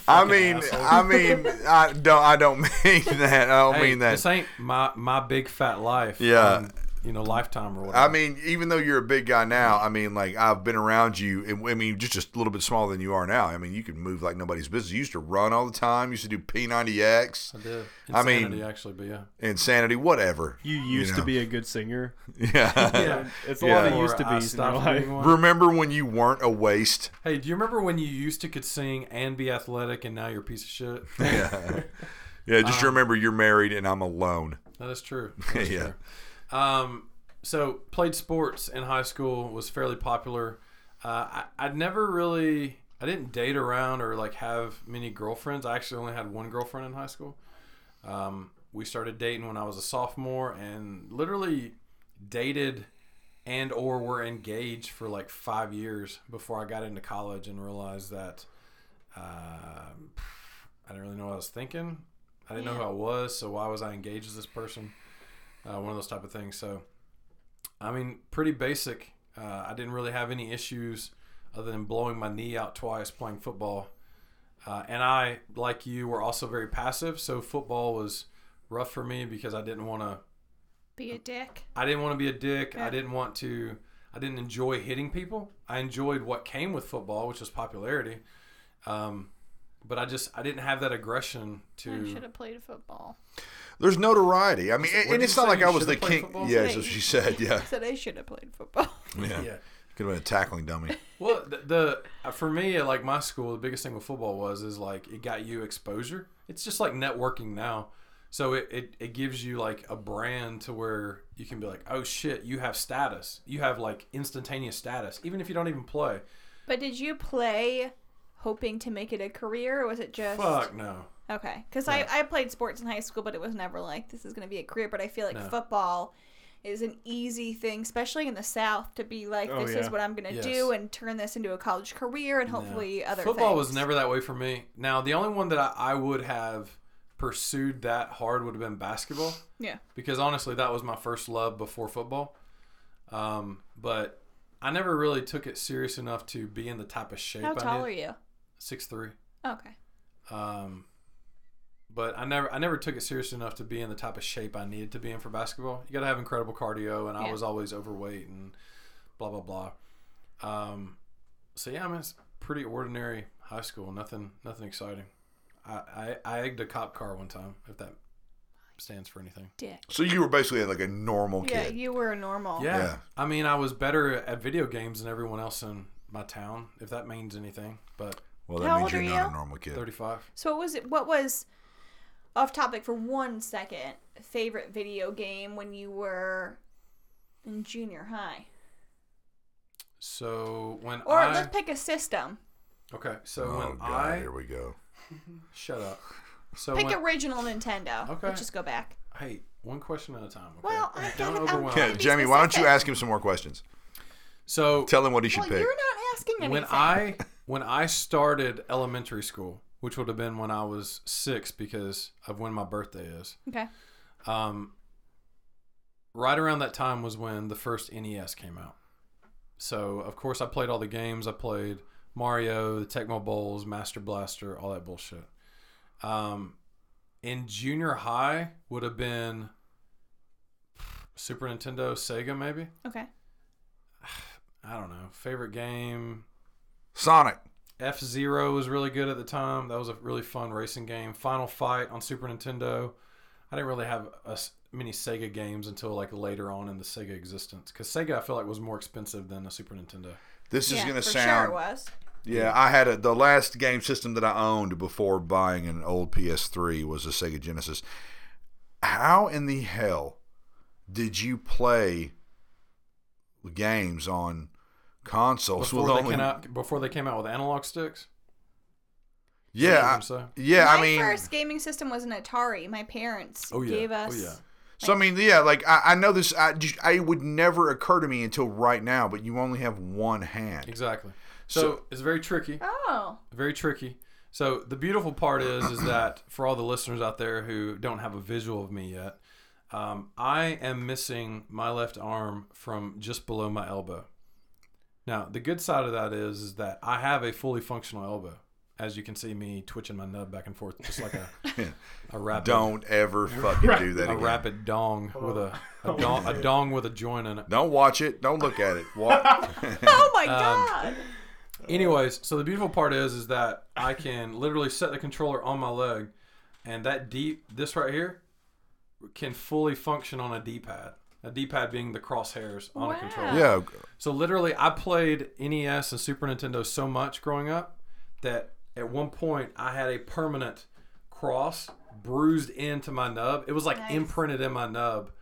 I mean,
asshole.
I mean, I don't I don't mean that. I don't
Hey,
mean that.
This ain't my my big fat life.
Yeah.
on, you know, lifetime or whatever.
I mean, even though you're a big guy now, I mean, like I've been around you, and I mean, just a little bit smaller than you are now. I mean, you can move like nobody's business. You used to run all the time. You used to do P90X,
I did.
I mean-
Insanity, actually, but yeah.
insanity, whatever.
You used
know.
to be a good singer.
yeah.
It's a lot
Yeah.
of used to
Or I
be's in your
stopped
life.
being one.
Remember when you weren't a waste?
Hey, do you remember when you used to could sing and be athletic, and now you're a piece of shit?
Yeah, just
Uh,
remember you're married and I'm alone.
That is true. That is
Yeah.
True. Um, so played sports in high school was fairly popular. Uh, I, I'd never really, I didn't date around or like have many girlfriends. I actually only had one girlfriend in high school. Um, we started dating when I was a sophomore and literally dated and or were engaged for like five years before I got into college and realized that um I didn't really know what I was thinking. I didn't know who I was, so why was I engaged to this person? Uh, one of those type of things. So, I mean, pretty basic. Uh, I didn't really have any issues other than blowing my knee out twice playing football. Uh, and I, like you, were also very passive. So football was rough for me because I didn't want to.
be a dick
I didn't want to be a dick. I didn't want to. I didn't enjoy hitting people. I enjoyed what came with football, which was popularity. Um, but I just I didn't have that aggression to.
i should have played football
There's notoriety. I mean,
What
and
did
it's
you
not
say?
like
You
I was the
should've played
king.
football?
Yeah, that's what she said. Yeah.
said i should have played football
Yeah.
Yeah.
Could have been a tackling dummy.
Well, the, the uh, for me, at, like my school, the biggest thing with football was is like it got you exposure. It's just like networking now, so it, it, it gives you like a brand to where you can be like, oh shit, you have status, you have like instantaneous status, even if you don't even play.
but did you play hoping to make it a career or was it just
Fuck no.
Okay, because I, I played sports in high school, but it was never like this is going to be a career. But I feel like
No.
football is an easy thing, especially in the South, to be like,
Oh,
this is
yeah.
what I'm going to
Yes.
do and turn this into a college career and hopefully other
football
things.
was never that way for me. Now the only one that I, I would have pursued that hard would have been basketball.
Yeah.
because honestly that was my first love before football um, but i never really took it serious enough to be in the type of shape
How
i
tall
did
are you?
six three
Okay.
um, but i never i never took it serious enough to be in the type of shape i needed to be in for basketball you gotta have incredible cardio and i
Yeah.
was always overweight and blah blah blah um, so yeah i mean it's pretty ordinary high school nothing nothing exciting I, I, I egged a cop car one time, if that stands for anything.
Dick.
So you were basically like a normal
Yeah,
kid.
you were a normal.
Yeah.
Yeah.
I mean, I was better at video games than everyone else in my town, if that means anything. But
Well, that
How
means
old
you're
are
not
you?
a normal kid.
35.
So what was it? What was off topic for one second? Favorite video game when you were in junior high,
So when
or
I.
let's pick a system.
okay. So
Oh
when
god,
I.
here we go.
Shut up. So
Pick
when,
original Nintendo.
Okay.
Let's just go back.
hey, one question at a time. Okay?
Well, I
Don't
gotta- I'm
overwhelm.
trying
Yeah,
to be
Jamie, why don't you
specific.
ask him some more questions?
So
Tell him what he should
Well,
pick.
you're not asking anything.
when I when I started elementary school, which would have been when I was six, because of when my birthday is.
okay.
Um, right around that time was when the first NES came out. So of course I played all the games. I played Mario, the Tecmo Bowls, Master Blaster, all that bullshit. Um, in junior high would have been Super Nintendo, Sega, maybe.
Okay.
I don't know. Favorite game.
Sonic.
F Zero was really good at the time. That was a really fun racing game. Final Fight on Super Nintendo. I didn't really have a s many Sega games until like later on in the Sega existence because Sega I feel like was more expensive than a Super Nintendo.
This is
yeah,
going to
for
sound.
sure it was.
Yeah, I had a, the last game system that I owned before buying an old PS3 was a Sega Genesis. How in the hell did you play games on consoles
Before
with
they
only?
came out, before they came out with analog sticks.
yeah,
Is that what
I,
I'm saying?
yeah.
My
I mean,
first gaming system was an Atari. My parents
Oh yeah.
gave us.
Oh yeah.
so I mean, yeah. Like I, I know this. I just, I would never occur to me until right now. But you only have one hand.
Exactly. So,
So-
it's very tricky.
Oh,
Very tricky. So the beautiful part is is that for all the listeners out there who don't have a visual of me yet, um, I am missing my left arm from just below my elbow. Now, the good side of that is, is that I have a fully functional elbow. As you can see me twitching my nub back and forth, just like a, a rapid
Don't ever fucking do that
a
again.
rapid dong with a, a dong a dong with a joint in it.
Don't watch it. Don't look at it. Walk.
oh my
Um,
God!
Anyways, so the beautiful part is is that I can literally set the controller on my leg, and that D this right here can fully function on a D pad. A D pad being the crosshairs on a
Wow.
controller.
yeah.
So literally, I played NES and Super Nintendo so much growing up that at one point I had a permanent cross bruised into my nub. It was like
Nice.
imprinted in my nub,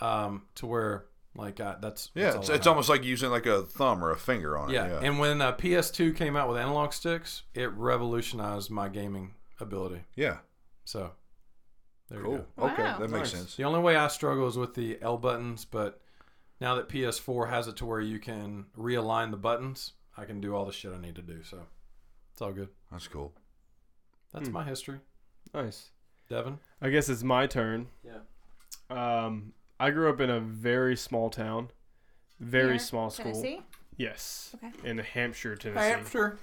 um, to where like I, that's
Yeah,
that's all
it's,
I
it's
have.
almost like using like a thumb or a finger
Oh,
on it.
Yeah.
Yeah, yeah.
and when uh, PS2 came out with analog sticks, it revolutionized my gaming ability. So, there you
Cool.
go.
Okay,
Wow.
that makes
Nice.
sense.
The only way I struggle is with the L buttons, but now that PS4 has it to where you can realign the buttons, I can do all the shit I need to do. So, it's all good.
That's cool.
That's
Hmm.
my history.
Nice.
Devin?
I guess it's my turn.
Yeah.
Um, I grew up in a very small town, very
Here,
small school.
Tennessee?
Yes.
Okay.
In Hampshire, Tennessee.
Hampshire.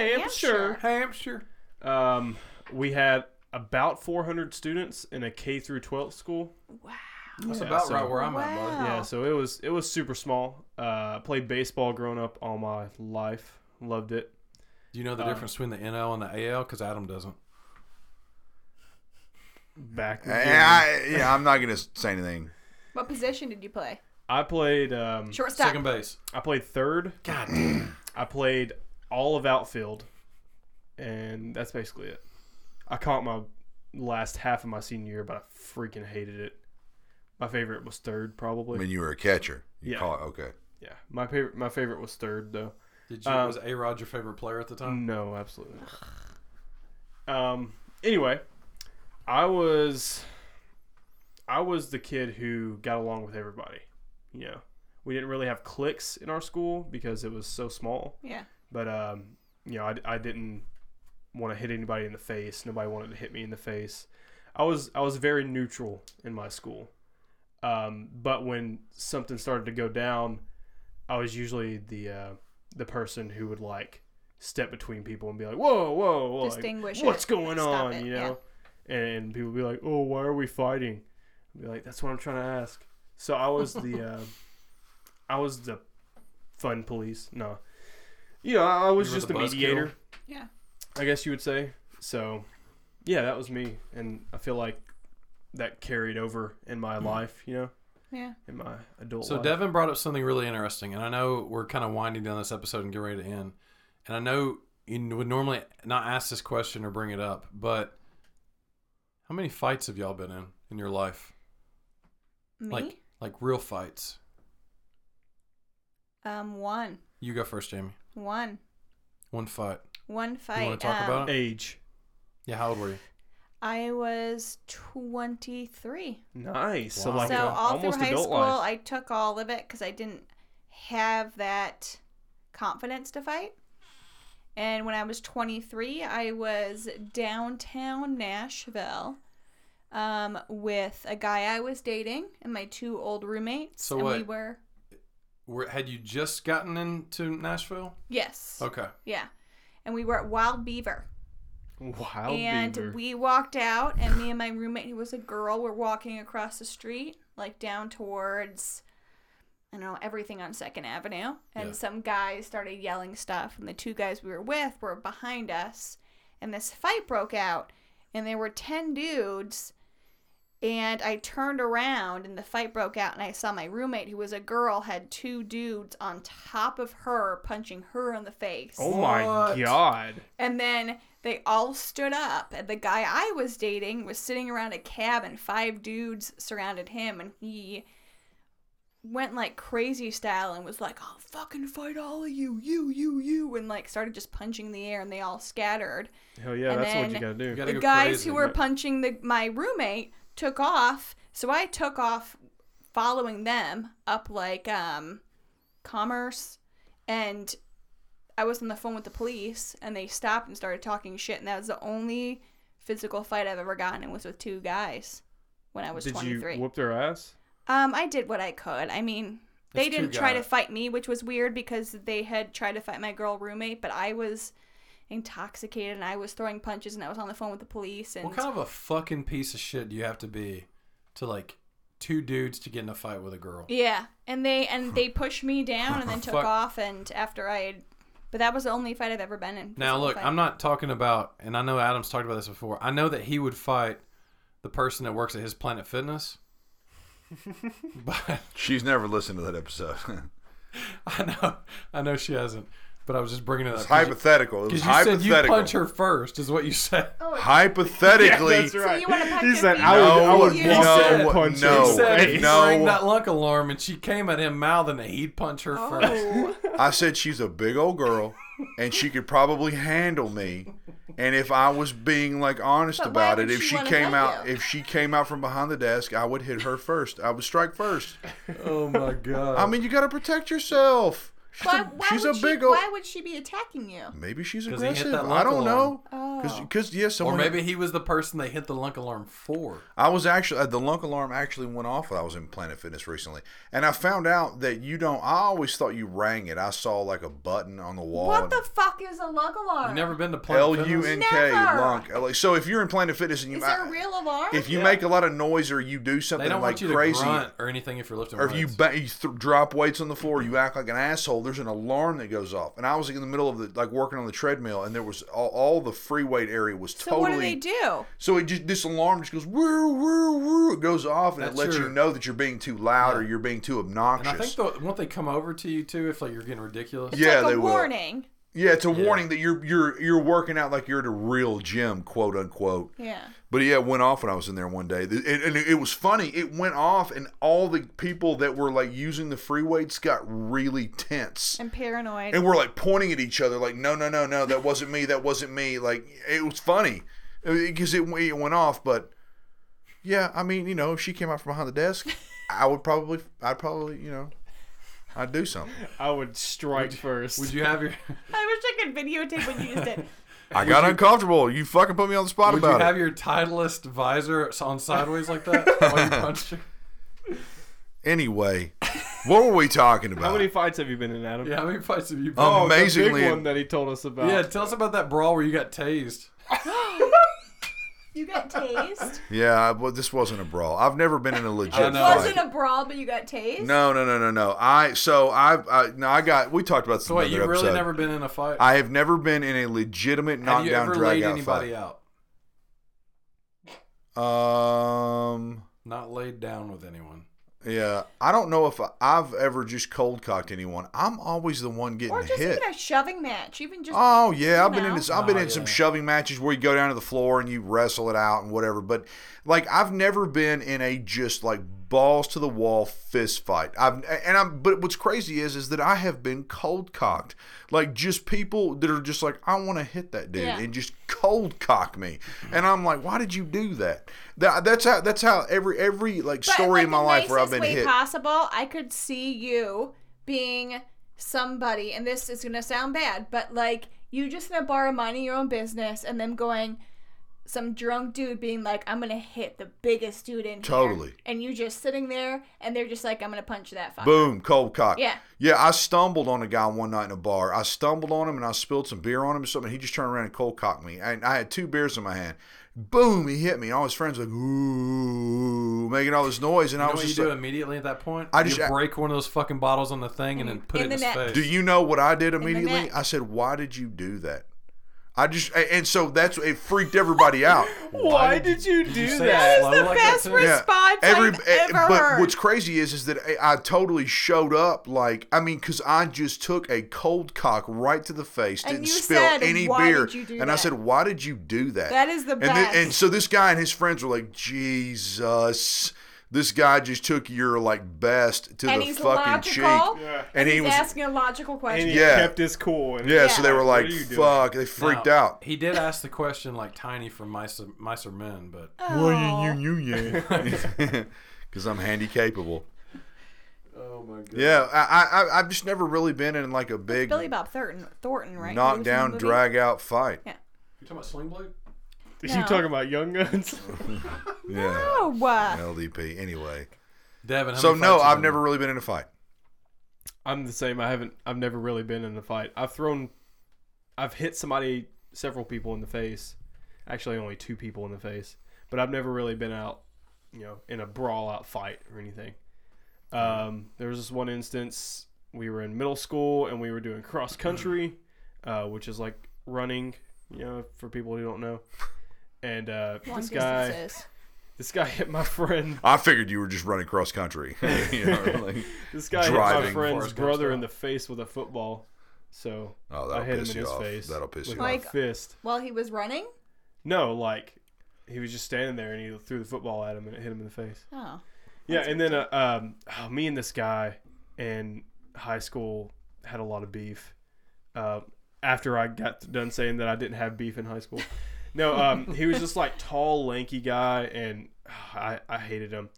Hampshire.
Hampshire.
Um, we had about 400 students in a K through 12 school.
Wow.
That's
Yeah,
about
so-
right where I'm at, bud.
Wow.
Yeah, so it was it was super small. Uh, played baseball growing up all my life. Loved it.
Do you know the
Um,
difference between the NL and the AL? Because Adam doesn't.
Back.
And I, yeah, I'm not gonna say anything.
What position did you play?
I played. Um,
Shortstop.
Mm-hmm. Second base.
I played third.
God damn.
I played all of outfield, and that's basically it. I caught my last half of my senior year, but I freaking hated it. My favorite was third,
I
probably.
mean, you were a catcher. You
Yeah.
caught okay.
yeah, my favorite. My favorite was third, though.
Did you,
Um,
was A Rod your favorite player at the time?
No, absolutely not. Um. Anyway, I was, I was the kid who got along with everybody. You know, we didn't really have cliques in our school because it was so small.
Yeah.
But um, you know, I, I didn't want to hit anybody in the face. Nobody wanted to hit me in the face. I was I was very neutral in my school. Um, but when something started to go down, I was usually the uh, the person who would like step between people and be like, "Whoa, whoa, whoa! like,
Distinguish it.
what's going
Stop
on?"
it,
You know. And people would be like, "Oh, why are we fighting?" I'd be like, "That's what I'm trying to ask." So I was the uh, I was the fun police. No, you know, I I was
You were
just
the
the
buzzkill?
mediator.
Yeah.
I guess you would say. So Yeah, that was me, and I feel like that carried over in my life. You know,
Yeah.
in my adult.
Hmm. So
life.
Devin brought up something really interesting, and I know we're kind of winding down this episode and getting ready to end. And I know you would normally not ask this question or bring it up, but how many fights have y'all been in in your life?
Me?
Like like real fights.
um, one.
You go first, Jamie.
One.
One fight.
One fight.
wanna talk
um,
about it?
age.
Yeah, how old were you?
I was 23.
Nice. So
Wow.
like
so
a-
all through
almost
high
adult
school,
life.
I took all of it because I didn't have that confidence to fight. And when I was 23, I was downtown Nashville um, with a guy I was dating and my two old roommates.
So
and we
what-
were
Were, had you just gotten into Nashville?
yes,
Okay.
yeah, and we were at Wild Beaver.
Wild
and
beaver.
we walked out, and me and my roommate, who was a girl, were walking across the street, like down towards, I don't know, everything on Second Avenue. And
Yeah.
some guys started yelling stuff, and the two guys we were with were behind us, and this fight broke out, and there were 10 dudes. And I turned around and the fight broke out, and I saw my roommate, who was a girl, had two dudes on top of her, punching her in the face.
oh my
What?
god.
And then they all stood up, and the guy I was dating was sitting around a cab, and five dudes surrounded him, and he went like crazy style and was like, "I'll fucking fight all of you, you, you, you," and like started just punching the air, and they all scattered.
Hell yeah,
And
that's what
then-
you gotta do.
You gotta
The
go
guys
crazy.
who were punching the my roommate took off, so I took off following them up like um commerce and I was on the phone with the police and they stopped and started talking shit and that was the only physical fight I've ever gotten and was with two guys when I was
Did you
23.
whoop their ass?
um I did what I could. I mean, they
That's two
didn't try to
guys.
fight me, which was weird because they had tried to fight my girl roommate, but I was intoxicated and I was throwing punches and I was on the phone with the police and
What kind of a fucking piece of shit do you have to be to like two dudes to get in a fight with a girl?
Yeah, and they and they pushed me down and then took
Fuck.
off. And after I, had, but that was the only fight I've ever been in.
Now, look, I'm not talking about, and I know Adam's talked about this before. I know that he would fight the person that works at his Planet Fitness, but
She's never listened to that episode.
Uh, I know, I know she hasn't. But I was just bringing it up
it's hypothetical. It was
because you said you
hypothetical.
punch her first, is what you said.
Hypothetically,
So you want to punch
He
your
said,
feet?
I would- I would
You
walk
said-
said-
no,
punch her.
no,
he said if
no,
he rang that lunk alarm and she came at him mouthing it, he'd punch her first.
Oh,
I said she's a big old girl, and she could probably handle me. And if I was being like honest
But why
about
would
it, if
she
she
wanna
came
fight
out,
you?
if she came out from behind the desk, I would hit her first. I would strike first.
oh my god!
I mean, you got to protect yourself. She's
why,
a,
why
she's a
would she-
big old.
Why would she be attacking you?
Maybe she's
'Cause he hit
aggressive.
that
I don't
local
know.
alarm.
Because
Oh.
yeah, someone.
or maybe he was the person they hit the lunk alarm for.
I was actually uh, the lunk alarm actually went off when I was in Planet Fitness recently, and I found out that you don't. I always thought you rang it. I saw like a button on the wall.
What
and-
the fuck is a lug alarm?
You never been to Planet
L
Fitness?
U N K
Never.
lunk. Like, So if you're in Planet Fitness and you
is there a real alarm?
if you make a lot of noise or you do
They
something
don't
like
want you to
crazy,
grunt or anything if you're lifting.
or if you,
weights.
ba- you th- drop weights on the floor, you act like an asshole. There's an alarm that goes off, and I was in the middle of the like working on the treadmill, and there was all, all the free weight area was
so
totally.
what do they do?
So it just this alarm just goes woo woo woo. It goes off, and
That's
it lets
your-
you know that you're being too loud or you're being too
And
obnoxious.
I think though, won't they come over to you too if like you're getting ridiculous?
It's
Yeah,
like a
they will.
warning.
yeah, it's a warning that you're you're you're working out like you're at a real gym, quote unquote.
Yeah.
But yeah, it went off when I was in there one day, Th- and, and it was funny. It went off, and all the people that were like using the free weights got really tense,
And paranoid.
and we're like pointing at each other, like, "No, no, no, no, that wasn't me, that wasn't me." Like it was funny because it, it went off. But yeah, I mean, you know, if she came out from behind the desk, I would probably, I'd probably, you know, I'd do something.
I would strike first.
Would you have your
I wish I could videotape what you just did.
I got uncomfortable. You fucking put me on the spot
Would you have your Titleist visor on sideways like that while you punched her?
Anyway, what were we talking about?
How many fights have you been in, Adam?
Yeah, how many fights have you been?
Um,
Oh, the
Amazingly-
big one that he told us about.
yeah, tell us about that brawl where you got tased.
You got tased.
yeah, well, this wasn't a brawl. I've never been in a legit.
I know.
fight.
Wasn't a brawl, but you got tased.
No, no, no, no, no. I so I, I no, I got. We talked about this
So
in
wait,
another
you've really
episode.
never been in a fight?
I have never been in a legitimate
have you
knockdown
ever laid
drag out
anybody
fight.
out?
Um,
Not laid down with anyone.
yeah, I don't know if I- I've ever just cold cocked anyone. I'm always the one getting
Or just
hit.
even a shoving match. Even just
Oh yeah, I've been in
know.
this, I've been
Oh,
in some
yeah.
shoving matches where you go down to the floor and you wrestle it out and whatever. But like I've never been in a just like balls to the wall fist fight. I've and I'm but what's crazy is is that I have been cold cocked. Like just people that are just like I want to hit that dude
Yeah.
and just cold cock me. And I'm like, why did you do that? that that's how that's how every every like
But,
story
like,
in my
the
life where I've
nicest
been
way
hit.
possible, I could see you being somebody, and this is gonna sound bad, but like you just gonna borrow money, your own business, and them going. Some drunk dude being like, "I'm gonna hit the biggest dude in here,"
Totally.
and you just sitting there, and they're just like, "I'm gonna punch that fucker."
Boom, cold cock.
Yeah.
Yeah, I stumbled on a guy one night in a bar. I stumbled on him and I spilled some beer on him or something. He just turned around and cold cocked me. And I had two beers in my hand. Boom, he hit me. All his friends were like, ooh, making all this noise. And I
You know
was
what you
just
do
like,
immediately at that point?
I just-
you break one of those fucking bottles on the thing and then put
In
it in his
the net.
face.
do you know what I did immediately?
net.
I said, why did you do that? I just, a- and so that's, it freaked everybody out.
Why did you do
you say
that?
it slow like that
best
too?
response I've ever
eh, but
heard.
what's crazy is is that I, I totally showed up like I mean because I just took a cold cock right to the face,
And
didn't
you
spill
said,
any
"Why
beer,
did you do
and I
that?"
said, "Why did you do that?"
That is the
and thi-
best.
and so this guy and his friends were like, "Jesus." This guy just took your like best to
and
the
he's
fucking
logical,
cheek,
Yeah.
and he
he's
was
asking a logical question.
And he
Yeah.
kept his cool. And
yeah, So they were
What
like,
are you doing?
"Fuck!" They freaked
Now,
out.
He did ask the question like Tiny from Mice, Mice or Men, but
Oh.
Because I'm handicapable.
oh my god,
Yeah, I, I- I I've just never really been in like a big
Billy Bob Thornton, Thornton, right? He
knock
was in the
down,
movie.
drag out fight.
you talking about Sling Blade?
No.
You talking about Young Guns?
Yeah.
Oh, uh,
LDP. Anyway,
Devin. How
so
many
no,
fights you
I've
been
never really been in a fight.
I'm the same. I haven't. I've never really been in a fight. I've thrown. I've hit somebody, several people in the face. Actually, only two people in the face. But I've never really been out, you know, in a brawl out fight or anything. Um, there was this one instance. We were in middle school and we were doing cross country, uh, which is like running, you know, for people who don't know. And uh,
long
this guy,
distances.
this guy hit my friend.
I figured you were just running cross country. You know, like-
This guy hit
Driving.
my friend's
Forrest Gump
brother
style.
in the face with a football. So
oh,
I
that'll
hit him
piss
in
you
his
off.
face.
That'll piss
with
you
my
Like-
fist.
While he was running.
No, like he was just standing there and he threw the football at him and it hit him in the face.
Oh.
Yeah, and then uh, um, oh, me and this guy in high school had a lot of beef. Uh, after I got done saying that I didn't have beef in high school, no, um, he was just like tall, lanky guy, and ah, I I hated him.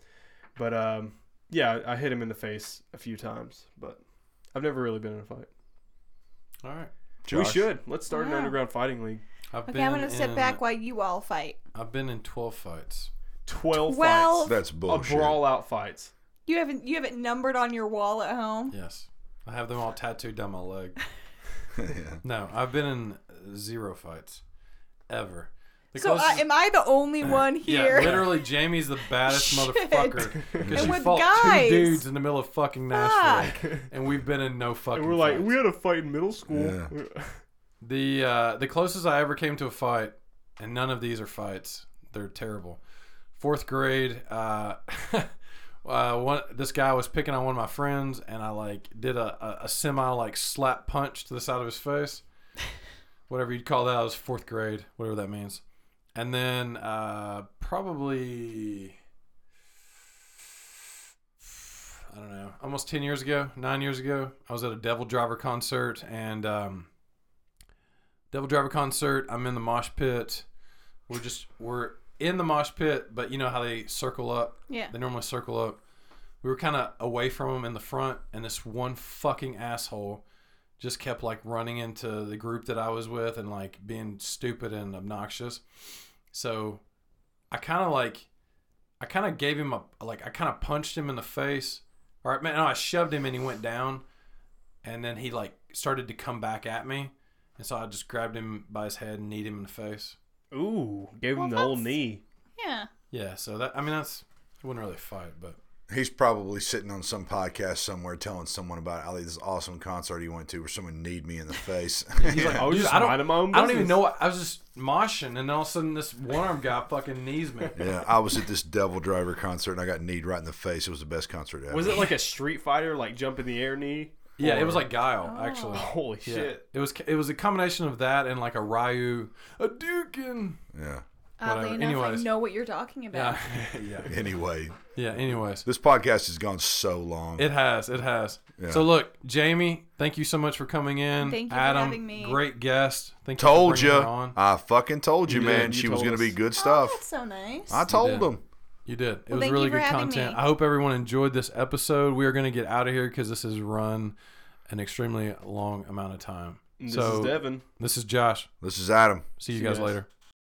But um, yeah, I hit him in the face a few times, but I've never really been in a fight.
All right,
off.
We
Josh?
should let's start
Wow.
an underground fighting league.
I've
Okay,
been.
I'm gonna sit
in-
back while you all fight.
I've been in twelve fights.
Twelve,
Twelve.
That's
fights,
bullshit.
a brawl out fights.
You haven't you have it numbered on your wall at home.
Yes, I have them all tattooed down my leg.
Yeah.
No, I've been in zero fights ever. The
So uh,
closest-
am I the only one here?
Yeah, literally, Jamie's the baddest
Shit.
motherfucker because
And
she
with
fought
guys.
two dudes in the middle of fucking Nashville, and we've been in no fucking.
And we're like,
fights.
we had a fight in middle school.
Yeah.
The uh, the closest I ever came to a fight, and none of these are fights. They're terrible. Fourth grade, uh, uh, one this guy was picking on one of my friends, and I like did a, a, a semi like slap punch to the side of his face, whatever you'd call that. I was fourth grade, whatever that means. And then uh, probably I don't know, almost ten years ago, nine years ago, I was at a Devil Driver concert, and um, Devil Driver concert. I'm in the mosh pit. We're just we're in the mosh pit, but you know how they circle up.
Yeah.
They normally circle up. We were kind of away from them in the front, and this one fucking asshole just kept like running into the group that I was with and like being stupid and obnoxious. So I kind of like I kind of gave him a like I kind of punched him in the face. All right, man. No, I shoved him and he went down, and then he like started to come back at me. And so I just grabbed him by his head and kneed him in the face.
Ooh, gave
Well,
him the whole
that's-
knee.
Yeah.
Yeah, so that I mean that's it wasn't really a fight, but
He's probably sitting on some podcast somewhere telling someone about Ali this awesome concert he went to where someone kneed me in the face.
He's like,
I was
"Dude,
"Oh, just
I don't,
minding my own
I don't even
business."
know. What, I was just moshing, and all of a sudden, this one arm guy fucking knees me.
yeah, I was at this Devil Driver concert and I got kneed right in the face. It was the best concert ever.
Was it like a Street Fighter, like jump in the air knee?
Yeah, it was like Guile
Oh.
actually.
Holy
Yeah.
shit!
It was it was a combination of that and like a Ryu, a Dukin.
Yeah.
Oddly
Whatever.
enough,
Anyways.
I know what you're talking about.
Yeah, yeah,
Anyway,
yeah. Anyways,
this podcast has gone so long.
it has, it has. So look, Jamie, thank you so much for coming in.
Thank you for
Adam,
having me.
Great guest. Thank
told
you.
you.
for bringing her on.
I fucking told you,
You
man.
did. You
she was
told
going to be
us.
good
Oh,
stuff.
that's so nice.
I told
did.
them.
You did. It was
thank
really
you for
good
having
content.
me.
I hope everyone enjoyed this episode. We are going to get out of here because this has run an extremely long amount of time.
And This
so
is Devin.
this is Josh.
This is Adam.
See you
See you
guys
guys.
later.